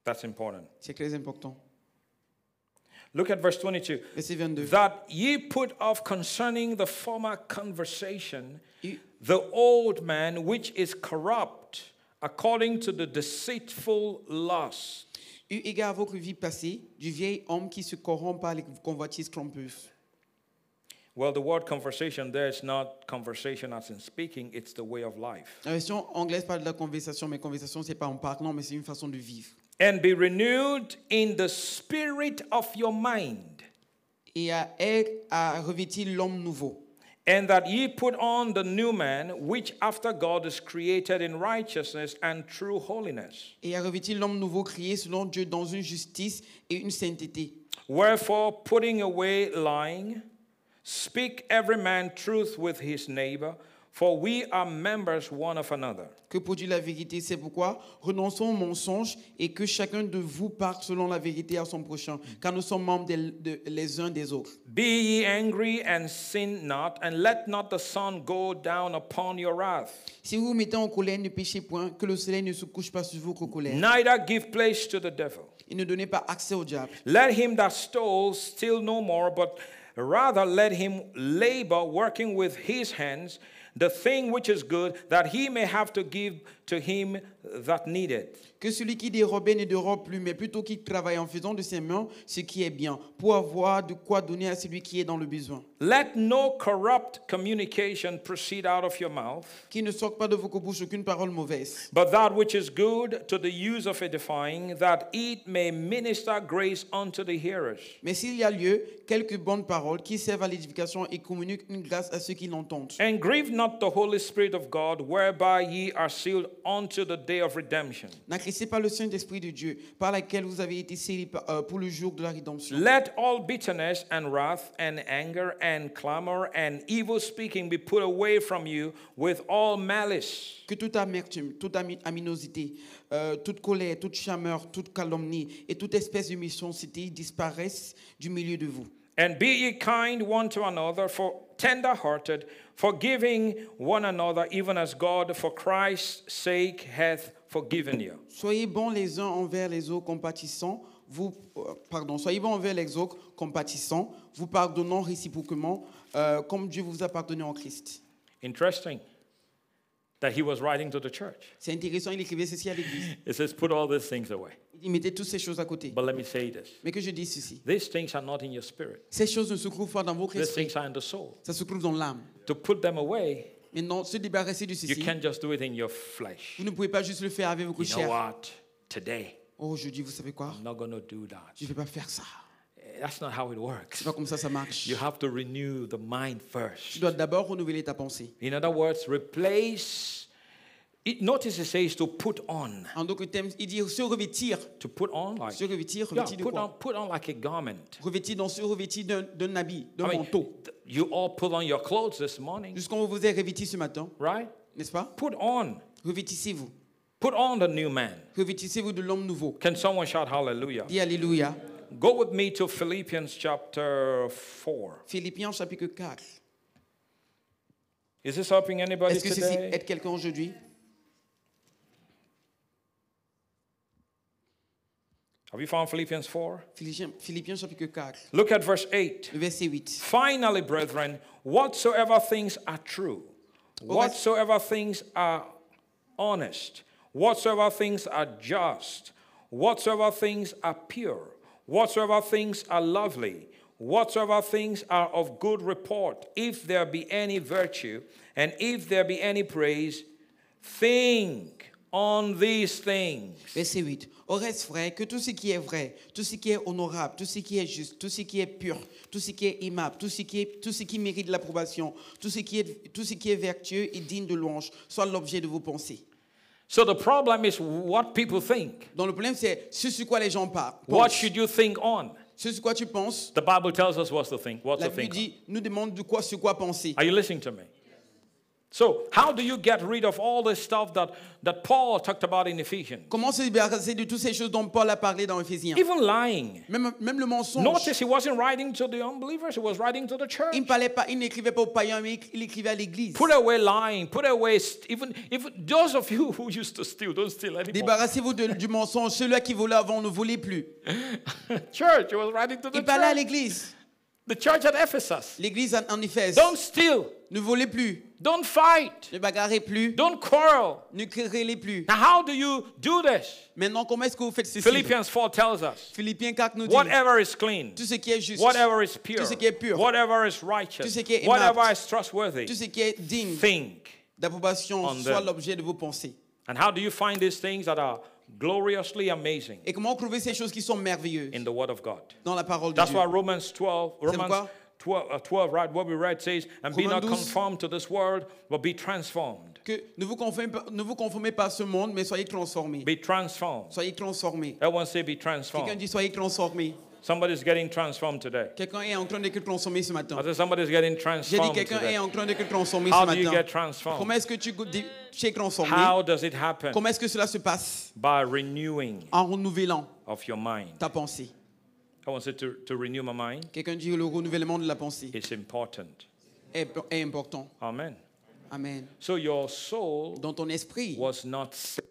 [SPEAKER 1] That's important.
[SPEAKER 2] C'est très important.
[SPEAKER 1] Look at verse 22.
[SPEAKER 2] Verset 22.
[SPEAKER 1] That ye put off concerning the former conversation
[SPEAKER 2] You-
[SPEAKER 1] the old man which is corrupt according to the deceitful lust.
[SPEAKER 2] Eu égard à votre vie passée, du vieil homme qui se corrompt par les convoitises trompeuses.
[SPEAKER 1] Well, the word conversation there is not conversation as in speaking, it's the way of life.
[SPEAKER 2] La version Euh, anglaise parle de la conversation, mais conversation, c'est pas en parlant, mais c'est une façon de vivre.
[SPEAKER 1] and be renewed in the spirit of your mind,
[SPEAKER 2] Et à elle à revêtir l'homme nouveau.
[SPEAKER 1] and that ye put on the new man, which after God is created in righteousness and true holiness.
[SPEAKER 2] Et à revêtir l'homme nouveau créé selon Dieu dans une justice et une sainteté.
[SPEAKER 1] Wherefore, putting away lying, speak every man truth with his neighbor, For we are members one of another.
[SPEAKER 2] que produit la vérité. C'est pourquoi renonçons aux mensonges et que chacun de vous parle selon la vérité à son prochain, car nous sommes membres des- de- les uns des autres.
[SPEAKER 1] Be ye angry and sin not, and let not the sun go down upon your wrath.
[SPEAKER 2] Si vous vous mettez en colère, ne péchez point, que le soleil ne se couche pas sur votre colère.
[SPEAKER 1] Neither give place to the devil.
[SPEAKER 2] Et ne donnez pas accès au diable.
[SPEAKER 1] Let him that stole steal no more, but rather let him labor, working with his hands, the thing which is good, that he may have to give to him that needeth.
[SPEAKER 2] Que celui qui dérobait ne dérobe plus, mais plutôt qu'il travaille en faisant de ses mains ce qui est bien, pour avoir de quoi donner à celui qui est dans le besoin.
[SPEAKER 1] Let no corrupt communication proceed out of your mouth,
[SPEAKER 2] Qu'il ne sorte pas de vos bouches aucune parole mauvaise,
[SPEAKER 1] but that which is good to the use of edifying, that it may minister grace unto the hearers.
[SPEAKER 2] mais s'il y a lieu, quelques bonnes paroles qui servent à l'édification et communiquent une grâce à ceux qui l'entendent.
[SPEAKER 1] And grieve not the Holy Spirit of God, whereby ye are sealed unto the day of redemption.
[SPEAKER 2] N'agressez pas le Saint-Esprit de Dieu, par laquelle vous avez été scellés par- euh, pour le jour de la rédemption.
[SPEAKER 1] Let all bitterness and wrath and anger and clamor and evil speaking be put away from you with all malice.
[SPEAKER 2] Que toute amertume, toute ami- aminosité, euh, toute colère, toute chameur, toute calomnie et toute espèce de méchanceté disparaissent du milieu de vous.
[SPEAKER 1] And be ye kind one to another, for tender hearted, forgiving one another, even as God for Christ's sake hath forgiven you.
[SPEAKER 2] Soyez bons les uns envers les autres, compatissants, vous, euh, pardon, soyez bons envers les autres, compatissants, vous pardonnant réciproquement, euh, comme Dieu vous a pardonné en Christ.
[SPEAKER 1] Interesting that he was writing to the church.
[SPEAKER 2] C'est intéressant, il écrivait ceci à l'Église.
[SPEAKER 1] It says, Put all these things away.
[SPEAKER 2] Il dit, mettez toutes ces choses à côté.
[SPEAKER 1] But let me say this
[SPEAKER 2] Mais que je dis ceci,
[SPEAKER 1] these things are not in your spirit,
[SPEAKER 2] ces choses ne se trouvent pas dans votre
[SPEAKER 1] these
[SPEAKER 2] esprit,
[SPEAKER 1] things are in the soul.
[SPEAKER 2] ça se trouve dans l'âme.
[SPEAKER 1] To put them away,
[SPEAKER 2] Maintenant, se débarrasser de
[SPEAKER 1] you
[SPEAKER 2] ceci,
[SPEAKER 1] can't just do it in your flesh.
[SPEAKER 2] vous ne pouvez pas juste le faire avec votre
[SPEAKER 1] You know
[SPEAKER 2] chair.
[SPEAKER 1] what? Today,
[SPEAKER 2] Oh, je dis, vous savez quoi
[SPEAKER 1] I'm not going to do that.
[SPEAKER 2] Je ne vais pas faire ça.
[SPEAKER 1] That's not how it works.
[SPEAKER 2] C'est pas comme ça ça marche.
[SPEAKER 1] You have to renew the mind
[SPEAKER 2] Tu
[SPEAKER 1] first.
[SPEAKER 2] dois d'abord renouveler ta pensée.
[SPEAKER 1] In other words, replace. It, notice it says to put on.
[SPEAKER 2] En d'autres termes, il dit se revêtir.
[SPEAKER 1] To put on like.
[SPEAKER 2] Se revêtir,
[SPEAKER 1] Yeah,
[SPEAKER 2] revêtir de
[SPEAKER 1] put on,
[SPEAKER 2] quoi
[SPEAKER 1] put on like a garment.
[SPEAKER 2] Revêtir dans se revêtir d'un- d'un habit, d'un
[SPEAKER 1] I mean,
[SPEAKER 2] manteau.
[SPEAKER 1] th- you all put on your clothes this morning,
[SPEAKER 2] Jusqu'on vous est revêti ce matin,
[SPEAKER 1] right?
[SPEAKER 2] n'est-ce pas
[SPEAKER 1] Put on.
[SPEAKER 2] Revêtissez-vous.
[SPEAKER 1] Put on the new man.
[SPEAKER 2] Revêtissez-vous de l'homme nouveau.
[SPEAKER 1] Can someone shout hallelujah?
[SPEAKER 2] Dis Alléluia.
[SPEAKER 1] Go with me to Philippians chapter 4.
[SPEAKER 2] Philippiens chapitre 4.
[SPEAKER 1] Is this helping anybody
[SPEAKER 2] Est-ce que ceci
[SPEAKER 1] today?
[SPEAKER 2] aide quelqu'un aujourd'hui
[SPEAKER 1] Have you found Philippians 4?
[SPEAKER 2] Philippiens Philippiens chapitre 4,
[SPEAKER 1] Look at verse 8.
[SPEAKER 2] le verset 8.
[SPEAKER 1] Finally, brethren, whatsoever things are true, whatsoever things are honest, whatsoever things are just, whatsoever things are pure, whatsoever things are lovely, whatsoever things are of good report, if there be any virtue and if there be any praise, think on these things.
[SPEAKER 2] Verset 8. Au reste, frère, que tout ce qui est vrai, tout ce qui est honorable, tout ce qui est juste, tout ce qui est pur, tout ce qui est aimable, tout ce qui, est, tout ce qui mérite l'approbation, tout, ce qui est- tout ce qui est vertueux et digne de louange, soit l'objet de vos pensées.
[SPEAKER 1] So the problem is what people think.
[SPEAKER 2] Donc le problème, c'est ce sur quoi les gens parlent.
[SPEAKER 1] What should you think on?
[SPEAKER 2] Ce sur quoi tu penses,
[SPEAKER 1] The Bible tells us what's the thing. What's
[SPEAKER 2] la
[SPEAKER 1] the
[SPEAKER 2] Bible
[SPEAKER 1] thing?
[SPEAKER 2] dit, nous demande de quoi, sur quoi penser.
[SPEAKER 1] Are you listening to me? So, how do you get rid of all this stuff that, that Paul talked about in Ephesians?
[SPEAKER 2] Comment se débarrasser de toutes ces choses dont Paul a parlé dans Ephésiens
[SPEAKER 1] Even lying.
[SPEAKER 2] même, même le mensonge.
[SPEAKER 1] Notice he wasn't writing to the unbelievers, he was writing to the church.
[SPEAKER 2] Il ne parlait pas, il n'écrivait pas aux païens, mais il écrivait à l'église.
[SPEAKER 1] Put away lying, put away, st- even, even those of you who used to steal, don't steal anymore.
[SPEAKER 2] Débarrassez-vous de- du mensonge. Celui qui volait avant ne volait plus.
[SPEAKER 1] Church, he was writing to the
[SPEAKER 2] Il parlait à
[SPEAKER 1] church.
[SPEAKER 2] l'église.
[SPEAKER 1] The church at Ephesus.
[SPEAKER 2] L'église en, en Éphèse.
[SPEAKER 1] Don't steal,
[SPEAKER 2] ne volez plus,
[SPEAKER 1] don't fight,
[SPEAKER 2] ne bagarrez plus,
[SPEAKER 1] don't quarrel.
[SPEAKER 2] ne querellez plus.
[SPEAKER 1] Now, how do you do this?
[SPEAKER 2] Maintenant, comment est-ce que vous faites ceci
[SPEAKER 1] Philippians 4 tells us
[SPEAKER 2] Philippiens 4 nous dit
[SPEAKER 1] whatever is clean,
[SPEAKER 2] tout ce qui est juste,
[SPEAKER 1] Whatever is pure,
[SPEAKER 2] ce qui est pur,
[SPEAKER 1] whatever is
[SPEAKER 2] tout
[SPEAKER 1] righteous,
[SPEAKER 2] ce qui est aimable,
[SPEAKER 1] whatever is
[SPEAKER 2] tout
[SPEAKER 1] trustworthy,
[SPEAKER 2] ce qui est digne
[SPEAKER 1] think.
[SPEAKER 2] d'approbation
[SPEAKER 1] on
[SPEAKER 2] soit
[SPEAKER 1] them.
[SPEAKER 2] l'objet de vos pensées.
[SPEAKER 1] And how do you find these things that are gloriously amazing
[SPEAKER 2] Et comment trouver ces choses qui sont merveilleuses
[SPEAKER 1] in the Word of God?
[SPEAKER 2] dans la parole de
[SPEAKER 1] That's
[SPEAKER 2] Dieu
[SPEAKER 1] why Romans 12, Romans
[SPEAKER 2] pourquoi?
[SPEAKER 1] 12, uh, 12, right, what we read says, and be not
[SPEAKER 2] Romains 12.
[SPEAKER 1] conformed to this world, but be transformed.
[SPEAKER 2] Que ne vous, conformez pas, ne vous conformez pas à ce monde, mais soyez transformés.
[SPEAKER 1] Be transformed.
[SPEAKER 2] Soyez transformés.
[SPEAKER 1] Everyone say, be
[SPEAKER 2] Quelqu'un
[SPEAKER 1] transformed.
[SPEAKER 2] dit soyez transformés.
[SPEAKER 1] Somebody's getting transformed today.
[SPEAKER 2] Quelqu'un est en train d'être transformé ce
[SPEAKER 1] I
[SPEAKER 2] matin.
[SPEAKER 1] said somebody's getting
[SPEAKER 2] J'ai dit
[SPEAKER 1] transformed
[SPEAKER 2] quelqu'un est
[SPEAKER 1] today.
[SPEAKER 2] en train d'être transformé
[SPEAKER 1] How
[SPEAKER 2] ce
[SPEAKER 1] do you get
[SPEAKER 2] matin. Comment
[SPEAKER 1] transformed?
[SPEAKER 2] est-ce que tu go- dis- tu es transformé
[SPEAKER 1] How does it happen?
[SPEAKER 2] Comment est-ce que cela se passe
[SPEAKER 1] By renewing
[SPEAKER 2] En renouvelant
[SPEAKER 1] of your mind.
[SPEAKER 2] ta pensée.
[SPEAKER 1] I want you to, to renew my mind.
[SPEAKER 2] Quelqu'un dit le renouvellement de la pensée
[SPEAKER 1] It's important.
[SPEAKER 2] est, est important.
[SPEAKER 1] Amen.
[SPEAKER 2] Amen.
[SPEAKER 1] So your soul
[SPEAKER 2] Dans ton esprit,
[SPEAKER 1] was not sa-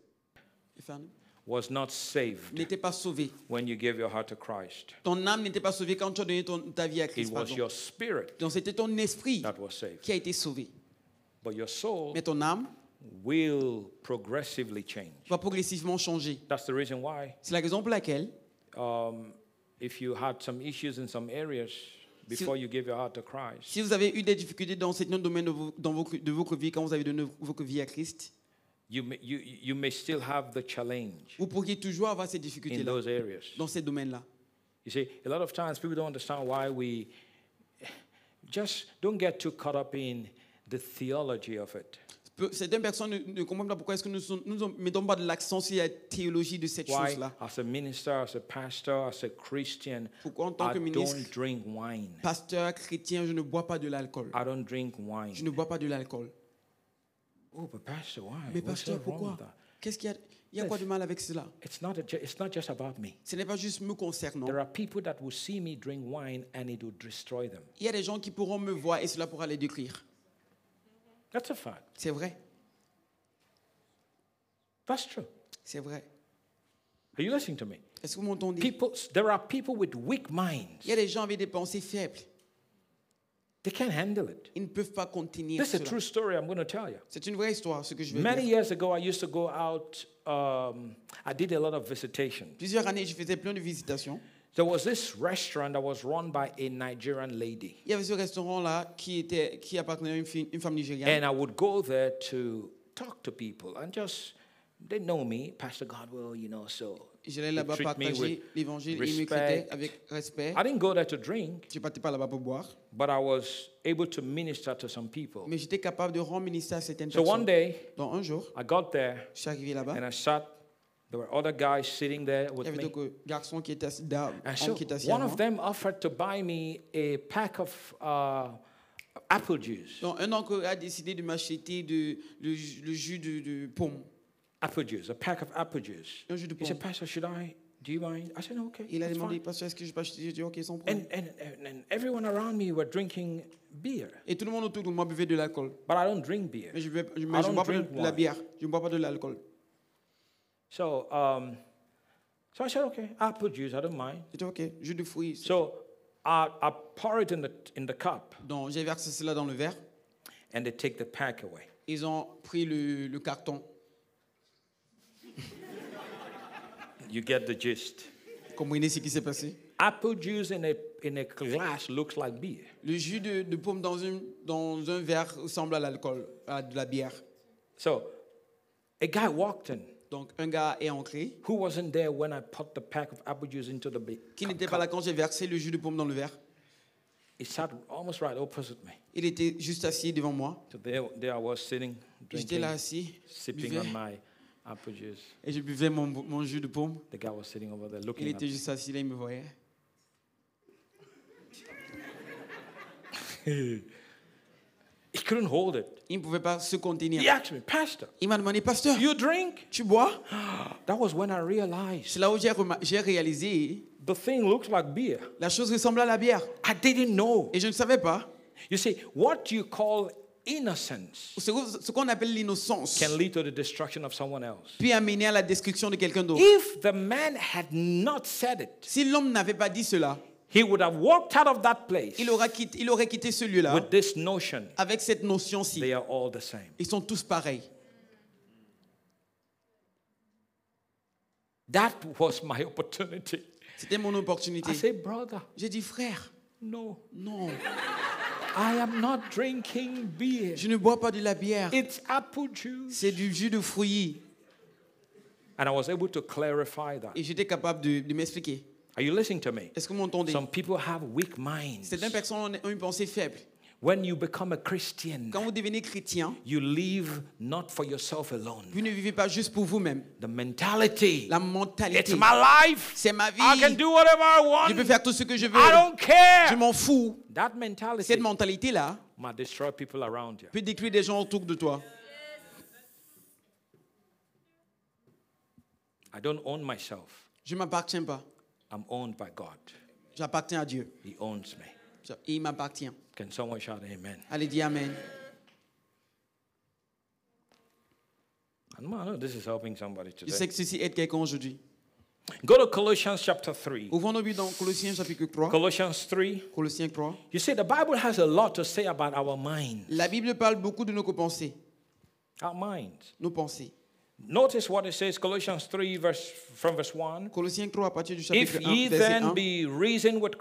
[SPEAKER 1] was not saved
[SPEAKER 2] n'était pas sauvé.
[SPEAKER 1] when you gave your heart to Christ.
[SPEAKER 2] Ton âme n'était pas sauvée quand tu as donné ton- ta vie à
[SPEAKER 1] It
[SPEAKER 2] Christ.
[SPEAKER 1] was
[SPEAKER 2] pardon.
[SPEAKER 1] your spirit
[SPEAKER 2] Donc c'était ton esprit
[SPEAKER 1] that was saved.
[SPEAKER 2] qui a été sauvé.
[SPEAKER 1] But your soul
[SPEAKER 2] Mais ton âme
[SPEAKER 1] will progressively change.
[SPEAKER 2] va progressivement changer.
[SPEAKER 1] That's the reason why
[SPEAKER 2] C'est la raison pour laquelle,
[SPEAKER 1] um, if you had some issues in some areas before you gave your heart to Christ,
[SPEAKER 2] si vous avez eu des difficultés dans certains domaines de, vos- dans vos- de votre vie, quand vous avez donné votre vie à Christ,
[SPEAKER 1] you may, you, you may still have the challenge
[SPEAKER 2] vous pourriez toujours avoir ces
[SPEAKER 1] in
[SPEAKER 2] difficultés-là,
[SPEAKER 1] those areas.
[SPEAKER 2] dans ces domaines-là.
[SPEAKER 1] You see, a lot of times people don't understand why we just don't get too caught up in the theology of it.
[SPEAKER 2] Peu- Certaines personnes ne, ne comprennent pas pourquoi est-ce que nous ne nous ne mettons pas de l'accent sur la théologie de cette
[SPEAKER 1] Why,
[SPEAKER 2] chose-là.
[SPEAKER 1] as a minister, as a pastor, as a Christian,
[SPEAKER 2] Pourquoi en tant
[SPEAKER 1] I
[SPEAKER 2] que
[SPEAKER 1] don't
[SPEAKER 2] ministre,
[SPEAKER 1] drink wine.
[SPEAKER 2] pasteur chrétien, je ne bois pas de l'alcool.
[SPEAKER 1] I don't drink
[SPEAKER 2] Je
[SPEAKER 1] wine.
[SPEAKER 2] ne bois pas de l'alcool.
[SPEAKER 1] Oh, but pastor, why?
[SPEAKER 2] Mais
[SPEAKER 1] What's so
[SPEAKER 2] pasteur,
[SPEAKER 1] wrong with
[SPEAKER 2] pourquoi
[SPEAKER 1] that?
[SPEAKER 2] Qu'est-ce qu'il y a Il y a quoi de mal avec cela
[SPEAKER 1] It's not, a, ju- it's not just about me.
[SPEAKER 2] Ce n'est pas juste me concernant.
[SPEAKER 1] There are people that will see me drink wine and it will destroy them.
[SPEAKER 2] Il y a des gens qui pourront me voir et cela pourra les décrire.
[SPEAKER 1] That's a fact.
[SPEAKER 2] C'est vrai,
[SPEAKER 1] That's true.
[SPEAKER 2] c'est vrai.
[SPEAKER 1] Are you listening to me?
[SPEAKER 2] Est-ce que vous m'entendez
[SPEAKER 1] People, there are people with weak minds.
[SPEAKER 2] Il y a des gens avec des pensées faibles.
[SPEAKER 1] They can't handle it.
[SPEAKER 2] Ils ne peuvent pas contenir
[SPEAKER 1] This is a
[SPEAKER 2] cela.
[SPEAKER 1] true story I'm going to tell you.
[SPEAKER 2] C'est une vraie histoire, ce que je veux
[SPEAKER 1] Many
[SPEAKER 2] dire.
[SPEAKER 1] years ago, I used to go out. Um, I did a lot of visitation.
[SPEAKER 2] Plusieurs années, je faisais plein de visitations.
[SPEAKER 1] There was this restaurant that was run by a Nigerian lady,
[SPEAKER 2] Il y avait ce restaurant-là qui, était, qui appartenait à une, fille- une femme nigériane.
[SPEAKER 1] and I would go there to talk to people and just they know me, Pastor Godwell, you know. So
[SPEAKER 2] J'allais
[SPEAKER 1] they
[SPEAKER 2] là-bas
[SPEAKER 1] treat me with
[SPEAKER 2] partager l'évangile et ils me
[SPEAKER 1] respect.
[SPEAKER 2] traitaient avec respect.
[SPEAKER 1] I didn't go there to drink,
[SPEAKER 2] Je ne partais pas là-bas pour boire,
[SPEAKER 1] but I was able to minister to some people.
[SPEAKER 2] mais j'étais capable de rendre ministère à certaines
[SPEAKER 1] So one
[SPEAKER 2] personnes.
[SPEAKER 1] day,
[SPEAKER 2] Donc un jour,
[SPEAKER 1] I got there
[SPEAKER 2] je suis arrivé là-bas.
[SPEAKER 1] and I sat. There were other guys sitting there
[SPEAKER 2] Il y
[SPEAKER 1] with
[SPEAKER 2] avait
[SPEAKER 1] me.
[SPEAKER 2] donc un garçon qui était assis, d'un
[SPEAKER 1] And
[SPEAKER 2] homme
[SPEAKER 1] so
[SPEAKER 2] qui était assis à
[SPEAKER 1] one
[SPEAKER 2] moi.
[SPEAKER 1] of them offered to buy me a pack of uh, apple juice.
[SPEAKER 2] Donc un oncle a décidé de m'acheter de- le, ju- le jus de, de pomme.
[SPEAKER 1] Apple juice, a pack of apple juice.
[SPEAKER 2] Un jus de
[SPEAKER 1] He
[SPEAKER 2] pomme.
[SPEAKER 1] said, Pastor, should I? Do you mind? I said, no, okay.
[SPEAKER 2] Il a
[SPEAKER 1] that's
[SPEAKER 2] demandé,
[SPEAKER 1] fine."
[SPEAKER 2] pasteur, est-ce que je peux acheter J'ai dit, ok, sans problème.
[SPEAKER 1] And, and, and, and everyone around me were drinking beer,
[SPEAKER 2] Et tout le monde autour de moi buvait de l'alcool.
[SPEAKER 1] but I don't drink beer.
[SPEAKER 2] Mais je ne je,
[SPEAKER 1] I
[SPEAKER 2] mais je
[SPEAKER 1] don't
[SPEAKER 2] bois pas de,
[SPEAKER 1] drink
[SPEAKER 2] de la
[SPEAKER 1] wine.
[SPEAKER 2] bière, je ne bois pas de l'alcool.
[SPEAKER 1] So, um, so I said, okay, apple juice, I don't mind.
[SPEAKER 2] J'ai dit, ok, jus de fruits.
[SPEAKER 1] So I, I pour it in the, in the cup,
[SPEAKER 2] Donc j'ai versé cela dans le verre.
[SPEAKER 1] and they take the pack away.
[SPEAKER 2] Ils ont pris le, le carton.
[SPEAKER 1] You get the gist.
[SPEAKER 2] Vous Comprenez ce qui s'est passé
[SPEAKER 1] Apple juice in a, in a glass looks like beer.
[SPEAKER 2] Le jus de, de pomme dans, une, dans un verre ressemble à l'alcool, à de la bière.
[SPEAKER 1] So a guy walked in
[SPEAKER 2] Donc un gars est ancré,
[SPEAKER 1] who wasn't there when I put the pack of apple juice into the bi- cu-
[SPEAKER 2] qui n'était pas
[SPEAKER 1] cup.
[SPEAKER 2] là quand j'ai versé le jus de pomme dans le verre.
[SPEAKER 1] He sat almost right opposite me.
[SPEAKER 2] Il était juste assis devant moi.
[SPEAKER 1] So there, there I was sitting,
[SPEAKER 2] J'étais
[SPEAKER 1] drinking,
[SPEAKER 2] là assis,
[SPEAKER 1] sipping
[SPEAKER 2] buvais,
[SPEAKER 1] on my apple juice.
[SPEAKER 2] et je buvais mon, mon jus de pomme.
[SPEAKER 1] The guy was sitting over there
[SPEAKER 2] Il
[SPEAKER 1] looking at
[SPEAKER 2] était
[SPEAKER 1] me.
[SPEAKER 2] juste assis là, il me voyait.
[SPEAKER 1] He couldn't hold it.
[SPEAKER 2] Il ne pouvait pas se contenir.
[SPEAKER 1] He asked me, Pastor,
[SPEAKER 2] Il m'a demandé, pasteur,
[SPEAKER 1] do you drink?
[SPEAKER 2] tu bois
[SPEAKER 1] That was when I realized
[SPEAKER 2] C'est là où j'ai remar- j'ai réalisé,
[SPEAKER 1] the thing looks like beer.
[SPEAKER 2] la chose ressemble à la bière.
[SPEAKER 1] I didn't know.
[SPEAKER 2] Et je ne savais pas.
[SPEAKER 1] You see, what you call innocence
[SPEAKER 2] Ce que- ce qu'on appelle l'innocence
[SPEAKER 1] can lead to the destruction of someone else.
[SPEAKER 2] puis amener à la destruction de quelqu'un d'autre.
[SPEAKER 1] If the man had not said it,
[SPEAKER 2] Si l'homme n'avait pas dit cela,
[SPEAKER 1] He would have walked out of that place
[SPEAKER 2] il, aura quitté, il aurait quitté ce lieu-là
[SPEAKER 1] with this notion
[SPEAKER 2] avec cette notion-ci.
[SPEAKER 1] they are all the same.
[SPEAKER 2] Ils sont tous pareils.
[SPEAKER 1] That was my opportunity.
[SPEAKER 2] C'était mon opportunité.
[SPEAKER 1] I say, brother,
[SPEAKER 2] J'ai dit, frère,
[SPEAKER 1] no,
[SPEAKER 2] non,
[SPEAKER 1] I am not drinking beer.
[SPEAKER 2] je ne bois pas de la bière.
[SPEAKER 1] It's apple juice.
[SPEAKER 2] C'est du jus de fruits.
[SPEAKER 1] And I was able to clarify that.
[SPEAKER 2] Et j'étais capable de, de m'expliquer.
[SPEAKER 1] Are you listening to me?
[SPEAKER 2] Est-ce que vous m'entendez
[SPEAKER 1] Some people have weak minds.
[SPEAKER 2] Certaines personnes ont une pensée faible.
[SPEAKER 1] When you become a Christian,
[SPEAKER 2] Quand vous devenez chrétien,
[SPEAKER 1] you live not for yourself alone.
[SPEAKER 2] vous ne vivez pas juste pour vous-même.
[SPEAKER 1] The mentality,
[SPEAKER 2] La
[SPEAKER 1] it's
[SPEAKER 2] mentalité.
[SPEAKER 1] my life.
[SPEAKER 2] C'est ma
[SPEAKER 1] I can
[SPEAKER 2] vie.
[SPEAKER 1] do whatever I
[SPEAKER 2] Je peux
[SPEAKER 1] want.
[SPEAKER 2] faire tout ce que je veux.
[SPEAKER 1] I don't
[SPEAKER 2] Je
[SPEAKER 1] care.
[SPEAKER 2] m'en fous.
[SPEAKER 1] That
[SPEAKER 2] Cette
[SPEAKER 1] mentality
[SPEAKER 2] mentalité-là
[SPEAKER 1] might destroy people around you.
[SPEAKER 2] peut détruire des gens autour de toi.
[SPEAKER 1] I don't own myself.
[SPEAKER 2] Je ne m'appartiens pas.
[SPEAKER 1] I'm owned by God.
[SPEAKER 2] J'appartiens à Dieu.
[SPEAKER 1] He owns me.
[SPEAKER 2] Et il m'appartient.
[SPEAKER 1] Can someone shout amen?
[SPEAKER 2] Allez, dis Amen.
[SPEAKER 1] And man, I know this is helping somebody
[SPEAKER 2] Je
[SPEAKER 1] today.
[SPEAKER 2] sais que ceci aide quelqu'un aujourd'hui.
[SPEAKER 1] Go to Colossians chapter 3.
[SPEAKER 2] Ouvrons-nous but dans Colossiens chapitre 3.
[SPEAKER 1] Colossians 3.
[SPEAKER 2] Colossiens 3.
[SPEAKER 1] You see, the Bible has a lot to say about our mind.
[SPEAKER 2] La Bible parle beaucoup de nos pensées.
[SPEAKER 1] Our minds.
[SPEAKER 2] Nos pensées.
[SPEAKER 1] Notice what it says, Colossians 3, verse, from verse 1.
[SPEAKER 2] Colossiens 3 à partir du chapitre
[SPEAKER 1] If
[SPEAKER 2] 1,
[SPEAKER 1] ye
[SPEAKER 2] verset
[SPEAKER 1] then
[SPEAKER 2] 1.
[SPEAKER 1] be risen with
[SPEAKER 2] Si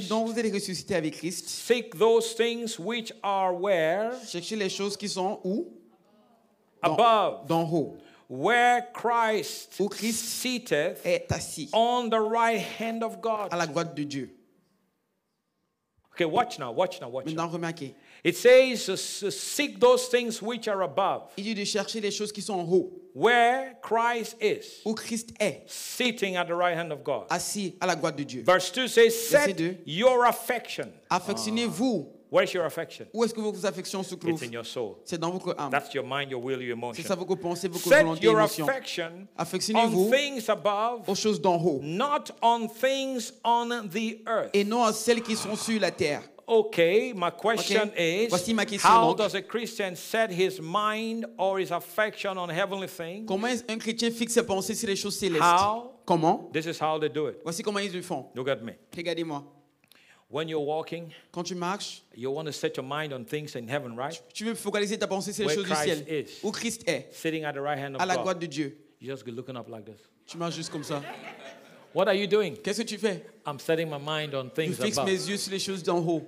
[SPEAKER 1] Christ,
[SPEAKER 2] donc vous êtes ressuscité avec Christ,
[SPEAKER 1] seek those things which are where?
[SPEAKER 2] cherchez les choses qui sont où
[SPEAKER 1] Above,
[SPEAKER 2] D'en haut.
[SPEAKER 1] where Christ
[SPEAKER 2] Où Christ
[SPEAKER 1] sitteth
[SPEAKER 2] Est assis
[SPEAKER 1] on the right hand of
[SPEAKER 2] à
[SPEAKER 1] God.
[SPEAKER 2] la droite de Dieu.
[SPEAKER 1] Okay, watch now, watch now, watch now.
[SPEAKER 2] Maintenant, remarquez.
[SPEAKER 1] It says, "S- seek those things which are above,
[SPEAKER 2] Il dit de chercher les choses qui sont en haut,
[SPEAKER 1] where Christ is,
[SPEAKER 2] où Christ est,
[SPEAKER 1] sitting at the right hand of God.
[SPEAKER 2] assis à la droite de Dieu.
[SPEAKER 1] Verse 2 says,
[SPEAKER 2] Verset
[SPEAKER 1] set
[SPEAKER 2] deux.
[SPEAKER 1] your affection.
[SPEAKER 2] Affectionnez-vous.
[SPEAKER 1] Where's your affection?
[SPEAKER 2] Où est-ce que vos affections se
[SPEAKER 1] It's
[SPEAKER 2] trouvent
[SPEAKER 1] in your soul.
[SPEAKER 2] C'est dans votre âme.
[SPEAKER 1] That's your mind, your will, your
[SPEAKER 2] C'est ça
[SPEAKER 1] emotion.
[SPEAKER 2] vos pensées, vos
[SPEAKER 1] Set
[SPEAKER 2] volontés,
[SPEAKER 1] your
[SPEAKER 2] émotions.
[SPEAKER 1] affection on
[SPEAKER 2] Affectionnez-vous
[SPEAKER 1] things above,
[SPEAKER 2] aux choses d'en haut
[SPEAKER 1] not on things on the earth.
[SPEAKER 2] et non à celles qui sont sur la terre.
[SPEAKER 1] Okay, my question
[SPEAKER 2] Okay,
[SPEAKER 1] is
[SPEAKER 2] voici ma question,
[SPEAKER 1] How
[SPEAKER 2] donc.
[SPEAKER 1] does a Christian set his mind or his affection on heavenly things?
[SPEAKER 2] Comment est-ce un chrétien fixe ses pensées sur les choses célestes
[SPEAKER 1] How?
[SPEAKER 2] Comment
[SPEAKER 1] This is how they do it.
[SPEAKER 2] Voici comment ils le font.
[SPEAKER 1] Look at me.
[SPEAKER 2] Regardez-moi.
[SPEAKER 1] When you're walking,
[SPEAKER 2] Quand tu marches,
[SPEAKER 1] you want to set your mind on things in heaven, right?
[SPEAKER 2] tu veux focaliser ta pensée sur les
[SPEAKER 1] Where
[SPEAKER 2] choses du
[SPEAKER 1] Christ
[SPEAKER 2] ciel.
[SPEAKER 1] is.
[SPEAKER 2] Où Christ est,
[SPEAKER 1] Sitting at the right hand of
[SPEAKER 2] à la
[SPEAKER 1] God.
[SPEAKER 2] droite de Dieu.
[SPEAKER 1] You just go looking up like this.
[SPEAKER 2] Tu marches juste comme ça.
[SPEAKER 1] What are you doing?
[SPEAKER 2] Qu'est-ce que tu fais
[SPEAKER 1] I'm setting my mind on
[SPEAKER 2] Je
[SPEAKER 1] things
[SPEAKER 2] fixe mes
[SPEAKER 1] above.
[SPEAKER 2] yeux sur les choses d'en haut.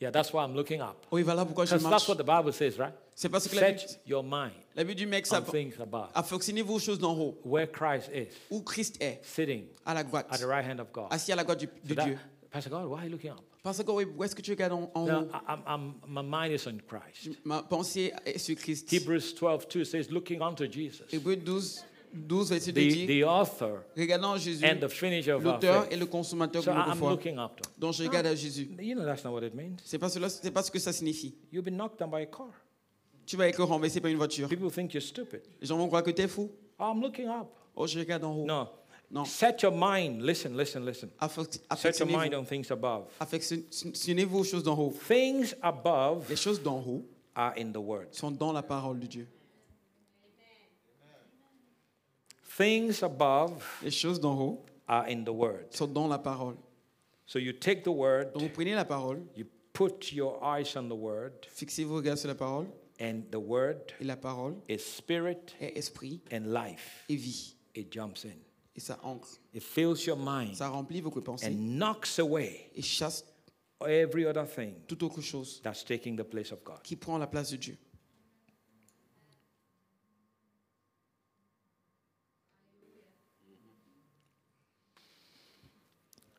[SPEAKER 1] Yeah, that's why I'm looking up.
[SPEAKER 2] Oui, voilà pourquoi je
[SPEAKER 1] Because that's
[SPEAKER 2] marche.
[SPEAKER 1] what the Bible says, right?
[SPEAKER 2] C'est parce que la Bible,
[SPEAKER 1] Set your mind
[SPEAKER 2] la Bible dit, mec, ça
[SPEAKER 1] on things above.
[SPEAKER 2] affectionnez-vous aux choses d'en haut.
[SPEAKER 1] Where Christ is,
[SPEAKER 2] Où Christ est,
[SPEAKER 1] sitting
[SPEAKER 2] à la
[SPEAKER 1] at
[SPEAKER 2] droite,
[SPEAKER 1] the right hand of God.
[SPEAKER 2] assis à la droite du, de
[SPEAKER 1] So that-
[SPEAKER 2] Dieu.
[SPEAKER 1] Pastor God, why are you Oh. looking up?
[SPEAKER 2] Parce que oui, où est-ce que tu regardes en, en
[SPEAKER 1] No,
[SPEAKER 2] haut
[SPEAKER 1] I, I'm, I'm- my mind is on Christ.
[SPEAKER 2] Ma pensée est sur Christ.
[SPEAKER 1] Hebrews 12, 2 says, looking unto Jesus,
[SPEAKER 2] Hébreux 12, 12 verset 2
[SPEAKER 1] the,
[SPEAKER 2] dit,
[SPEAKER 1] the author
[SPEAKER 2] regardant Jésus,
[SPEAKER 1] and the finisher of our
[SPEAKER 2] l'auteur
[SPEAKER 1] faith.
[SPEAKER 2] et le consommateur de
[SPEAKER 1] So I-
[SPEAKER 2] notre
[SPEAKER 1] I'm
[SPEAKER 2] foi.
[SPEAKER 1] looking up to
[SPEAKER 2] Donc je regarde à Jésus.
[SPEAKER 1] him. You know that's not what it means.
[SPEAKER 2] C'est pas, cela, c'est pas ce que ça signifie.
[SPEAKER 1] You've been knocked down by a car.
[SPEAKER 2] Tu vas être renversé par une voiture.
[SPEAKER 1] People think you're stupid.
[SPEAKER 2] Les gens vont croire que t'es fou.
[SPEAKER 1] Oh, I'm looking up.
[SPEAKER 2] Oh, je regarde en haut.
[SPEAKER 1] No.
[SPEAKER 2] Non.
[SPEAKER 1] Set your mind. Listen, listen, listen.
[SPEAKER 2] Affec-
[SPEAKER 1] Set your mind
[SPEAKER 2] Affectionnez-vous
[SPEAKER 1] on things above.
[SPEAKER 2] affectionnez-vous aux choses d'en haut.
[SPEAKER 1] Things above
[SPEAKER 2] Les choses d'en haut
[SPEAKER 1] are in the Word.
[SPEAKER 2] sont dans la parole de Dieu.
[SPEAKER 1] Things above
[SPEAKER 2] Les choses d'en haut
[SPEAKER 1] are in the Word.
[SPEAKER 2] sont dans la parole.
[SPEAKER 1] So you take the Word,
[SPEAKER 2] Donc vous prenez la parole,
[SPEAKER 1] you put your eyes on the Word,
[SPEAKER 2] fixez vos regards sur la parole,
[SPEAKER 1] and the Word
[SPEAKER 2] et la parole
[SPEAKER 1] is spirit
[SPEAKER 2] est esprit
[SPEAKER 1] and life.
[SPEAKER 2] et vie.
[SPEAKER 1] It jumps in,
[SPEAKER 2] Et ça ancre,
[SPEAKER 1] it fills your mind
[SPEAKER 2] ça remplit vos pensées
[SPEAKER 1] and knocks away
[SPEAKER 2] et chasse
[SPEAKER 1] every other thing
[SPEAKER 2] toute autre chose
[SPEAKER 1] that's taking the place of God.
[SPEAKER 2] qui prend la place de Dieu.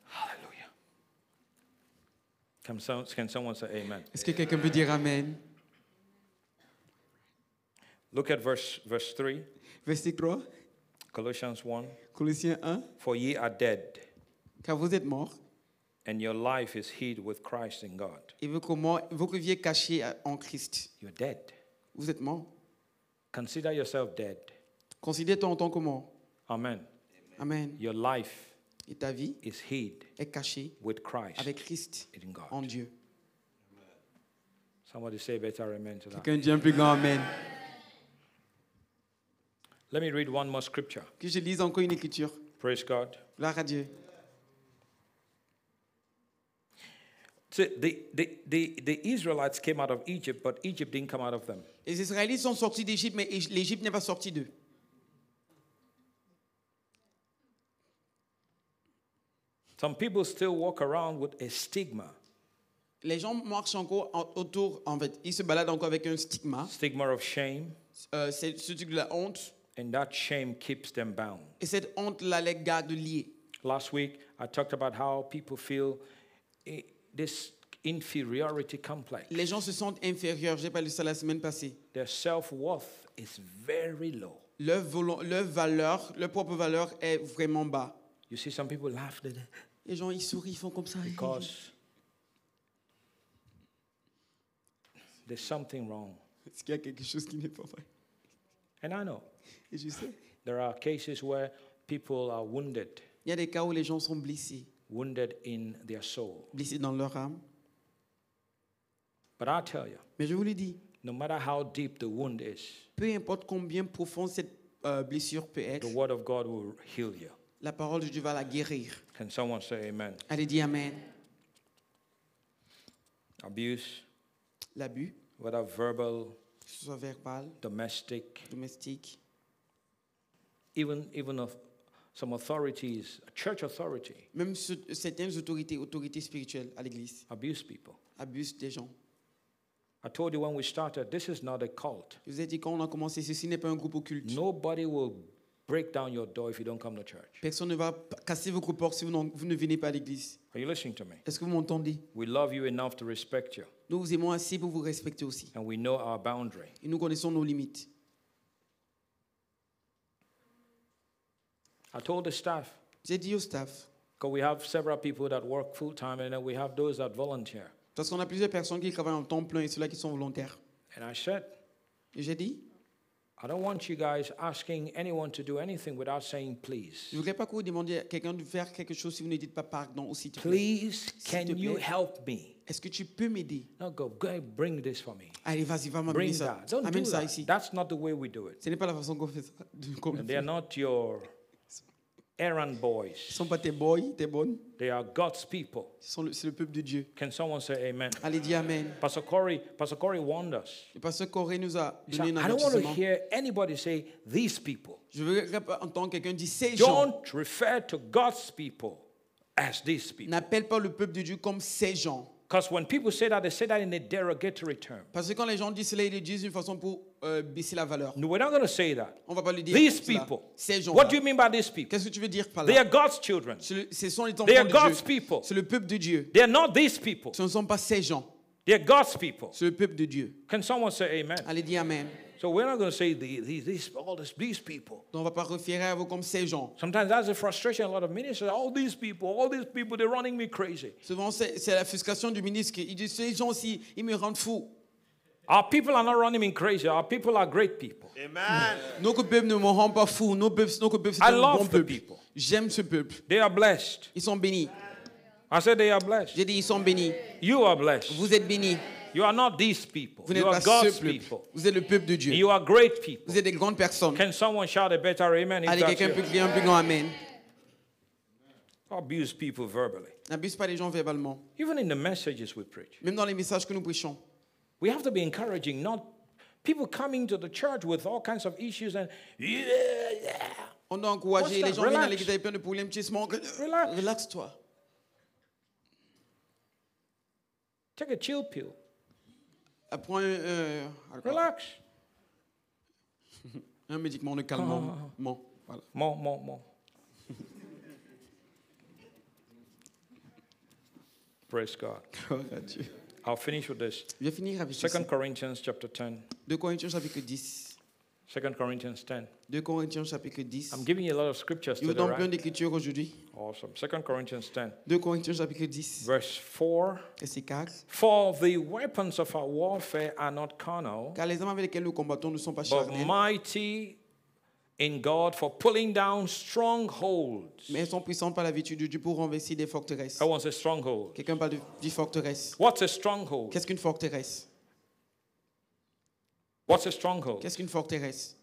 [SPEAKER 1] Hallelujah. Can, some, can someone say amen?
[SPEAKER 2] Est-ce que quelqu'un peut dire Amen
[SPEAKER 1] Look at verse, verse 3,
[SPEAKER 2] Verset 3,
[SPEAKER 1] Colossians 1.
[SPEAKER 2] Colossiens 1.
[SPEAKER 1] For ye are dead,
[SPEAKER 2] Car vous êtes morts
[SPEAKER 1] and your life is hid with Christ in God.
[SPEAKER 2] et vous que mort- vous que viez cachés à- en Christ.
[SPEAKER 1] You're dead.
[SPEAKER 2] Vous êtes morts.
[SPEAKER 1] Consider yourself dead.
[SPEAKER 2] Considère-toi en tant que mort.
[SPEAKER 1] Amen.
[SPEAKER 2] Amen.
[SPEAKER 1] Your life
[SPEAKER 2] Et ta vie
[SPEAKER 1] is hid
[SPEAKER 2] est cachée
[SPEAKER 1] with Christ
[SPEAKER 2] avec Christ
[SPEAKER 1] in
[SPEAKER 2] en
[SPEAKER 1] God.
[SPEAKER 2] Dieu.
[SPEAKER 1] Somebody say better amen to that.
[SPEAKER 2] Quelqu'un dit un plus grand Amen.
[SPEAKER 1] Let me read one more scripture.
[SPEAKER 2] Que je lise encore une écriture.
[SPEAKER 1] Praise God.
[SPEAKER 2] Gloire à Dieu.
[SPEAKER 1] So the, the, the, the Israelites came out of Egypt, but Egypt didn't come out of them.
[SPEAKER 2] Les Israélites sont sortis d'Égypte, mais Ég- l'Égypte n'est pas sortie d'eux.
[SPEAKER 1] Some people still walk around with a stigma
[SPEAKER 2] Les gens marchent encore en- autour, en fait. Ils se baladent encore avec un stigma.
[SPEAKER 1] stigma of shame,
[SPEAKER 2] Euh, c'est ce truc de la honte.
[SPEAKER 1] and that shame keeps them bound.
[SPEAKER 2] Et cette honte-là les garde liés.
[SPEAKER 1] Last week, I talked about how people feel eh, this inferiority complex.
[SPEAKER 2] Les gens se sentent inférieurs. J'ai parlé de ça la semaine passée.
[SPEAKER 1] Their self worth is very low.
[SPEAKER 2] Leur, volo- leur valeur, leur propre valeur est vraiment bas.
[SPEAKER 1] You see, some people laugh they-
[SPEAKER 2] Les gens, ils sourient, ils font comme ça.
[SPEAKER 1] because there's something wrong.
[SPEAKER 2] Est-ce qu'il y a quelque chose qui n'est pas vrai
[SPEAKER 1] And I know
[SPEAKER 2] Et je sais.
[SPEAKER 1] there are cases where people are wounded,
[SPEAKER 2] Il y a des cas où les gens sont blessés,
[SPEAKER 1] wounded in their soul.
[SPEAKER 2] blessés dans leur âme.
[SPEAKER 1] But I tell you,
[SPEAKER 2] Mais je vous le dis,
[SPEAKER 1] no matter how deep the wound is,
[SPEAKER 2] peu importe combien profonde cette euh, blessure peut être,
[SPEAKER 1] the word of God will heal you.
[SPEAKER 2] la parole de Dieu va la guérir.
[SPEAKER 1] Can someone say amen?
[SPEAKER 2] Allez, dis Amen.
[SPEAKER 1] Abuse,
[SPEAKER 2] L'abus,
[SPEAKER 1] whether verbal,
[SPEAKER 2] que ce soit verbal,
[SPEAKER 1] domestic,
[SPEAKER 2] domestique,
[SPEAKER 1] even even of some authorities, church authority,
[SPEAKER 2] même ce- certaines autorités, autorités spirituelles à l'Église,
[SPEAKER 1] abuse people.
[SPEAKER 2] abusent des gens.
[SPEAKER 1] I told you when we started, this is not a cult.
[SPEAKER 2] Je vous ai dit quand on a commencé, ceci n'est pas un groupe occulte.
[SPEAKER 1] Nobody will break down your door if you don't come to church.
[SPEAKER 2] Personne ne va p- casser vos portes si vous, n'en- vous ne venez pas à l'Église.
[SPEAKER 1] Are you listening to me?
[SPEAKER 2] Est-ce que vous m'entendez
[SPEAKER 1] We love you enough to respect you,
[SPEAKER 2] Nous vous aimons assez pour vous respecter aussi.
[SPEAKER 1] and we know our boundary.
[SPEAKER 2] Et nous connaissons nos limites.
[SPEAKER 1] I told the staff,
[SPEAKER 2] J'ai dit au staff,
[SPEAKER 1] because we have several people that work full time, and then we have those that volunteer.
[SPEAKER 2] parce qu'on a plusieurs personnes qui travaillent en temps plein et ceux-là qui sont volontaires.
[SPEAKER 1] And I said,
[SPEAKER 2] Et j'ai dit,
[SPEAKER 1] I don't want you guys asking anyone to do anything without saying
[SPEAKER 2] je
[SPEAKER 1] please.
[SPEAKER 2] ne voudrais pas que vous demandiez à quelqu'un de faire quelque chose si vous ne dites pas pardon ou s'il te plaît.
[SPEAKER 1] Please, can you help me?
[SPEAKER 2] Est-ce que tu peux m'aider
[SPEAKER 1] No, go, go ahead, bring this for me.
[SPEAKER 2] Allez, vas-y, va m'amener
[SPEAKER 1] Bring
[SPEAKER 2] ça.
[SPEAKER 1] that. Don't do
[SPEAKER 2] Amène ça
[SPEAKER 1] that.
[SPEAKER 2] ici.
[SPEAKER 1] That's not the way we do it.
[SPEAKER 2] Ce n'est pas la façon qu'on fait ça. de- qu'on le
[SPEAKER 1] And
[SPEAKER 2] fait.
[SPEAKER 1] they are not your errand
[SPEAKER 2] Ce ne
[SPEAKER 1] boys.
[SPEAKER 2] sont pas tes boys, tes bonnes.
[SPEAKER 1] They are God's people.
[SPEAKER 2] Ce sont le- C'est le peuple de Dieu.
[SPEAKER 1] Can someone say amen?
[SPEAKER 2] Allez, dis Amen.
[SPEAKER 1] Pastor Corey, Pastor Corey warned us.
[SPEAKER 2] Le pasteur Corée nous a
[SPEAKER 1] He said,
[SPEAKER 2] donné un
[SPEAKER 1] I don't want to
[SPEAKER 2] avertissement.
[SPEAKER 1] hear anybody say these people.
[SPEAKER 2] Je veux pas entendre quelqu'un dire ces gens.
[SPEAKER 1] Don't refer to God's people as these people.
[SPEAKER 2] N'appelle pas le peuple de Dieu comme ces gens.
[SPEAKER 1] Because when people say that, they say that in a derogatory term.
[SPEAKER 2] Parce que quand les gens disent cela, ils le disent d'une façon pour euh, baisser la valeur.
[SPEAKER 1] No, we're not going to say that.
[SPEAKER 2] On va pas le dire.
[SPEAKER 1] These
[SPEAKER 2] comme cela.
[SPEAKER 1] people.
[SPEAKER 2] Ces gens.
[SPEAKER 1] What do you mean by these people?
[SPEAKER 2] Qu'est-ce que tu veux dire par
[SPEAKER 1] They
[SPEAKER 2] là
[SPEAKER 1] are God's children.
[SPEAKER 2] C'est le- Ce sont les enfants
[SPEAKER 1] They are
[SPEAKER 2] de
[SPEAKER 1] God's
[SPEAKER 2] Dieu.
[SPEAKER 1] people.
[SPEAKER 2] C'est le peuple de Dieu.
[SPEAKER 1] They are not these people.
[SPEAKER 2] Ce ne sont pas ces gens.
[SPEAKER 1] They are God's people.
[SPEAKER 2] C'est le peuple de Dieu.
[SPEAKER 1] Can someone say amen?
[SPEAKER 2] Allez, dis Amen.
[SPEAKER 1] So we're not going to say the, the, these, all this, these people.
[SPEAKER 2] Donc, on va pas référer à vous comme ces gens.
[SPEAKER 1] Sometimes that's a frustration. A lot of ministers, all these people, all these people, they're running me crazy.
[SPEAKER 2] Souvent, c'est c'est la frustration du ministre. qui- Il dit Ces gens-ci, ils me rendent fou.
[SPEAKER 1] Our people are not running me crazy. Our people are great people.
[SPEAKER 2] Nos peuples ne me rendent pas fou. Nos peuples, nos peuples c'est
[SPEAKER 1] I
[SPEAKER 2] un
[SPEAKER 1] love
[SPEAKER 2] bon
[SPEAKER 1] the
[SPEAKER 2] peuple.
[SPEAKER 1] people.
[SPEAKER 2] J'aime ce peuple.
[SPEAKER 1] They are blessed.
[SPEAKER 2] Ils sont bénis.
[SPEAKER 1] I said they are blessed.
[SPEAKER 2] J'ai dit Ils sont bénis.
[SPEAKER 1] You are blessed.
[SPEAKER 2] Vous êtes bénis.
[SPEAKER 1] You are not these people.
[SPEAKER 2] Vous n'êtes
[SPEAKER 1] You are
[SPEAKER 2] pas ce
[SPEAKER 1] God's
[SPEAKER 2] peuple.
[SPEAKER 1] people.
[SPEAKER 2] Vous êtes le peuple de Dieu.
[SPEAKER 1] You are great people.
[SPEAKER 2] Vous êtes des grandes personnes.
[SPEAKER 1] Can someone shout a better amen? If
[SPEAKER 2] Allez,
[SPEAKER 1] that's
[SPEAKER 2] quelqu'un
[SPEAKER 1] you?
[SPEAKER 2] peut crier un plus grand Amen.
[SPEAKER 1] Abuse people verbally.
[SPEAKER 2] N'abuse pas les gens verbalement.
[SPEAKER 1] Even in the messages we preach.
[SPEAKER 2] Même dans les messages que nous prêchons.
[SPEAKER 1] We have to be encouraging, not people coming to the church with all kinds of issues and yeah, yeah.
[SPEAKER 2] On doit encourager
[SPEAKER 1] What's that?
[SPEAKER 2] les gens viennent à
[SPEAKER 1] Relax.
[SPEAKER 2] l'église avec plein de problèmes, tu es
[SPEAKER 1] Relax.
[SPEAKER 2] Relax-toi.
[SPEAKER 1] Take a chill pill.
[SPEAKER 2] Apprends un, euh, alcool,
[SPEAKER 1] Relax.
[SPEAKER 2] un médicament de calmant.
[SPEAKER 1] Ah,
[SPEAKER 2] Bon, voilà.
[SPEAKER 1] More, more, more. Praise God.
[SPEAKER 2] Gloire à Dieu.
[SPEAKER 1] I'll finish with this.
[SPEAKER 2] Je vais finir avec ceci.
[SPEAKER 1] 2 Corinthians chapter 10.
[SPEAKER 2] 2 Corinthiens chapitre 10.
[SPEAKER 1] 2 Corinthians 10.
[SPEAKER 2] 2 Corinthiens chapitre 10.
[SPEAKER 1] I'm giving you a lot of scriptures
[SPEAKER 2] Je vous
[SPEAKER 1] today,
[SPEAKER 2] donne plein
[SPEAKER 1] right?
[SPEAKER 2] d'écritures aujourd'hui.
[SPEAKER 1] Awesome. 2 Corinthians 10,
[SPEAKER 2] 2 Corinthiens chapitre 10,
[SPEAKER 1] verse 4.
[SPEAKER 2] verset 4.
[SPEAKER 1] For the weapons of our warfare are not carnal,
[SPEAKER 2] Car les armes avec lesquelles nous combattons ne sont pas
[SPEAKER 1] but
[SPEAKER 2] charnelles,
[SPEAKER 1] mighty in God for pulling down strongholds.
[SPEAKER 2] mais elles sont puissantes par la vertu de Dieu pour renverser des forteresses.
[SPEAKER 1] I want a stronghold.
[SPEAKER 2] Quelqu'un parle de- dit forteresse.
[SPEAKER 1] What's a stronghold?
[SPEAKER 2] Qu'est-ce qu'une forteresse
[SPEAKER 1] What's a stronghold?
[SPEAKER 2] Qu'est-ce qu'une forteresse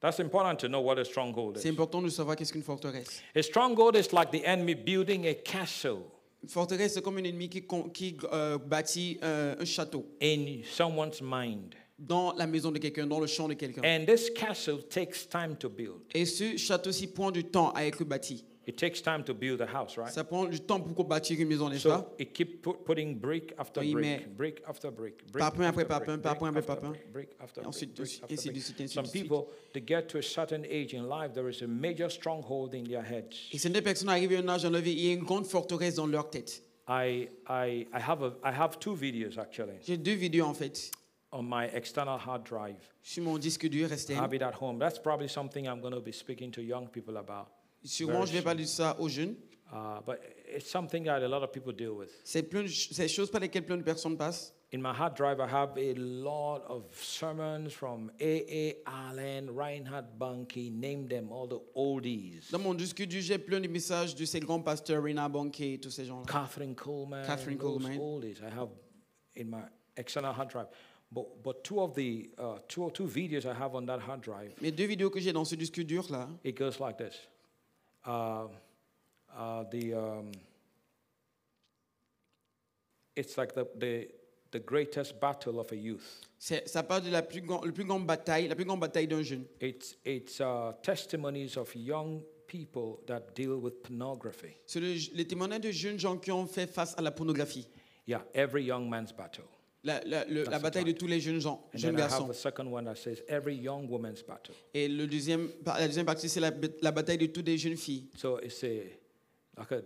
[SPEAKER 1] That's important to know what a stronghold
[SPEAKER 2] C'est
[SPEAKER 1] is.
[SPEAKER 2] important de savoir qu'est-ce qu'une forteresse.
[SPEAKER 1] A stronghold is like the enemy building a castle
[SPEAKER 2] Une forteresse, c'est comme un ennemi qui, con- qui euh, bâtit euh, un château
[SPEAKER 1] in someone's mind.
[SPEAKER 2] dans la maison de quelqu'un, dans le champ de quelqu'un.
[SPEAKER 1] And this castle takes time to build.
[SPEAKER 2] Et ce château-ci prend du temps à être bâti.
[SPEAKER 1] It takes time to build a house, right?
[SPEAKER 2] Ça prend du temps pour qu'on bâtisse une maison, n'est-ce pas
[SPEAKER 1] So it keep put, putting brick after
[SPEAKER 2] Oui, mais
[SPEAKER 1] brick, brick after brick, brick
[SPEAKER 2] papin
[SPEAKER 1] after
[SPEAKER 2] après papin,
[SPEAKER 1] brick,
[SPEAKER 2] papin
[SPEAKER 1] brick
[SPEAKER 2] après
[SPEAKER 1] after
[SPEAKER 2] papin,
[SPEAKER 1] brick, brick after
[SPEAKER 2] et ensuite
[SPEAKER 1] brick,
[SPEAKER 2] de-
[SPEAKER 1] brick after
[SPEAKER 2] ainsi de
[SPEAKER 1] brick.
[SPEAKER 2] suite, ainsi
[SPEAKER 1] Some
[SPEAKER 2] de suite.
[SPEAKER 1] people, they get to a certain age in life, there is a major stronghold in their heads.
[SPEAKER 2] Et certaines personnes arrivent à un âge dans leur vie, il y a une grande forteresse dans leur tête.
[SPEAKER 1] I, I, I, have, a, I have two videos actually
[SPEAKER 2] J'ai deux vidéos en fait
[SPEAKER 1] on my external hard drive.
[SPEAKER 2] sur mon disque dur resté.
[SPEAKER 1] I have it at home. That's probably something I'm going to be speaking to young people about.
[SPEAKER 2] Sûrement, je vais parler de ça aux jeunes.
[SPEAKER 1] Uh, but it's something that a lot of people deal with.
[SPEAKER 2] C'est plein de ch- c'est des choses par lesquelles plein de personnes passent.
[SPEAKER 1] In my hard drive, I have a lot of sermons from A.A. Allen, Reinhard Bunke, name them, all the oldies.
[SPEAKER 2] Dans mon disque dur, j'ai plein de messages de ces grands pasteurs, Rena Bonke et tous ces gens-là.
[SPEAKER 1] Catherine Coleman.
[SPEAKER 2] Catherine
[SPEAKER 1] those
[SPEAKER 2] Coleman.
[SPEAKER 1] oldies I have in my external hard drive. But, but two of the uh, two, two videos I have on that hard drive,
[SPEAKER 2] Mes deux vidéos que j'ai dans ce disque dur là,
[SPEAKER 1] it goes like this. Uh, uh, the, um, it's like the, the, the greatest battle of a youth.
[SPEAKER 2] c'est- ça parle de la plus, grand- le plus grande bataille, la plus grande bataille d'un jeune.
[SPEAKER 1] It's, it's uh, testimonies of young people that deal with pornography.
[SPEAKER 2] C'est le- les témoignages de jeunes gens qui ont fait face à la pornographie.
[SPEAKER 1] Yeah, every young man's battle.
[SPEAKER 2] La, la- le- la bataille de tous les jeunes gens,
[SPEAKER 1] And
[SPEAKER 2] jeunes
[SPEAKER 1] then I have
[SPEAKER 2] garçons.
[SPEAKER 1] the second one that says every young woman's battle.
[SPEAKER 2] Et le deuxième, par- la deuxième partie, c'est la, la bataille de toutes les jeunes filles.
[SPEAKER 1] So it's a like a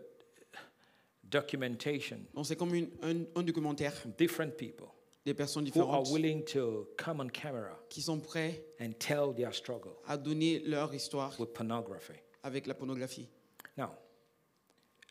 [SPEAKER 1] documentation,
[SPEAKER 2] Donc c'est comme une- un, un documentaire
[SPEAKER 1] different people
[SPEAKER 2] des personnes
[SPEAKER 1] who are
[SPEAKER 2] différentes
[SPEAKER 1] willing to come on camera
[SPEAKER 2] qui sont prêts
[SPEAKER 1] and tell their struggle
[SPEAKER 2] à donner leur histoire
[SPEAKER 1] with pornography.
[SPEAKER 2] avec la pornographie.
[SPEAKER 1] Now,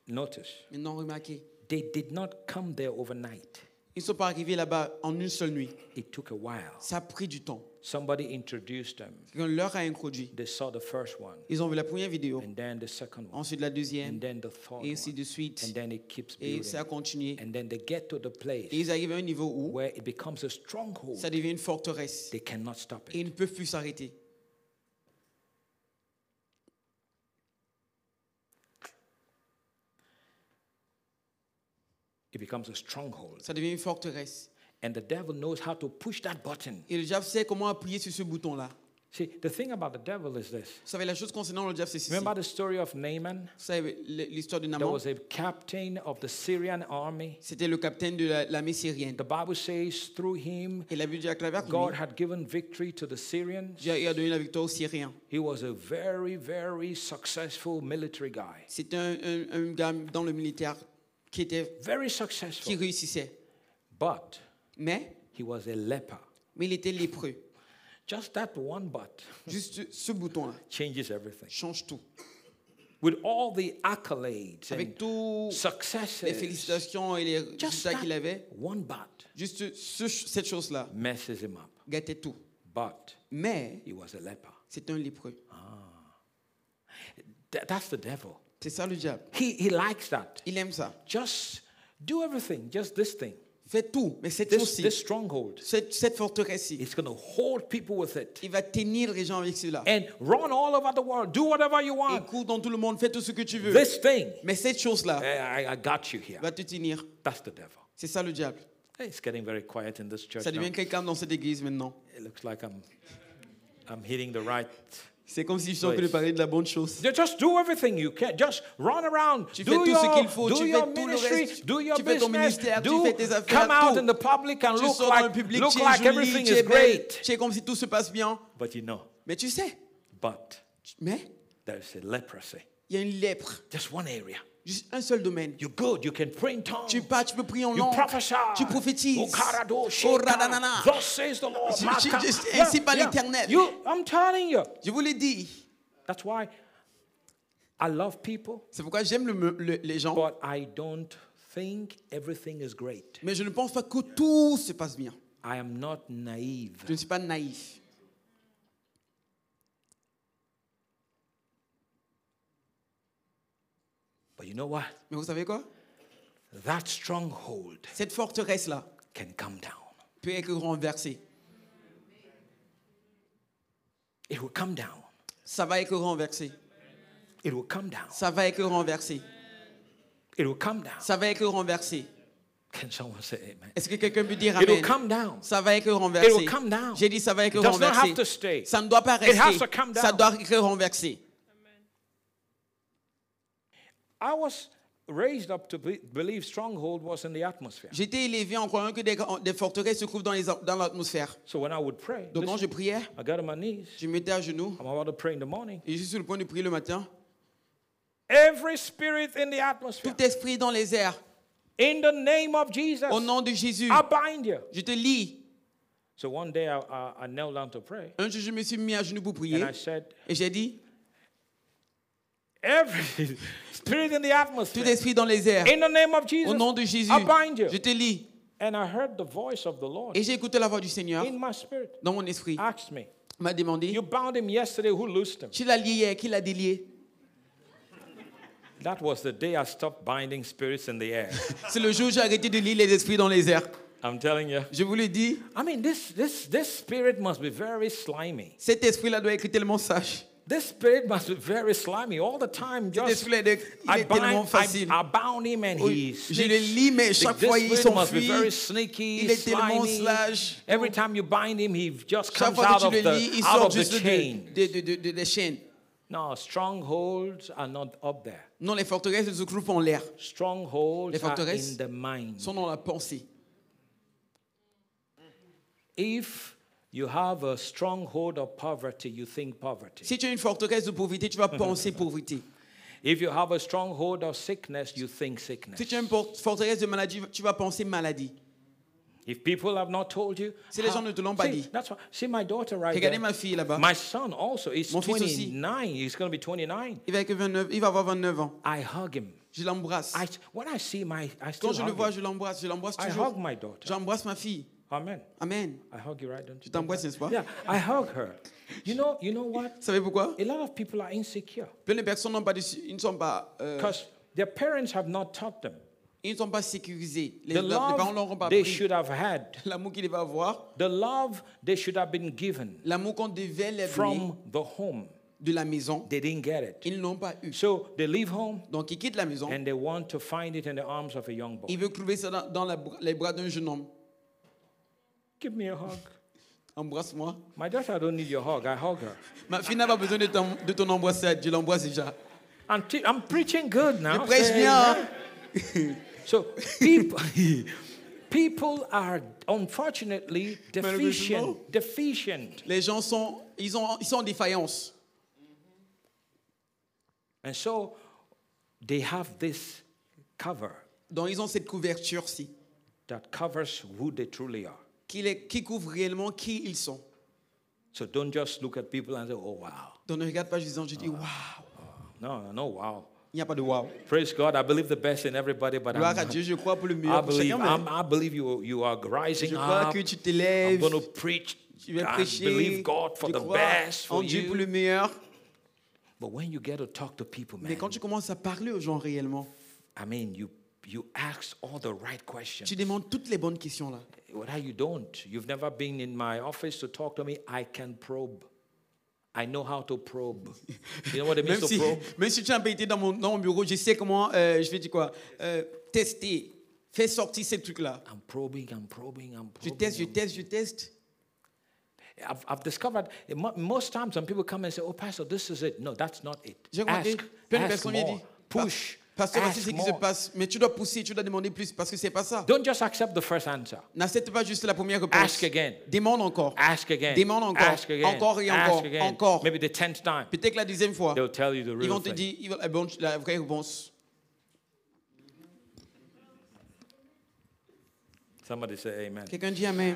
[SPEAKER 1] notice
[SPEAKER 2] Maintenant, remarquez,
[SPEAKER 1] they did not come there overnight.
[SPEAKER 2] ils ne sont pas arrivés là-bas en une seule nuit.
[SPEAKER 1] It took a while.
[SPEAKER 2] Ça a pris du temps.
[SPEAKER 1] Somebody introduced them.
[SPEAKER 2] Quand on leur a introduit,
[SPEAKER 1] They saw the first one.
[SPEAKER 2] ils ont vu la première vidéo,
[SPEAKER 1] and then the second one,
[SPEAKER 2] ensuite la deuxième,
[SPEAKER 1] and then the third
[SPEAKER 2] et ainsi
[SPEAKER 1] one,
[SPEAKER 2] de suite.
[SPEAKER 1] and then it keeps
[SPEAKER 2] Et ça a
[SPEAKER 1] building.
[SPEAKER 2] continué.
[SPEAKER 1] And then they get to the
[SPEAKER 2] Et
[SPEAKER 1] place
[SPEAKER 2] ils arrivent à un niveau où
[SPEAKER 1] where it becomes a stronghold.
[SPEAKER 2] ça devient une forteresse.
[SPEAKER 1] They cannot stop
[SPEAKER 2] Et
[SPEAKER 1] it.
[SPEAKER 2] ils ne peuvent plus s'arrêter.
[SPEAKER 1] It becomes a stronghold.
[SPEAKER 2] Ça devient une forteresse.
[SPEAKER 1] And the devil knows how to push that button.
[SPEAKER 2] Et le diable sait comment appuyer sur ce bouton-là.
[SPEAKER 1] See, the thing about the devil is this.
[SPEAKER 2] Vous savez, la chose concernant le diable, c'est ceci. Vous
[SPEAKER 1] Remember the story of Naaman?
[SPEAKER 2] savez, l- l'histoire de
[SPEAKER 1] There
[SPEAKER 2] Naaman,
[SPEAKER 1] was a captain of the Syrian army.
[SPEAKER 2] c'était le capitaine de la- l'armée syrienne.
[SPEAKER 1] The Bible says through him,
[SPEAKER 2] Et la Bible dit à travers lui,
[SPEAKER 1] God had given victory to the Syrians.
[SPEAKER 2] Dieu a donné la victoire aux Syriens.
[SPEAKER 1] He was a very, very successful military guy.
[SPEAKER 2] C'était un, un- un gars dans le militaire qui, était,
[SPEAKER 1] Very
[SPEAKER 2] qui
[SPEAKER 1] successful.
[SPEAKER 2] réussissait.
[SPEAKER 1] But
[SPEAKER 2] Mais,
[SPEAKER 1] he was a leper.
[SPEAKER 2] mais il était lépreux.
[SPEAKER 1] Just that one but
[SPEAKER 2] Juste ce bouton-là
[SPEAKER 1] changes everything.
[SPEAKER 2] change tout.
[SPEAKER 1] With all the accolades
[SPEAKER 2] Avec
[SPEAKER 1] and
[SPEAKER 2] tous les
[SPEAKER 1] successes,
[SPEAKER 2] félicitations et les
[SPEAKER 1] just
[SPEAKER 2] résultats qu'il
[SPEAKER 1] that
[SPEAKER 2] avait,
[SPEAKER 1] one but
[SPEAKER 2] juste ce- cette chose-là
[SPEAKER 1] messes him up.
[SPEAKER 2] gâtait tout.
[SPEAKER 1] But
[SPEAKER 2] Mais
[SPEAKER 1] he was a leper.
[SPEAKER 2] c'est un lépreux.
[SPEAKER 1] Th- that's the devil.
[SPEAKER 2] C'est ça le diable.
[SPEAKER 1] He, he likes that.
[SPEAKER 2] Il aime ça.
[SPEAKER 1] Just do everything, just this thing,
[SPEAKER 2] Faites tout, mais cette
[SPEAKER 1] this,
[SPEAKER 2] chose-ci,
[SPEAKER 1] this stronghold.
[SPEAKER 2] cette, cette forteresse-ci,
[SPEAKER 1] It's going to hold people with it.
[SPEAKER 2] il va tenir les gens avec cela.
[SPEAKER 1] And run all over the world. Do whatever you
[SPEAKER 2] Et
[SPEAKER 1] want.
[SPEAKER 2] cours dans tout le monde, fais tout ce que tu veux.
[SPEAKER 1] This thing,
[SPEAKER 2] Mais cette chose-là
[SPEAKER 1] eh, I, I got you here.
[SPEAKER 2] va te tenir.
[SPEAKER 1] That's the devil.
[SPEAKER 2] C'est ça le diable.
[SPEAKER 1] Hey, It's getting very quiet in this church.
[SPEAKER 2] Ça
[SPEAKER 1] now.
[SPEAKER 2] devient quelqu'un dans cette église maintenant.
[SPEAKER 1] It looks like I'm, I'm hitting the right.
[SPEAKER 2] C'est comme si je suis en train de parler de la bonne chose.
[SPEAKER 1] Ju- Just do everything you can. Just run around.
[SPEAKER 2] Tu
[SPEAKER 1] do
[SPEAKER 2] fais tout
[SPEAKER 1] your,
[SPEAKER 2] ce qu'il faut,
[SPEAKER 1] do
[SPEAKER 2] tu
[SPEAKER 1] your
[SPEAKER 2] fais tout le
[SPEAKER 1] ministry,
[SPEAKER 2] reste,
[SPEAKER 1] do your
[SPEAKER 2] tu fais ton
[SPEAKER 1] business,
[SPEAKER 2] ministère, tu
[SPEAKER 1] do,
[SPEAKER 2] fais tes affaires,
[SPEAKER 1] come out
[SPEAKER 2] tout.
[SPEAKER 1] in the public and
[SPEAKER 2] Tu
[SPEAKER 1] look
[SPEAKER 2] sors dans le
[SPEAKER 1] like,
[SPEAKER 2] public,
[SPEAKER 1] look
[SPEAKER 2] tu es
[SPEAKER 1] like
[SPEAKER 2] jolie,
[SPEAKER 1] everything
[SPEAKER 2] tu
[SPEAKER 1] is
[SPEAKER 2] es belle,
[SPEAKER 1] great.
[SPEAKER 2] tu es comme si tout se passe bien.
[SPEAKER 1] But you know,
[SPEAKER 2] Mais tu sais,
[SPEAKER 1] but
[SPEAKER 2] tu- mais
[SPEAKER 1] there's a leprosy.
[SPEAKER 2] il y a une lèpre,
[SPEAKER 1] Just one area.
[SPEAKER 2] juste un seul domaine.
[SPEAKER 1] You're good. You can pray in tongues.
[SPEAKER 2] Tu pars, tu peux prier en
[SPEAKER 1] You
[SPEAKER 2] langue,
[SPEAKER 1] prophesy.
[SPEAKER 2] tu prophétises.
[SPEAKER 1] Okarado,
[SPEAKER 2] Oh,
[SPEAKER 1] sheka.
[SPEAKER 2] radanana.
[SPEAKER 1] Thus says the Lord.
[SPEAKER 2] Je- je-
[SPEAKER 1] Maka.
[SPEAKER 2] je-
[SPEAKER 1] Yeah,
[SPEAKER 2] ainsi parle
[SPEAKER 1] yeah.
[SPEAKER 2] l'Éternel.
[SPEAKER 1] You, I'm telling you.
[SPEAKER 2] Je vous l'ai dit.
[SPEAKER 1] That's why I love people.
[SPEAKER 2] C'est pourquoi j'aime le me- le- les gens,
[SPEAKER 1] But I don't think everything is great.
[SPEAKER 2] mais je ne pense pas que tout se passe bien.
[SPEAKER 1] I am not naive.
[SPEAKER 2] Je ne suis pas naïf.
[SPEAKER 1] But you know what?
[SPEAKER 2] Mais vous savez quoi
[SPEAKER 1] That stronghold
[SPEAKER 2] Cette forteresse-là
[SPEAKER 1] can come down.
[SPEAKER 2] peut être renversée.
[SPEAKER 1] It will come down.
[SPEAKER 2] Ça va être renversé.
[SPEAKER 1] It will come down.
[SPEAKER 2] Ça va être renversé.
[SPEAKER 1] It will come down.
[SPEAKER 2] Ça va être renversé.
[SPEAKER 1] Can someone say amen?
[SPEAKER 2] Est-ce que quelqu'un peut dire
[SPEAKER 1] It will
[SPEAKER 2] Amen
[SPEAKER 1] come down.
[SPEAKER 2] Ça va être
[SPEAKER 1] It
[SPEAKER 2] renversé.
[SPEAKER 1] will come down.
[SPEAKER 2] J'ai dit ça va être
[SPEAKER 1] It does not
[SPEAKER 2] renversé.
[SPEAKER 1] have to stay.
[SPEAKER 2] Ça ne doit pas
[SPEAKER 1] It has
[SPEAKER 2] rester.
[SPEAKER 1] to come
[SPEAKER 2] Ça
[SPEAKER 1] down.
[SPEAKER 2] doit être renversé.
[SPEAKER 1] I was raised up to be- believe stronghold was in the atmosphere.
[SPEAKER 2] J'étais élevé en croyant que des, des forteresses se trouvent dans les- dans l'atmosphère.
[SPEAKER 1] So when I would pray,
[SPEAKER 2] Donc quand
[SPEAKER 1] listen,
[SPEAKER 2] je priais,
[SPEAKER 1] I got on my knees.
[SPEAKER 2] je me mettais à genoux
[SPEAKER 1] I'm about to pray in the morning.
[SPEAKER 2] et je suis sur le point de prier le matin.
[SPEAKER 1] Every spirit in the atmosphere
[SPEAKER 2] Tout esprit dans les airs
[SPEAKER 1] In the name of Jesus,
[SPEAKER 2] Au nom de Jésus,
[SPEAKER 1] I bind you.
[SPEAKER 2] je te lis.
[SPEAKER 1] So one day I, I, I knelt down to pray
[SPEAKER 2] Un jour, je me suis mis à genoux pour prier
[SPEAKER 1] and I said,
[SPEAKER 2] et j'ai dit
[SPEAKER 1] Every spirit in the
[SPEAKER 2] Tout
[SPEAKER 1] atmosphere,
[SPEAKER 2] esprit dans les airs,
[SPEAKER 1] in the name of
[SPEAKER 2] au
[SPEAKER 1] Jesus,
[SPEAKER 2] nom de Jésus,
[SPEAKER 1] I bind you.
[SPEAKER 2] je te lis.
[SPEAKER 1] And I heard the voice of the Lord
[SPEAKER 2] Et j'ai écouté la voix du Seigneur
[SPEAKER 1] in my spirit.
[SPEAKER 2] dans mon esprit.
[SPEAKER 1] Asked me,
[SPEAKER 2] Il m'a demandé
[SPEAKER 1] You bound him yesterday, who loosed him?
[SPEAKER 2] Tu l'as lié hier, qui l'a délié
[SPEAKER 1] That was the day I stopped binding spirits in the air.
[SPEAKER 2] C'est le jour où j'ai arrêté de lier les esprits dans les airs.
[SPEAKER 1] I'm telling you.
[SPEAKER 2] Je vous le dis,
[SPEAKER 1] I mean, this, this, this spirit must be very slimy.
[SPEAKER 2] cet esprit-là doit être tellement sage.
[SPEAKER 1] This spirit must be very slimy all the time.
[SPEAKER 2] Cet
[SPEAKER 1] Just
[SPEAKER 2] esprit-là, il est il
[SPEAKER 1] I
[SPEAKER 2] est tellement
[SPEAKER 1] bind, I,
[SPEAKER 2] facile.
[SPEAKER 1] I bound him and he
[SPEAKER 2] Oui, je le
[SPEAKER 1] sneaks.
[SPEAKER 2] lis, mais
[SPEAKER 1] This
[SPEAKER 2] chaque fois, il
[SPEAKER 1] spirit must be
[SPEAKER 2] s'enfuit.
[SPEAKER 1] very sneaky,
[SPEAKER 2] Il est tellement
[SPEAKER 1] slimy.
[SPEAKER 2] slage.
[SPEAKER 1] Every time you bind him, he just comes
[SPEAKER 2] Chaque fois
[SPEAKER 1] out
[SPEAKER 2] que
[SPEAKER 1] of
[SPEAKER 2] tu le lis,
[SPEAKER 1] the,
[SPEAKER 2] il
[SPEAKER 1] out
[SPEAKER 2] sort
[SPEAKER 1] of the
[SPEAKER 2] juste de,
[SPEAKER 1] chain.
[SPEAKER 2] de, de, de, de- des chaînes.
[SPEAKER 1] No, strongholds are not up there.
[SPEAKER 2] Non, les forteresses elles se groupent en l'air.
[SPEAKER 1] Strongholds
[SPEAKER 2] Les
[SPEAKER 1] are
[SPEAKER 2] forteresses
[SPEAKER 1] in the mind.
[SPEAKER 2] sont dans la pensée.
[SPEAKER 1] If you have a stronghold of poverty, you think poverty.
[SPEAKER 2] Si tu as une forteresse de pauvreté, tu vas penser pauvreté.
[SPEAKER 1] If you have a stronghold of sickness, you think sickness.
[SPEAKER 2] Si tu as une por- forteresse de maladie, tu vas penser maladie.
[SPEAKER 1] If people have not told you,
[SPEAKER 2] Si les gens
[SPEAKER 1] ah,
[SPEAKER 2] ne te l'ont pas
[SPEAKER 1] see,
[SPEAKER 2] dit.
[SPEAKER 1] that's why, see my daughter right
[SPEAKER 2] Regardez
[SPEAKER 1] there.
[SPEAKER 2] ma fille là-bas.
[SPEAKER 1] My son also is
[SPEAKER 2] Mon fils aussi.
[SPEAKER 1] 29. He's going to be 29.
[SPEAKER 2] Il va, que 29 il va avoir 29 ans.
[SPEAKER 1] I hug him.
[SPEAKER 2] Je l'embrasse.
[SPEAKER 1] I, when I see my, I still
[SPEAKER 2] Quand je le
[SPEAKER 1] hug
[SPEAKER 2] vois,
[SPEAKER 1] him.
[SPEAKER 2] je l'embrasse. Je l'embrasse
[SPEAKER 1] I hug
[SPEAKER 2] toujours.
[SPEAKER 1] my daughter.
[SPEAKER 2] J'embrasse ma fille.
[SPEAKER 1] Amen.
[SPEAKER 2] Amen.
[SPEAKER 1] I hug you, right? Don't
[SPEAKER 2] Je
[SPEAKER 1] you?
[SPEAKER 2] t'embrasse, n'est-ce pas
[SPEAKER 1] Yeah, I hug her. You know, you know what?
[SPEAKER 2] Vous savez pourquoi
[SPEAKER 1] A lot of people are insecure
[SPEAKER 2] Plein de personnes n'ont pas de su- ils ne sont pas, euh,
[SPEAKER 1] because their parents have not taught them
[SPEAKER 2] ils ne sont pas sécurisés. Les,
[SPEAKER 1] the
[SPEAKER 2] leurs- les parents ne leur ont
[SPEAKER 1] love
[SPEAKER 2] pas
[SPEAKER 1] they
[SPEAKER 2] appris.
[SPEAKER 1] should have had,
[SPEAKER 2] L'amour qu'il va avoir,
[SPEAKER 1] the love they should have been given
[SPEAKER 2] l'amour qu'on devait leur donner
[SPEAKER 1] from the home.
[SPEAKER 2] de la maison,
[SPEAKER 1] They didn't get it.
[SPEAKER 2] ils n'ont pas eu.
[SPEAKER 1] So they leave home
[SPEAKER 2] Donc ils quittent la maison.
[SPEAKER 1] and they want to find it in the arms of a young boy.
[SPEAKER 2] Ils veulent trouver ça dans, dans la br- les bras d'un jeune homme.
[SPEAKER 1] Give me a hug.
[SPEAKER 2] Embrasse-moi.
[SPEAKER 1] My daughter, I don't need your hug. I hug her.
[SPEAKER 2] Ma fille n'a pas besoin de ton, de ton embrassade. Je l'embrasse déjà.
[SPEAKER 1] I'm, te- I'm preaching good now.
[SPEAKER 2] Prêche
[SPEAKER 1] Say
[SPEAKER 2] bien.
[SPEAKER 1] amen.
[SPEAKER 2] hein?
[SPEAKER 1] So people, people are unfortunately deficient, deficient.
[SPEAKER 2] Les gens sont, ils ont, ils sont en défaillance.
[SPEAKER 1] And so they have this cover
[SPEAKER 2] Donc ils ont cette couverture-ci
[SPEAKER 1] that covers who they truly are.
[SPEAKER 2] qui, les- qui couvre réellement qui ils sont.
[SPEAKER 1] So don't just look at people and say, oh, wow.
[SPEAKER 2] Donc ne regarde pas Jésus, je dis
[SPEAKER 1] Ah.
[SPEAKER 2] waouh.
[SPEAKER 1] No, no, no, wow.
[SPEAKER 2] Il n'y a pas de waouh.
[SPEAKER 1] Praise God. I believe the best in everybody, but I'm
[SPEAKER 2] Gloire à
[SPEAKER 1] not.
[SPEAKER 2] Dieu, je crois pour le
[SPEAKER 1] I
[SPEAKER 2] meilleur pour
[SPEAKER 1] believe,
[SPEAKER 2] chacun. mais
[SPEAKER 1] I'm, I believe you, you are rising
[SPEAKER 2] Je crois
[SPEAKER 1] up.
[SPEAKER 2] que tu
[SPEAKER 1] Ah, I'm
[SPEAKER 2] t'élèves,
[SPEAKER 1] going to preach.
[SPEAKER 2] tu vas
[SPEAKER 1] I
[SPEAKER 2] prêcher.
[SPEAKER 1] believe God for
[SPEAKER 2] tu
[SPEAKER 1] the
[SPEAKER 2] crois
[SPEAKER 1] best
[SPEAKER 2] en
[SPEAKER 1] for
[SPEAKER 2] Dieu pour
[SPEAKER 1] you.
[SPEAKER 2] le meilleur.
[SPEAKER 1] But when you get to talk to people,
[SPEAKER 2] Mais
[SPEAKER 1] man,
[SPEAKER 2] quand tu commences à parler aux gens réellement,
[SPEAKER 1] I mean, you you ask all the right questions.
[SPEAKER 2] tu demandes toutes les bonnes questions là.
[SPEAKER 1] Whether you don't, you've never been in my office to talk to me. I can probe. I know how to probe. You know what it means
[SPEAKER 2] Même
[SPEAKER 1] to
[SPEAKER 2] si,
[SPEAKER 1] probe?
[SPEAKER 2] même si tu n'as pas été dans mon, dans mon bureau, je sais comment, euh, je vais dire quoi, euh, tester, faire sortir ces trucs-là.
[SPEAKER 1] I'm probing. I'm probing. I'm
[SPEAKER 2] Je
[SPEAKER 1] probing.
[SPEAKER 2] teste, je
[SPEAKER 1] I'm-
[SPEAKER 2] teste, je teste.
[SPEAKER 1] I've, I've discovered that mo- most times when people come and say, "Oh, Pastor, this is it." No, that's not it.
[SPEAKER 2] J'ai remarqué,
[SPEAKER 1] Ask,
[SPEAKER 2] plein de
[SPEAKER 1] ask
[SPEAKER 2] personnes m'ont
[SPEAKER 1] more.
[SPEAKER 2] dit, Pa-
[SPEAKER 1] Push.
[SPEAKER 2] Pasteur, voici
[SPEAKER 1] ask
[SPEAKER 2] ce qui se
[SPEAKER 1] more.
[SPEAKER 2] passe, mais tu dois pousser, tu dois demander plus, parce que c'est pas ça.
[SPEAKER 1] Don't just accept the first answer.
[SPEAKER 2] N'accepte pas juste la première réponse.
[SPEAKER 1] Ask again.
[SPEAKER 2] Demande encore.
[SPEAKER 1] Ask again.
[SPEAKER 2] Demande encore.
[SPEAKER 1] Ask again.
[SPEAKER 2] Encore et
[SPEAKER 1] ask
[SPEAKER 2] encore.
[SPEAKER 1] again.
[SPEAKER 2] Encore.
[SPEAKER 1] Maybe the tenth time,
[SPEAKER 2] Peut-être que la deuxième fois,
[SPEAKER 1] they'll tell you the
[SPEAKER 2] ils
[SPEAKER 1] real
[SPEAKER 2] vont te
[SPEAKER 1] thing.
[SPEAKER 2] dire ils veulent la, bonne- la vraie réponse.
[SPEAKER 1] Somebody say Amen.
[SPEAKER 2] Quelqu'un dit Amen.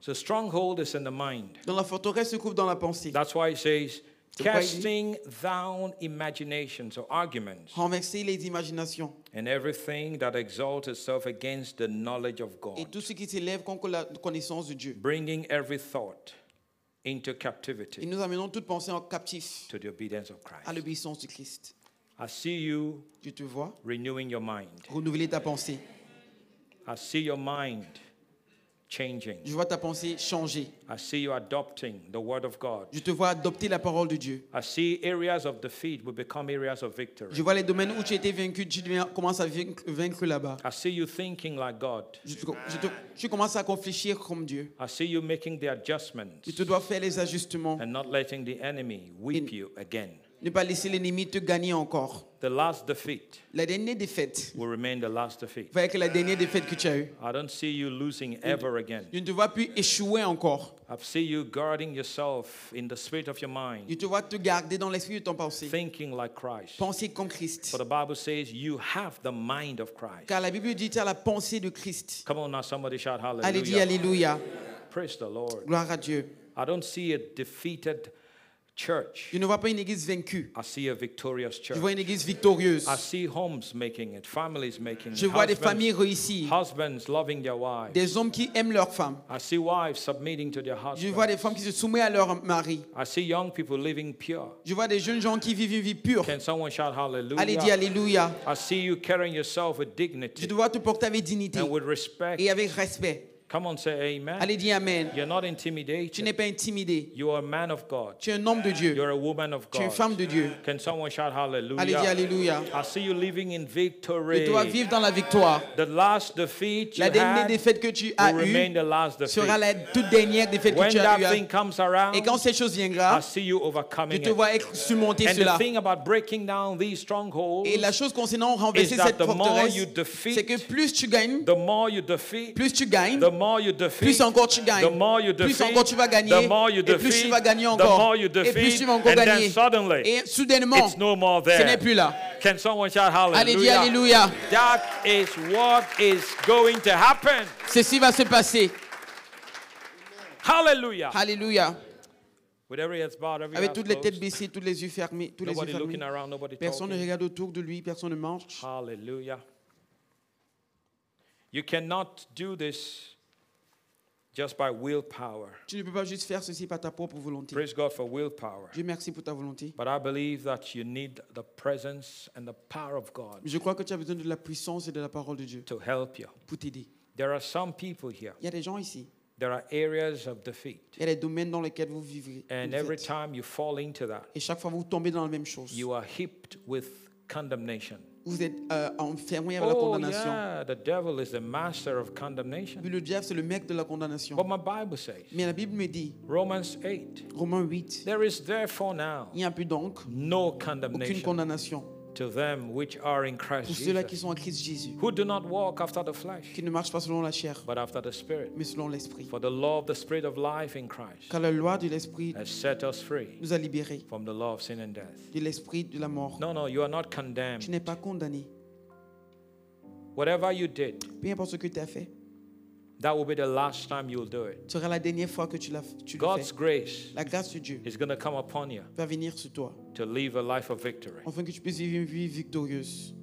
[SPEAKER 1] So stronghold is in the mind.
[SPEAKER 2] Dans la forteresse se trouve dans la pensée.
[SPEAKER 1] That's why it says,
[SPEAKER 2] C'est pourquoi il dit-
[SPEAKER 1] casting down imaginations or arguments
[SPEAKER 2] Renverser les imaginations
[SPEAKER 1] and everything that exalts itself against the knowledge of
[SPEAKER 2] et
[SPEAKER 1] God,
[SPEAKER 2] tout ce qui s'élève contre la connaissance de Dieu.
[SPEAKER 1] bringing every thought into captivity
[SPEAKER 2] Et nous amenons toute pensée en captif
[SPEAKER 1] to the obedience of
[SPEAKER 2] à
[SPEAKER 1] Christ.
[SPEAKER 2] l'obéissance du Christ.
[SPEAKER 1] I see you
[SPEAKER 2] Je te vois
[SPEAKER 1] renewing your mind.
[SPEAKER 2] renouveler ta pensée.
[SPEAKER 1] I see your mind changing.
[SPEAKER 2] Je vois ta pensée changer.
[SPEAKER 1] I see you adopting the word of God.
[SPEAKER 2] Je te vois adopter la parole de Dieu.
[SPEAKER 1] I see areas of defeat will become areas of
[SPEAKER 2] Je
[SPEAKER 1] victory.
[SPEAKER 2] vois les domaines où tu étais vaincu, tu deviens- commences à vaincre, vaincre là-bas.
[SPEAKER 1] I see you thinking like God.
[SPEAKER 2] Je te- je te- tu commences à réfléchir comme Dieu.
[SPEAKER 1] I see you making the adjustments
[SPEAKER 2] Tu te dois faire les ajustements
[SPEAKER 1] and not letting the enemy whip you again.
[SPEAKER 2] Ne pas laisser l'ennemi te gagner encore.
[SPEAKER 1] The last defeat
[SPEAKER 2] La dernière défaite,
[SPEAKER 1] will remain the last defeat.
[SPEAKER 2] va être la dernière défaite que tu as eue.
[SPEAKER 1] I don't see you losing ever again.
[SPEAKER 2] Je ne te vois plus échouer encore.
[SPEAKER 1] I see you guarding yourself in the spirit of your mind,
[SPEAKER 2] Je te vois te garder dans l'esprit de ton pensée.
[SPEAKER 1] thinking like Christ.
[SPEAKER 2] Penser comme Christ.
[SPEAKER 1] For the Bible says you have the mind of Christ.
[SPEAKER 2] Car la Bible dit tu as la pensée de Christ.
[SPEAKER 1] Come on now, somebody shout
[SPEAKER 2] Allez, dis
[SPEAKER 1] hallelujah.
[SPEAKER 2] Alléluia.
[SPEAKER 1] Praise the Lord.
[SPEAKER 2] Gloire à Dieu.
[SPEAKER 1] I don't see a defeated church.
[SPEAKER 2] Je ne vois pas une église vaincue.
[SPEAKER 1] I see a victorious church.
[SPEAKER 2] Je vois une église victorieuse.
[SPEAKER 1] I see homes making it, families making it,
[SPEAKER 2] Je vois des
[SPEAKER 1] husbands-
[SPEAKER 2] familles réussies.
[SPEAKER 1] husbands loving their wives.
[SPEAKER 2] Des hommes qui aiment leurs femmes.
[SPEAKER 1] I see wives submitting to their
[SPEAKER 2] Je vois des
[SPEAKER 1] husbands.
[SPEAKER 2] femmes qui se soumettent à leur mari.
[SPEAKER 1] I see young people living pure.
[SPEAKER 2] Je vois des jeunes gens qui vivent une vie pure.
[SPEAKER 1] Can someone shout
[SPEAKER 2] Allez, dis
[SPEAKER 1] hallelujah?
[SPEAKER 2] Alléluia.
[SPEAKER 1] I see you carrying yourself with
[SPEAKER 2] Je
[SPEAKER 1] dignity
[SPEAKER 2] dois te porter avec dignité
[SPEAKER 1] and with respect.
[SPEAKER 2] et avec respect.
[SPEAKER 1] Come on, say amen.
[SPEAKER 2] Allez, dis Amen.
[SPEAKER 1] You're not
[SPEAKER 2] Tu
[SPEAKER 1] intimidated.
[SPEAKER 2] n'es pas intimidé.
[SPEAKER 1] You are a man of God.
[SPEAKER 2] Tu es un homme de Dieu.
[SPEAKER 1] You're a woman of
[SPEAKER 2] Tu es une
[SPEAKER 1] God.
[SPEAKER 2] femme de Dieu.
[SPEAKER 1] Can someone shout
[SPEAKER 2] Allez, dis
[SPEAKER 1] hallelujah?
[SPEAKER 2] Alléluia.
[SPEAKER 1] I see you living in
[SPEAKER 2] Tu
[SPEAKER 1] victory.
[SPEAKER 2] dois vivre dans la victoire.
[SPEAKER 1] The last defeat you
[SPEAKER 2] La dernière
[SPEAKER 1] had
[SPEAKER 2] défaite que tu as
[SPEAKER 1] will remain
[SPEAKER 2] eue
[SPEAKER 1] the last
[SPEAKER 2] sera
[SPEAKER 1] defeat.
[SPEAKER 2] la toute dernière défaite que
[SPEAKER 1] When
[SPEAKER 2] tu as
[SPEAKER 1] that thing
[SPEAKER 2] eue. hein.
[SPEAKER 1] comes
[SPEAKER 2] Et
[SPEAKER 1] around,
[SPEAKER 2] quand ces choses
[SPEAKER 1] I
[SPEAKER 2] viendront,
[SPEAKER 1] see you
[SPEAKER 2] je
[SPEAKER 1] overcoming
[SPEAKER 2] te
[SPEAKER 1] it.
[SPEAKER 2] vois être surmonter
[SPEAKER 1] And the
[SPEAKER 2] cela.
[SPEAKER 1] thing about breaking down these strongholds,
[SPEAKER 2] Et la chose concernant renverser
[SPEAKER 1] Is that
[SPEAKER 2] cette
[SPEAKER 1] the more
[SPEAKER 2] forteresse,
[SPEAKER 1] you defeat-
[SPEAKER 2] c'est que plus tu gagnes,
[SPEAKER 1] the more you defeat,
[SPEAKER 2] plus tu gagnes,
[SPEAKER 1] the more you defeat,
[SPEAKER 2] plus encore tu gagnes,
[SPEAKER 1] the more you
[SPEAKER 2] plus
[SPEAKER 1] defeat,
[SPEAKER 2] encore tu vas gagner,
[SPEAKER 1] the more you
[SPEAKER 2] et plus tu
[SPEAKER 1] defeat,
[SPEAKER 2] vas gagner
[SPEAKER 1] the
[SPEAKER 2] encore,
[SPEAKER 1] more you
[SPEAKER 2] et plus
[SPEAKER 1] defeat,
[SPEAKER 2] tu vas encore
[SPEAKER 1] and then
[SPEAKER 2] gagner.
[SPEAKER 1] suddenly,
[SPEAKER 2] et soudainement,
[SPEAKER 1] it's no more
[SPEAKER 2] ce n'est
[SPEAKER 1] there.
[SPEAKER 2] plus là.
[SPEAKER 1] Can someone shout
[SPEAKER 2] Allez, dis
[SPEAKER 1] hallelujah?
[SPEAKER 2] Alléluia.
[SPEAKER 1] That is what is going to happen.
[SPEAKER 2] Ceci va se passer.
[SPEAKER 1] Hallelujah.
[SPEAKER 2] Alléluia.
[SPEAKER 1] With every head bowed, every
[SPEAKER 2] Avec
[SPEAKER 1] eye
[SPEAKER 2] toutes les têtes
[SPEAKER 1] closed,
[SPEAKER 2] baissées, tous les yeux fermés, tous les yeux
[SPEAKER 1] nobody
[SPEAKER 2] fermés.
[SPEAKER 1] looking around, nobody
[SPEAKER 2] Personne ne
[SPEAKER 1] talking.
[SPEAKER 2] regarde autour de lui, personne ne marche.
[SPEAKER 1] Hallelujah. You cannot do this just by willpower.
[SPEAKER 2] Tu ne peux pas juste faire ceci par ta propre volonté.
[SPEAKER 1] Praise God for willpower.
[SPEAKER 2] Dieu merci pour ta volonté.
[SPEAKER 1] But I believe that you need the presence and the power of God
[SPEAKER 2] Mais je crois que tu as besoin de la puissance et de la parole de Dieu
[SPEAKER 1] to help you.
[SPEAKER 2] pour t'aider.
[SPEAKER 1] There are some people here,
[SPEAKER 2] Il y a des gens ici.
[SPEAKER 1] there are areas of defeat.
[SPEAKER 2] Il y a des domaines dans lesquels vous vivrez.
[SPEAKER 1] And
[SPEAKER 2] vous
[SPEAKER 1] every
[SPEAKER 2] êtes.
[SPEAKER 1] time you fall into that,
[SPEAKER 2] Et chaque fois, vous tombez dans la même chose.
[SPEAKER 1] you are hipped with condemnation.
[SPEAKER 2] Vous êtes euh, enfermé à la
[SPEAKER 1] Oh,
[SPEAKER 2] condamnation.
[SPEAKER 1] yeah, the devil is the master of condemnation.
[SPEAKER 2] Puis le diable, c'est le mec de la condamnation.
[SPEAKER 1] But my Bible says,
[SPEAKER 2] Mais la Bible me dit,
[SPEAKER 1] Romans 8,
[SPEAKER 2] Romains 8,
[SPEAKER 1] there is therefore now
[SPEAKER 2] il n'y a plus donc
[SPEAKER 1] no
[SPEAKER 2] aucune
[SPEAKER 1] condemnation
[SPEAKER 2] condamnation
[SPEAKER 1] to them which are in Christ
[SPEAKER 2] pour ceux-là qui
[SPEAKER 1] Jesus,
[SPEAKER 2] sont en Christ Jésus,
[SPEAKER 1] who do not walk after the flesh,
[SPEAKER 2] qui ne marchent pas selon la chair,
[SPEAKER 1] but after the Spirit.
[SPEAKER 2] mais selon l'esprit.
[SPEAKER 1] For the law of the Spirit of life in Christ
[SPEAKER 2] Car la loi de l'esprit
[SPEAKER 1] has set us free
[SPEAKER 2] nous a libérés
[SPEAKER 1] from the law of sin and death.
[SPEAKER 2] de l'esprit de la mort.
[SPEAKER 1] No, no, you are not
[SPEAKER 2] Tu
[SPEAKER 1] condemned.
[SPEAKER 2] n'es pas condamné.
[SPEAKER 1] Whatever you did,
[SPEAKER 2] Peu importe ce que tu as fait,
[SPEAKER 1] that will be the last time you'll do it.
[SPEAKER 2] ce sera la dernière fois que tu, l'as, tu le
[SPEAKER 1] God's
[SPEAKER 2] fais.
[SPEAKER 1] grace
[SPEAKER 2] La grâce de Dieu
[SPEAKER 1] is going to come upon you
[SPEAKER 2] va venir sur toi,
[SPEAKER 1] to live a life of victory.
[SPEAKER 2] afin que tu puisses vivre une vie victorieuse.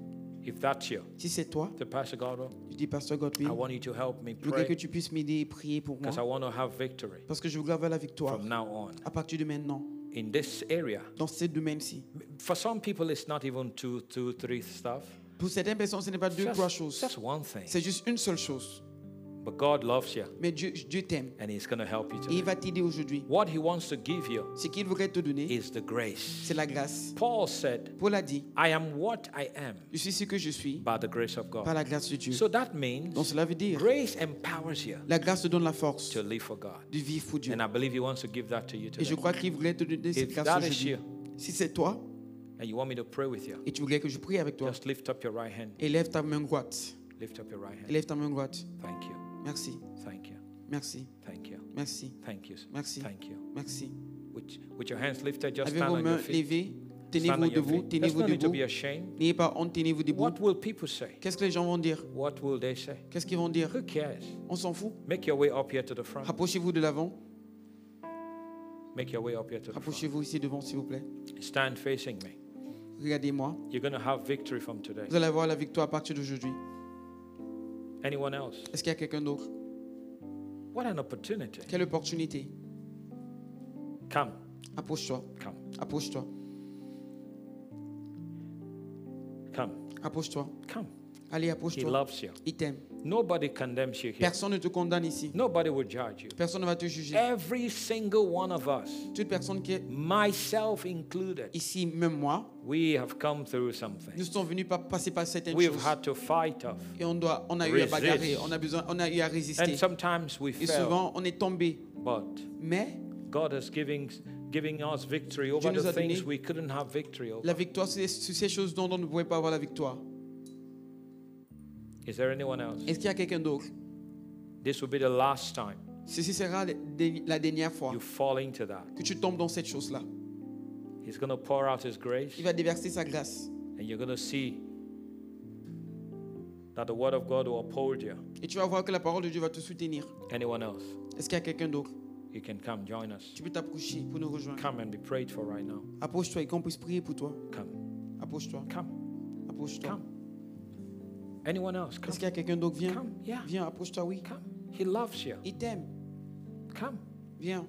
[SPEAKER 1] If that's you,
[SPEAKER 2] Si c'est toi,
[SPEAKER 1] to Pastor Godwell,
[SPEAKER 2] je dis, Pasteur
[SPEAKER 1] I
[SPEAKER 2] Godwin,
[SPEAKER 1] want you to help me
[SPEAKER 2] je voudrais que
[SPEAKER 1] pray
[SPEAKER 2] tu puisses m'aider et prier pour moi,
[SPEAKER 1] because I want to have victory
[SPEAKER 2] parce que je voudrais avoir la victoire
[SPEAKER 1] from now on
[SPEAKER 2] à partir de maintenant,
[SPEAKER 1] in this area.
[SPEAKER 2] dans ce domaine-ci.
[SPEAKER 1] For some people, it's not even two, two, three stuff.
[SPEAKER 2] Pour certaines personnes, ce n'est pas deux, trois
[SPEAKER 1] Just,
[SPEAKER 2] choses.
[SPEAKER 1] just one thing.
[SPEAKER 2] C'est juste une seule chose.
[SPEAKER 1] But God loves you
[SPEAKER 2] Mais Dieu, Dieu t'aime.
[SPEAKER 1] and He's going to help you
[SPEAKER 2] Et
[SPEAKER 1] today.
[SPEAKER 2] il va t'aider aujourd'hui.
[SPEAKER 1] What He wants to give you
[SPEAKER 2] Ce qu'il voudrait te donner,
[SPEAKER 1] is the grace.
[SPEAKER 2] c'est la grâce.
[SPEAKER 1] Paul said,
[SPEAKER 2] Paul a dit,
[SPEAKER 1] I am what I am
[SPEAKER 2] je suis ce que je suis
[SPEAKER 1] by the grace of
[SPEAKER 2] par
[SPEAKER 1] God.
[SPEAKER 2] la grâce de Dieu.
[SPEAKER 1] Bah, So that
[SPEAKER 2] Donc
[SPEAKER 1] means
[SPEAKER 2] cela veut dire,
[SPEAKER 1] grace empowers you
[SPEAKER 2] la grâce te donne la force
[SPEAKER 1] to live for God.
[SPEAKER 2] de vivre pour Dieu.
[SPEAKER 1] And I believe He wants to give that to you
[SPEAKER 2] Et je
[SPEAKER 1] today.
[SPEAKER 2] crois qu'il voudrait te donner cette
[SPEAKER 1] If that
[SPEAKER 2] grâce
[SPEAKER 1] is
[SPEAKER 2] aujourd'hui.
[SPEAKER 1] you
[SPEAKER 2] Si c'est toi,
[SPEAKER 1] and you want me to pray with you,
[SPEAKER 2] et tu voudrais que je prie avec toi,
[SPEAKER 1] just lift up your right hand.
[SPEAKER 2] élève ta main droite.
[SPEAKER 1] Lift up your right hand.
[SPEAKER 2] Élève ta main droite.
[SPEAKER 1] Thank you.
[SPEAKER 2] Merci,
[SPEAKER 1] Thank you.
[SPEAKER 2] merci,
[SPEAKER 1] Thank you.
[SPEAKER 2] merci,
[SPEAKER 1] Thank you.
[SPEAKER 2] Merci.
[SPEAKER 1] Thank you.
[SPEAKER 2] merci.
[SPEAKER 1] With, with your hands lifted, just
[SPEAKER 2] Avec
[SPEAKER 1] stand
[SPEAKER 2] vos
[SPEAKER 1] on your
[SPEAKER 2] mains
[SPEAKER 1] feet.
[SPEAKER 2] levées,
[SPEAKER 1] Stand on
[SPEAKER 2] tenez-vous
[SPEAKER 1] your
[SPEAKER 2] debout,
[SPEAKER 1] feet. There's
[SPEAKER 2] tenez-vous
[SPEAKER 1] no need to
[SPEAKER 2] debout.
[SPEAKER 1] be ashamed.
[SPEAKER 2] N'ayez pas honte, tenez-vous debout.
[SPEAKER 1] What will people say?
[SPEAKER 2] Qu'est-ce que les gens vont dire
[SPEAKER 1] What will they say?
[SPEAKER 2] Qu'est-ce qu'ils vont dire
[SPEAKER 1] Who cares?
[SPEAKER 2] On s'en fout.
[SPEAKER 1] Make your way up here to the front.
[SPEAKER 2] Rapprochez-vous de l'avant.
[SPEAKER 1] Make your way up here to the front.
[SPEAKER 2] Rapprochez-vous ici devant, s'il vous plaît.
[SPEAKER 1] Stand facing me.
[SPEAKER 2] Regardez-moi.
[SPEAKER 1] You're going to have victory from today.
[SPEAKER 2] Vous allez avoir la victoire à partir d'aujourd'hui.
[SPEAKER 1] Anyone else?
[SPEAKER 2] Est-ce qu'il y a quelqu'un d'autre
[SPEAKER 1] What an opportunity.
[SPEAKER 2] Quelle opportunité
[SPEAKER 1] Come,
[SPEAKER 2] Approche-toi.
[SPEAKER 1] come,
[SPEAKER 2] Approche-toi.
[SPEAKER 1] come,
[SPEAKER 2] Approche-toi.
[SPEAKER 1] come.
[SPEAKER 2] Allez,
[SPEAKER 1] He
[SPEAKER 2] approche-toi.
[SPEAKER 1] loves you.
[SPEAKER 2] Il t'aime.
[SPEAKER 1] Nobody condemns you here.
[SPEAKER 2] Personne ne te condamne ici.
[SPEAKER 1] Nobody will judge you.
[SPEAKER 2] Personne ne va te juger.
[SPEAKER 1] Every single one of us,
[SPEAKER 2] Toute personne qui est
[SPEAKER 1] myself included,
[SPEAKER 2] ici, même moi,
[SPEAKER 1] we have come through
[SPEAKER 2] nous
[SPEAKER 1] something.
[SPEAKER 2] sommes venus par- passer par certaines
[SPEAKER 1] We've
[SPEAKER 2] choses.
[SPEAKER 1] had to fight off.
[SPEAKER 2] Et on, doit, on a eu à
[SPEAKER 1] Resist.
[SPEAKER 2] bagarrer. On a, besoin, on a eu à résister.
[SPEAKER 1] And sometimes we
[SPEAKER 2] Et
[SPEAKER 1] fail.
[SPEAKER 2] souvent, on est tombé.
[SPEAKER 1] But
[SPEAKER 2] Mais
[SPEAKER 1] God has given, giving us victory over
[SPEAKER 2] Dieu nous
[SPEAKER 1] the
[SPEAKER 2] a donné
[SPEAKER 1] things we couldn't have victory over.
[SPEAKER 2] La victoire, c'est sur ces choses dont on ne pouvait pas avoir la victoire.
[SPEAKER 1] Is there anyone else?
[SPEAKER 2] Est-ce qu'il y a quelqu'un d'autre
[SPEAKER 1] This will be the last time
[SPEAKER 2] Ceci sera le- dé- la dernière fois
[SPEAKER 1] you fall into that.
[SPEAKER 2] que tu tombes dans cette chose-là.
[SPEAKER 1] He's going to pour out His grace,
[SPEAKER 2] Il va déverser sa grâce.
[SPEAKER 1] and you're going to see that the Word of God will uphold you.
[SPEAKER 2] Et tu vas voir que la parole de Dieu va te soutenir.
[SPEAKER 1] Anyone else?
[SPEAKER 2] Est-ce qu'il y a quelqu'un d'autre
[SPEAKER 1] You can come join us.
[SPEAKER 2] Tu peux t'approcher pour nous rejoindre.
[SPEAKER 1] Come and be prayed for right now.
[SPEAKER 2] Approche-toi et qu'on puisse prier pour toi.
[SPEAKER 1] Come,
[SPEAKER 2] Approche-toi.
[SPEAKER 1] come,
[SPEAKER 2] Approche-toi.
[SPEAKER 1] come. Anyone else? Come,
[SPEAKER 2] Est-ce qu'il y a quelqu'un d'autre Viens.
[SPEAKER 1] come, yeah,
[SPEAKER 2] Viens, approche-toi, oui.
[SPEAKER 1] come. He loves you.
[SPEAKER 2] Il t'aime.
[SPEAKER 1] Come.
[SPEAKER 2] Viens.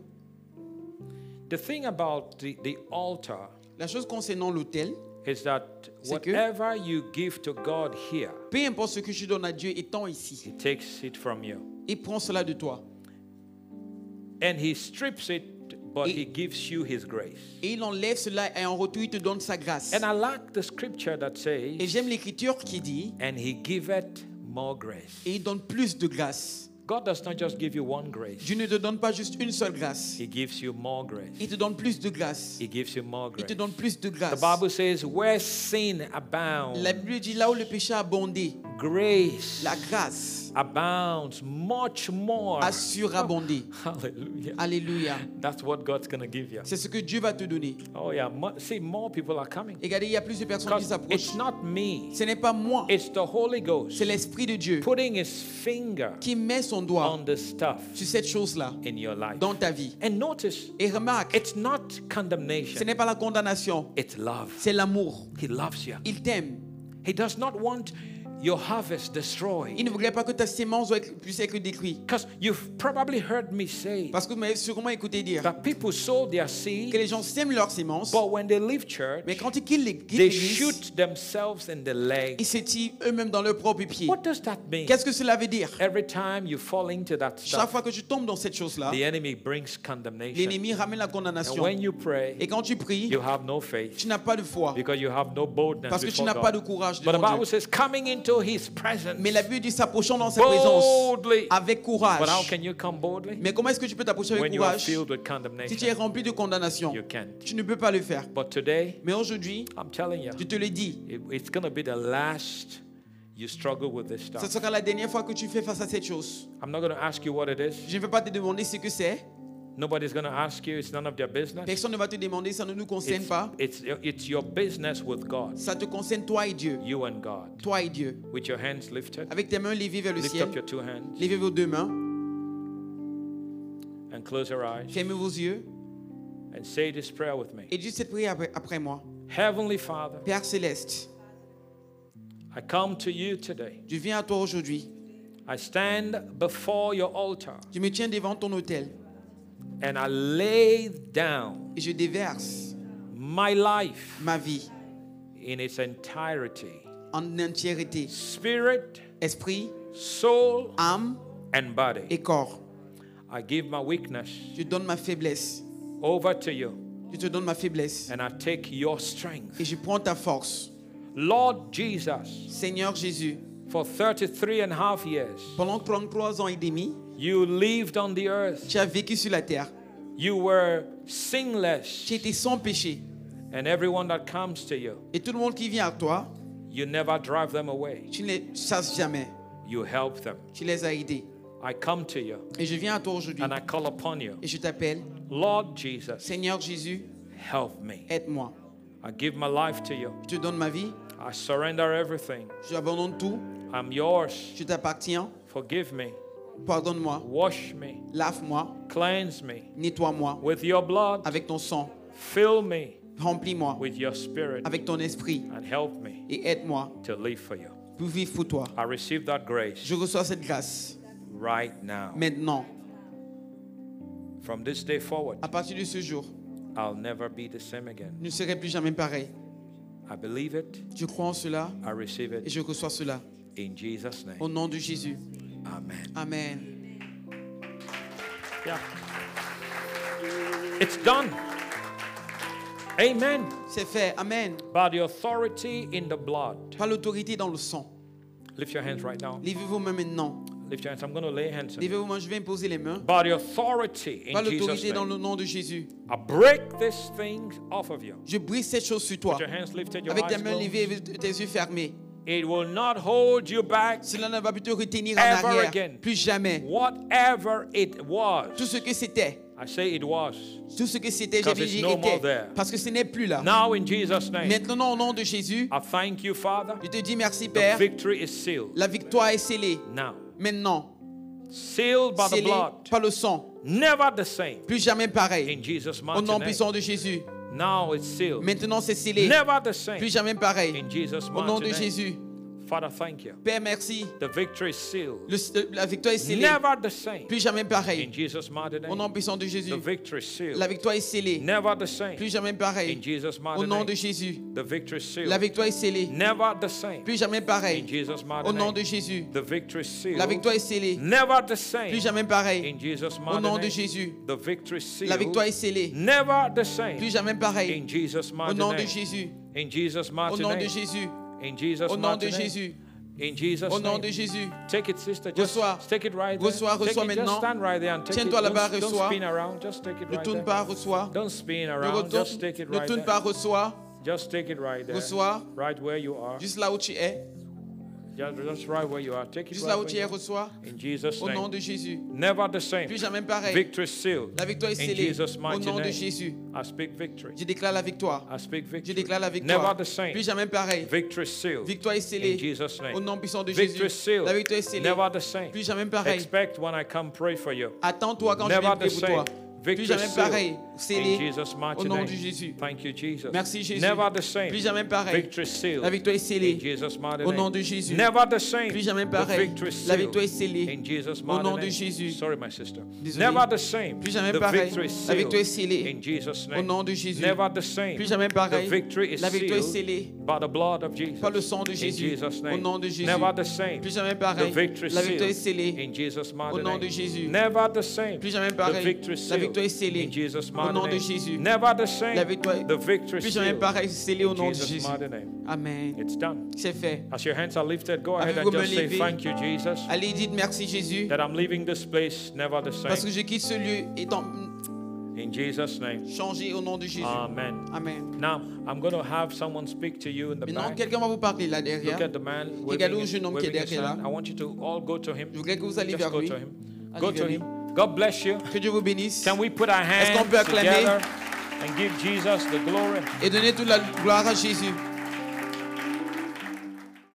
[SPEAKER 1] The thing about the, the altar
[SPEAKER 2] La chose concernant l'autel,
[SPEAKER 1] is that
[SPEAKER 2] C'est que-
[SPEAKER 1] whatever you give to God here,
[SPEAKER 2] peu importe ce que tu donnes à Dieu étant ici,
[SPEAKER 1] He takes it from you.
[SPEAKER 2] il prend cela de toi.
[SPEAKER 1] And He strips it, but
[SPEAKER 2] Et-
[SPEAKER 1] He gives you His grace.
[SPEAKER 2] Et il enlève cela et en retour, il te donne sa grâce.
[SPEAKER 1] And I like the scripture that
[SPEAKER 2] Et
[SPEAKER 1] says,
[SPEAKER 2] j'aime l'écriture qui dit,
[SPEAKER 1] and He giveth more grace.
[SPEAKER 2] et il donne plus de grâce.
[SPEAKER 1] God does not just give you one grace,
[SPEAKER 2] Dieu ne te donne pas juste une seule grâce.
[SPEAKER 1] He gives you more grace.
[SPEAKER 2] Il te donne plus de grâce.
[SPEAKER 1] He gives you more
[SPEAKER 2] Il
[SPEAKER 1] grace.
[SPEAKER 2] te donne plus de
[SPEAKER 1] The
[SPEAKER 2] grâce.
[SPEAKER 1] Bible says, where sin abounds,
[SPEAKER 2] La Bible dit là où le péché a abondé,
[SPEAKER 1] grace
[SPEAKER 2] la grâce
[SPEAKER 1] abounds much more.
[SPEAKER 2] a surabondé.
[SPEAKER 1] Hallelujah.
[SPEAKER 2] Alléluia.
[SPEAKER 1] That's what God's going to give you.
[SPEAKER 2] C'est ce que Dieu va te donner.
[SPEAKER 1] Oh, yeah. Mo- See, more people are coming.
[SPEAKER 2] Et regardez, il y a plus de personnes
[SPEAKER 1] Because
[SPEAKER 2] qui s'approchent.
[SPEAKER 1] it's not me,
[SPEAKER 2] Ce n'est pas moi,
[SPEAKER 1] it's the Holy Ghost
[SPEAKER 2] c'est l'Esprit de Dieu
[SPEAKER 1] putting his finger
[SPEAKER 2] qui met son doigt
[SPEAKER 1] on the stuff
[SPEAKER 2] sur cette chose-là
[SPEAKER 1] in your life.
[SPEAKER 2] dans ta vie.
[SPEAKER 1] And notice,
[SPEAKER 2] Et remarque,
[SPEAKER 1] it's not
[SPEAKER 2] ce
[SPEAKER 1] condemnation,
[SPEAKER 2] n'est pas la condamnation,
[SPEAKER 1] it's love.
[SPEAKER 2] c'est l'amour.
[SPEAKER 1] He loves you.
[SPEAKER 2] Il t'aime.
[SPEAKER 1] He does not want your harvest destroyed.
[SPEAKER 2] Il ne voudrait pas que ta sémence soit- puisse être détruite.
[SPEAKER 1] Because you've probably heard me say
[SPEAKER 2] Parce que vous m'avez sûrement écouté dire
[SPEAKER 1] that people sow their
[SPEAKER 2] que
[SPEAKER 1] seed,
[SPEAKER 2] les gens sèment leur sémence,
[SPEAKER 1] but when they leave church,
[SPEAKER 2] mais quand ils quittent l'é- quittent
[SPEAKER 1] they
[SPEAKER 2] l'église,
[SPEAKER 1] shoot themselves in the leg.
[SPEAKER 2] ils se tirent eux-mêmes dans leurs propres pieds.
[SPEAKER 1] What does that mean?
[SPEAKER 2] Qu'est-ce que cela veut dire
[SPEAKER 1] Every time you fall into that
[SPEAKER 2] Chaque
[SPEAKER 1] stuff,
[SPEAKER 2] fois que tu tombes dans cette chose-là,
[SPEAKER 1] the enemy brings condemnation.
[SPEAKER 2] l'ennemi ramène la
[SPEAKER 1] And
[SPEAKER 2] condamnation.
[SPEAKER 1] when you pray,
[SPEAKER 2] Et quand tu pries,
[SPEAKER 1] you have no faith
[SPEAKER 2] tu n'as pas de foi.
[SPEAKER 1] because you have no boldness
[SPEAKER 2] Parce que tu
[SPEAKER 1] before
[SPEAKER 2] n'as pas de
[SPEAKER 1] God.
[SPEAKER 2] courage
[SPEAKER 1] But the
[SPEAKER 2] devant
[SPEAKER 1] Bible
[SPEAKER 2] Dieu.
[SPEAKER 1] says, coming into His presence.
[SPEAKER 2] Mais la Bible dit s'approchant dans sa présence
[SPEAKER 1] Boldly.
[SPEAKER 2] avec
[SPEAKER 1] But how
[SPEAKER 2] courage.
[SPEAKER 1] can you come boldly?
[SPEAKER 2] Mais comment est-ce que tu peux t'approcher avec
[SPEAKER 1] When you are
[SPEAKER 2] courage
[SPEAKER 1] filled with
[SPEAKER 2] si tu es
[SPEAKER 1] condemnation,
[SPEAKER 2] rempli de condamnation
[SPEAKER 1] you can't.
[SPEAKER 2] Tu ne peux pas le faire.
[SPEAKER 1] But today,
[SPEAKER 2] Mais aujourd'hui,
[SPEAKER 1] I'm telling you,
[SPEAKER 2] je te le dis,
[SPEAKER 1] it- it's going to be the last you struggle with this
[SPEAKER 2] ce
[SPEAKER 1] stuff.
[SPEAKER 2] sera la dernière fois que tu fais face à cette chose.
[SPEAKER 1] I'm not going to ask you what it is.
[SPEAKER 2] Je ne vais pas te demander ce que c'est.
[SPEAKER 1] Nobody's going to ask you. It's none of their business.
[SPEAKER 2] Personne ne va te demander, ça ne nous concerne
[SPEAKER 1] It's,
[SPEAKER 2] pas.
[SPEAKER 1] it's, it's your business with God,
[SPEAKER 2] Ça te concerne toi et Dieu.
[SPEAKER 1] you and God.
[SPEAKER 2] Toi et Dieu.
[SPEAKER 1] With your hands lifted,
[SPEAKER 2] Avec tes mains levées vers le
[SPEAKER 1] lift up your
[SPEAKER 2] ciel,
[SPEAKER 1] two hands
[SPEAKER 2] levez vos deux mains,
[SPEAKER 1] and close your eyes
[SPEAKER 2] fermez vos yeux
[SPEAKER 1] and say this prayer with me.
[SPEAKER 2] et dites cette prière après, après moi.
[SPEAKER 1] Heavenly Father,
[SPEAKER 2] Père céleste,
[SPEAKER 1] I come to you today.
[SPEAKER 2] je viens à toi aujourd'hui.
[SPEAKER 1] I stand before your altar
[SPEAKER 2] Je me tiens devant ton autel
[SPEAKER 1] and I lay down
[SPEAKER 2] et je déverse
[SPEAKER 1] my life
[SPEAKER 2] ma vie
[SPEAKER 1] in its entirety
[SPEAKER 2] en entièreté,
[SPEAKER 1] spirit,
[SPEAKER 2] esprit,
[SPEAKER 1] soul,
[SPEAKER 2] âme
[SPEAKER 1] and body.
[SPEAKER 2] et corps.
[SPEAKER 1] I give my weakness
[SPEAKER 2] Je donne ma faiblesse.
[SPEAKER 1] over to you
[SPEAKER 2] Je te donne ma faiblesse
[SPEAKER 1] and I take your strength.
[SPEAKER 2] et je prends ta force.
[SPEAKER 1] Lord Jesus,
[SPEAKER 2] Seigneur Jésus,
[SPEAKER 1] For 33 and a half years,
[SPEAKER 2] pendant 33 ans et demi,
[SPEAKER 1] you lived on the earth.
[SPEAKER 2] tu as vécu sur la terre.
[SPEAKER 1] You were sinless.
[SPEAKER 2] Tu étais sans péché.
[SPEAKER 1] And everyone that comes to you,
[SPEAKER 2] Et tout le monde qui vient à toi,
[SPEAKER 1] you never drive them away.
[SPEAKER 2] tu ne les chasses jamais.
[SPEAKER 1] You help them.
[SPEAKER 2] Tu les as aidés.
[SPEAKER 1] I come to you
[SPEAKER 2] Et je viens à toi aujourd'hui
[SPEAKER 1] and I call upon you.
[SPEAKER 2] et je t'appelle.
[SPEAKER 1] Lord Jesus,
[SPEAKER 2] Seigneur Jésus,
[SPEAKER 1] help me.
[SPEAKER 2] aide-moi.
[SPEAKER 1] I give my life to you.
[SPEAKER 2] Je te donne ma vie.
[SPEAKER 1] I surrender everything.
[SPEAKER 2] J'abandonne tout.
[SPEAKER 1] I'm yours.
[SPEAKER 2] Je t'appartiens.
[SPEAKER 1] Forgive me.
[SPEAKER 2] Pardonne-moi.
[SPEAKER 1] Wash me.
[SPEAKER 2] Lave-moi.
[SPEAKER 1] Cleanse me
[SPEAKER 2] Nettoie-moi
[SPEAKER 1] with your blood.
[SPEAKER 2] avec ton sang.
[SPEAKER 1] Fill me
[SPEAKER 2] Remplis-moi
[SPEAKER 1] with your spirit
[SPEAKER 2] avec ton esprit
[SPEAKER 1] and help me
[SPEAKER 2] et aide-moi
[SPEAKER 1] to live for you.
[SPEAKER 2] pour vivre pour toi.
[SPEAKER 1] I receive that grace.
[SPEAKER 2] Je reçois cette grâce
[SPEAKER 1] right now.
[SPEAKER 2] maintenant.
[SPEAKER 1] From this day forward,
[SPEAKER 2] À partir de ce jour,
[SPEAKER 1] I'll never be the same again.
[SPEAKER 2] je ne serai plus jamais pareil.
[SPEAKER 1] I believe it,
[SPEAKER 2] Je crois en cela
[SPEAKER 1] I receive
[SPEAKER 2] et
[SPEAKER 1] it
[SPEAKER 2] je reçois cela.
[SPEAKER 1] in Jesus'
[SPEAKER 2] Au
[SPEAKER 1] name.
[SPEAKER 2] nom de Jésus.
[SPEAKER 1] Amen.
[SPEAKER 2] Amen.
[SPEAKER 1] Yeah. It's done. Amen.
[SPEAKER 2] C'est fait. Amen.
[SPEAKER 1] By the authority in the blood.
[SPEAKER 2] Par l'autorité dans le sang.
[SPEAKER 1] Lift your hands right now.
[SPEAKER 2] Levez-vous mains maintenant.
[SPEAKER 1] Lift your hands. I'm going to lay hands on you.
[SPEAKER 2] Levez-vous, je vais imposer les mains.
[SPEAKER 1] By the authority
[SPEAKER 2] Par
[SPEAKER 1] in Jesus'
[SPEAKER 2] l'autorité dans
[SPEAKER 1] name,
[SPEAKER 2] le nom de Jésus.
[SPEAKER 1] I break these things off of you.
[SPEAKER 2] Je brise cette chose sur toi.
[SPEAKER 1] With your hands lifted, your
[SPEAKER 2] Avec tes
[SPEAKER 1] eyes
[SPEAKER 2] mains
[SPEAKER 1] closed.
[SPEAKER 2] levées et tes yeux fermés.
[SPEAKER 1] It will not hold you back.
[SPEAKER 2] Cela ne va plus te retenir en
[SPEAKER 1] Ever
[SPEAKER 2] arrière.
[SPEAKER 1] again.
[SPEAKER 2] Plus jamais.
[SPEAKER 1] Whatever it was,
[SPEAKER 2] Tout ce que c'était,
[SPEAKER 1] I say it was.
[SPEAKER 2] tout ce que c'était, j'ai
[SPEAKER 1] Because it's
[SPEAKER 2] dit
[SPEAKER 1] no more
[SPEAKER 2] était.
[SPEAKER 1] there.
[SPEAKER 2] Parce que ce n'est plus là.
[SPEAKER 1] Now in Jesus' name,
[SPEAKER 2] Ah. Maintenant, au nom de Jésus,
[SPEAKER 1] I thank you, Father.
[SPEAKER 2] je te dis merci,
[SPEAKER 1] The
[SPEAKER 2] Père.
[SPEAKER 1] victory is sealed
[SPEAKER 2] La victoire est scellée.
[SPEAKER 1] now.
[SPEAKER 2] Maintenant,
[SPEAKER 1] Sealed by the
[SPEAKER 2] scellée
[SPEAKER 1] blood.
[SPEAKER 2] par le sang.
[SPEAKER 1] Never the same.
[SPEAKER 2] Plus jamais
[SPEAKER 1] In
[SPEAKER 2] pareil.
[SPEAKER 1] Jesus'
[SPEAKER 2] Au
[SPEAKER 1] mighty
[SPEAKER 2] nom
[SPEAKER 1] name.
[SPEAKER 2] puissant de Jésus.
[SPEAKER 1] Now it's sealed.
[SPEAKER 2] Maintenant, c'est scellé.
[SPEAKER 1] Never the
[SPEAKER 2] Plus
[SPEAKER 1] same.
[SPEAKER 2] jamais pareil.
[SPEAKER 1] In Jesus'
[SPEAKER 2] Au nom de
[SPEAKER 1] mighty name.
[SPEAKER 2] Jésus.
[SPEAKER 1] Father, thank you.
[SPEAKER 2] Père, merci.
[SPEAKER 1] The victory is sealed.
[SPEAKER 2] Le- euh, la victoire est scellée.
[SPEAKER 1] Never the same.
[SPEAKER 2] Plus jamais
[SPEAKER 1] In
[SPEAKER 2] pareil.
[SPEAKER 1] Jesus' mighty
[SPEAKER 2] Au nom
[SPEAKER 1] name.
[SPEAKER 2] puissant de Jésus.
[SPEAKER 1] The victory is
[SPEAKER 2] La
[SPEAKER 1] sealed.
[SPEAKER 2] victoire est scellée.
[SPEAKER 1] Never the
[SPEAKER 2] Plus
[SPEAKER 1] same.
[SPEAKER 2] jamais
[SPEAKER 1] In
[SPEAKER 2] pareil.
[SPEAKER 1] Jesus'
[SPEAKER 2] Au
[SPEAKER 1] mighty
[SPEAKER 2] nom de
[SPEAKER 1] name.
[SPEAKER 2] Jésus.
[SPEAKER 1] The victory is
[SPEAKER 2] La
[SPEAKER 1] sealed.
[SPEAKER 2] victoire est scellée.
[SPEAKER 1] Never the same.
[SPEAKER 2] Plus jamais
[SPEAKER 1] In
[SPEAKER 2] pareil.
[SPEAKER 1] Jesus' mighty
[SPEAKER 2] Au nom de
[SPEAKER 1] name.
[SPEAKER 2] Jésus.
[SPEAKER 1] The victory is
[SPEAKER 2] La
[SPEAKER 1] sealed.
[SPEAKER 2] victoire est scellée.
[SPEAKER 1] Never the same.
[SPEAKER 2] Plus jamais pareil.
[SPEAKER 1] In Jesus'
[SPEAKER 2] Au
[SPEAKER 1] mighty
[SPEAKER 2] nom de
[SPEAKER 1] name.
[SPEAKER 2] Jésus.
[SPEAKER 1] The victory is
[SPEAKER 2] La victoire est
[SPEAKER 1] sealed.
[SPEAKER 2] scellée.
[SPEAKER 1] Never the
[SPEAKER 2] Plus
[SPEAKER 1] same.
[SPEAKER 2] jamais
[SPEAKER 1] In
[SPEAKER 2] pareil.
[SPEAKER 1] Jesus'
[SPEAKER 2] Au
[SPEAKER 1] mighty
[SPEAKER 2] nom de
[SPEAKER 1] name.
[SPEAKER 2] Jésus.
[SPEAKER 1] In Jesus'
[SPEAKER 2] Au
[SPEAKER 1] mighty
[SPEAKER 2] nom de
[SPEAKER 1] name.
[SPEAKER 2] Jésus.
[SPEAKER 1] In Jesus'
[SPEAKER 2] Au nom de
[SPEAKER 1] mighty name.
[SPEAKER 2] Jésus.
[SPEAKER 1] In Jesus'
[SPEAKER 2] Au nom de
[SPEAKER 1] name.
[SPEAKER 2] Jésus.
[SPEAKER 1] Take it, sister. Just
[SPEAKER 2] Reçois.
[SPEAKER 1] take it right there.
[SPEAKER 2] Reçois,
[SPEAKER 1] Take
[SPEAKER 2] reçois
[SPEAKER 1] it.
[SPEAKER 2] maintenant.
[SPEAKER 1] Just stand right there and take
[SPEAKER 2] Tiens-toi
[SPEAKER 1] it.
[SPEAKER 2] là-bas,
[SPEAKER 1] Don't, don't
[SPEAKER 2] reçois.
[SPEAKER 1] spin around. Just take it
[SPEAKER 2] Ne
[SPEAKER 1] right there.
[SPEAKER 2] tourne pas, reçois.
[SPEAKER 1] Don't spin
[SPEAKER 2] Ne,
[SPEAKER 1] around.
[SPEAKER 2] retourne,
[SPEAKER 1] Just take it
[SPEAKER 2] ne
[SPEAKER 1] right
[SPEAKER 2] tourne
[SPEAKER 1] there.
[SPEAKER 2] pas, reçois.
[SPEAKER 1] Just take it right there.
[SPEAKER 2] Reçois.
[SPEAKER 1] Right where you are.
[SPEAKER 2] Juste là où tu es.
[SPEAKER 1] Just, just right where you are. Take it
[SPEAKER 2] Juste
[SPEAKER 1] right
[SPEAKER 2] là où
[SPEAKER 1] where
[SPEAKER 2] tu
[SPEAKER 1] you
[SPEAKER 2] es,
[SPEAKER 1] are.
[SPEAKER 2] reçois.
[SPEAKER 1] In Jesus'
[SPEAKER 2] Au nom
[SPEAKER 1] name.
[SPEAKER 2] de Jésus.
[SPEAKER 1] Never the same.
[SPEAKER 2] Plus jamais pareil.
[SPEAKER 1] Victory sealed.
[SPEAKER 2] La victoire est
[SPEAKER 1] In
[SPEAKER 2] scellée.
[SPEAKER 1] Jesus'
[SPEAKER 2] Au
[SPEAKER 1] mighty
[SPEAKER 2] nom de
[SPEAKER 1] name.
[SPEAKER 2] Jésus.
[SPEAKER 1] I speak victory.
[SPEAKER 2] Je déclare la victoire.
[SPEAKER 1] I speak
[SPEAKER 2] Je
[SPEAKER 1] victory.
[SPEAKER 2] déclare la
[SPEAKER 1] Never
[SPEAKER 2] victoire.
[SPEAKER 1] the same.
[SPEAKER 2] Plus jamais pareil.
[SPEAKER 1] Victory sealed.
[SPEAKER 2] Victoire est
[SPEAKER 1] In
[SPEAKER 2] scellée.
[SPEAKER 1] Jesus' name.
[SPEAKER 2] Au nom puissant de Jésus.
[SPEAKER 1] Victory sealed.
[SPEAKER 2] La victoire est scellée.
[SPEAKER 1] Never the same.
[SPEAKER 2] Plus jamais pareil.
[SPEAKER 1] Expect when I come pray for you.
[SPEAKER 2] Attends-toi quand je
[SPEAKER 1] Never
[SPEAKER 2] viens
[SPEAKER 1] the
[SPEAKER 2] prier pour toi.
[SPEAKER 1] same.
[SPEAKER 2] Plus
[SPEAKER 1] Victory
[SPEAKER 2] jamais
[SPEAKER 1] sealed.
[SPEAKER 2] pareil.
[SPEAKER 1] In
[SPEAKER 2] Scellé.
[SPEAKER 1] Jesus'
[SPEAKER 2] Au
[SPEAKER 1] mighty
[SPEAKER 2] nom de
[SPEAKER 1] name.
[SPEAKER 2] Jésus.
[SPEAKER 1] Thank you, Jesus.
[SPEAKER 2] Merci Jésus.
[SPEAKER 1] Never the same.
[SPEAKER 2] Plus jamais pareil.
[SPEAKER 1] Victory sealed.
[SPEAKER 2] La victoire est scellée.
[SPEAKER 1] In Jesus' mighty
[SPEAKER 2] Au
[SPEAKER 1] name.
[SPEAKER 2] nom de Jésus.
[SPEAKER 1] Never the same.
[SPEAKER 2] Plus jamais
[SPEAKER 1] The
[SPEAKER 2] pareil.
[SPEAKER 1] victory
[SPEAKER 2] La
[SPEAKER 1] sealed.
[SPEAKER 2] victoire est scellée.
[SPEAKER 1] In Jesus'
[SPEAKER 2] Au
[SPEAKER 1] mighty
[SPEAKER 2] nom de
[SPEAKER 1] name.
[SPEAKER 2] Jésus.
[SPEAKER 1] Sorry, my sister.
[SPEAKER 2] Désolé.
[SPEAKER 1] Never the same.
[SPEAKER 2] Plus jamais
[SPEAKER 1] the
[SPEAKER 2] pareil.
[SPEAKER 1] victory is
[SPEAKER 2] La victoire est
[SPEAKER 1] sealed.
[SPEAKER 2] scellée.
[SPEAKER 1] In Jesus' name.
[SPEAKER 2] Au nom de Jésus.
[SPEAKER 1] Never the same.
[SPEAKER 2] Plus jamais
[SPEAKER 1] The
[SPEAKER 2] pareil.
[SPEAKER 1] victory is
[SPEAKER 2] La victoire est
[SPEAKER 1] sealed
[SPEAKER 2] scellée.
[SPEAKER 1] By the blood of Jesus.
[SPEAKER 2] Par le sang de
[SPEAKER 1] In
[SPEAKER 2] Jésus.
[SPEAKER 1] Jesus'
[SPEAKER 2] Au
[SPEAKER 1] name.
[SPEAKER 2] nom de Jésus.
[SPEAKER 1] Never the same.
[SPEAKER 2] Plus jamais
[SPEAKER 1] The
[SPEAKER 2] pareil.
[SPEAKER 1] victory is
[SPEAKER 2] La victoire est
[SPEAKER 1] sealed.
[SPEAKER 2] scellée.
[SPEAKER 1] In Jesus' mighty
[SPEAKER 2] Au nom
[SPEAKER 1] name.
[SPEAKER 2] de Jésus.
[SPEAKER 1] Never the same.
[SPEAKER 2] Plus jamais
[SPEAKER 1] The
[SPEAKER 2] pareil.
[SPEAKER 1] victory is
[SPEAKER 2] La victoire est
[SPEAKER 1] sealed.
[SPEAKER 2] scellée.
[SPEAKER 1] In Jesus'
[SPEAKER 2] Au
[SPEAKER 1] mighty
[SPEAKER 2] nom de
[SPEAKER 1] name.
[SPEAKER 2] Jésus.
[SPEAKER 1] Never the same.
[SPEAKER 2] La victoire est-
[SPEAKER 1] The victory is
[SPEAKER 2] Plus jamais
[SPEAKER 1] sealed.
[SPEAKER 2] pareil. Scellé au
[SPEAKER 1] In
[SPEAKER 2] nom de
[SPEAKER 1] Jesus'
[SPEAKER 2] Jésus.
[SPEAKER 1] mighty name.
[SPEAKER 2] Amen.
[SPEAKER 1] It's done.
[SPEAKER 2] C'est fait.
[SPEAKER 1] As your hands are lifted, go ahead
[SPEAKER 2] Avec
[SPEAKER 1] and
[SPEAKER 2] vos mains
[SPEAKER 1] just say
[SPEAKER 2] levées.
[SPEAKER 1] thank you, Jesus,
[SPEAKER 2] Allez, dites merci Jésus.
[SPEAKER 1] that I'm leaving this place never the
[SPEAKER 2] Parce
[SPEAKER 1] same.
[SPEAKER 2] que je quitte ce lieu étant
[SPEAKER 1] In Jesus' name.
[SPEAKER 2] changé au nom de
[SPEAKER 1] Ah.
[SPEAKER 2] Jésus.
[SPEAKER 1] Amen.
[SPEAKER 2] Amen.
[SPEAKER 1] Now, I'm going to have someone speak to you in the
[SPEAKER 2] Maintenant,
[SPEAKER 1] back.
[SPEAKER 2] quelqu'un va vous parler là
[SPEAKER 1] Look
[SPEAKER 2] derrière.
[SPEAKER 1] at the man.
[SPEAKER 2] Regardez
[SPEAKER 1] waving
[SPEAKER 2] au
[SPEAKER 1] his-
[SPEAKER 2] jeune homme qui est
[SPEAKER 1] waving his
[SPEAKER 2] derrière
[SPEAKER 1] hand.
[SPEAKER 2] là.
[SPEAKER 1] I want you to all go to him.
[SPEAKER 2] Je voudrais que vous alliez
[SPEAKER 1] Just
[SPEAKER 2] vers
[SPEAKER 1] go
[SPEAKER 2] lui.
[SPEAKER 1] to him.
[SPEAKER 2] Allez
[SPEAKER 1] Go to
[SPEAKER 2] vers lui.
[SPEAKER 1] him. God bless you.
[SPEAKER 2] Que Dieu vous bénisse.
[SPEAKER 1] Can we put our
[SPEAKER 2] qu'on
[SPEAKER 1] hands
[SPEAKER 2] peut acclamer?
[SPEAKER 1] together and give Jesus the glory?
[SPEAKER 2] Et donnez toute la gloire à Jésus.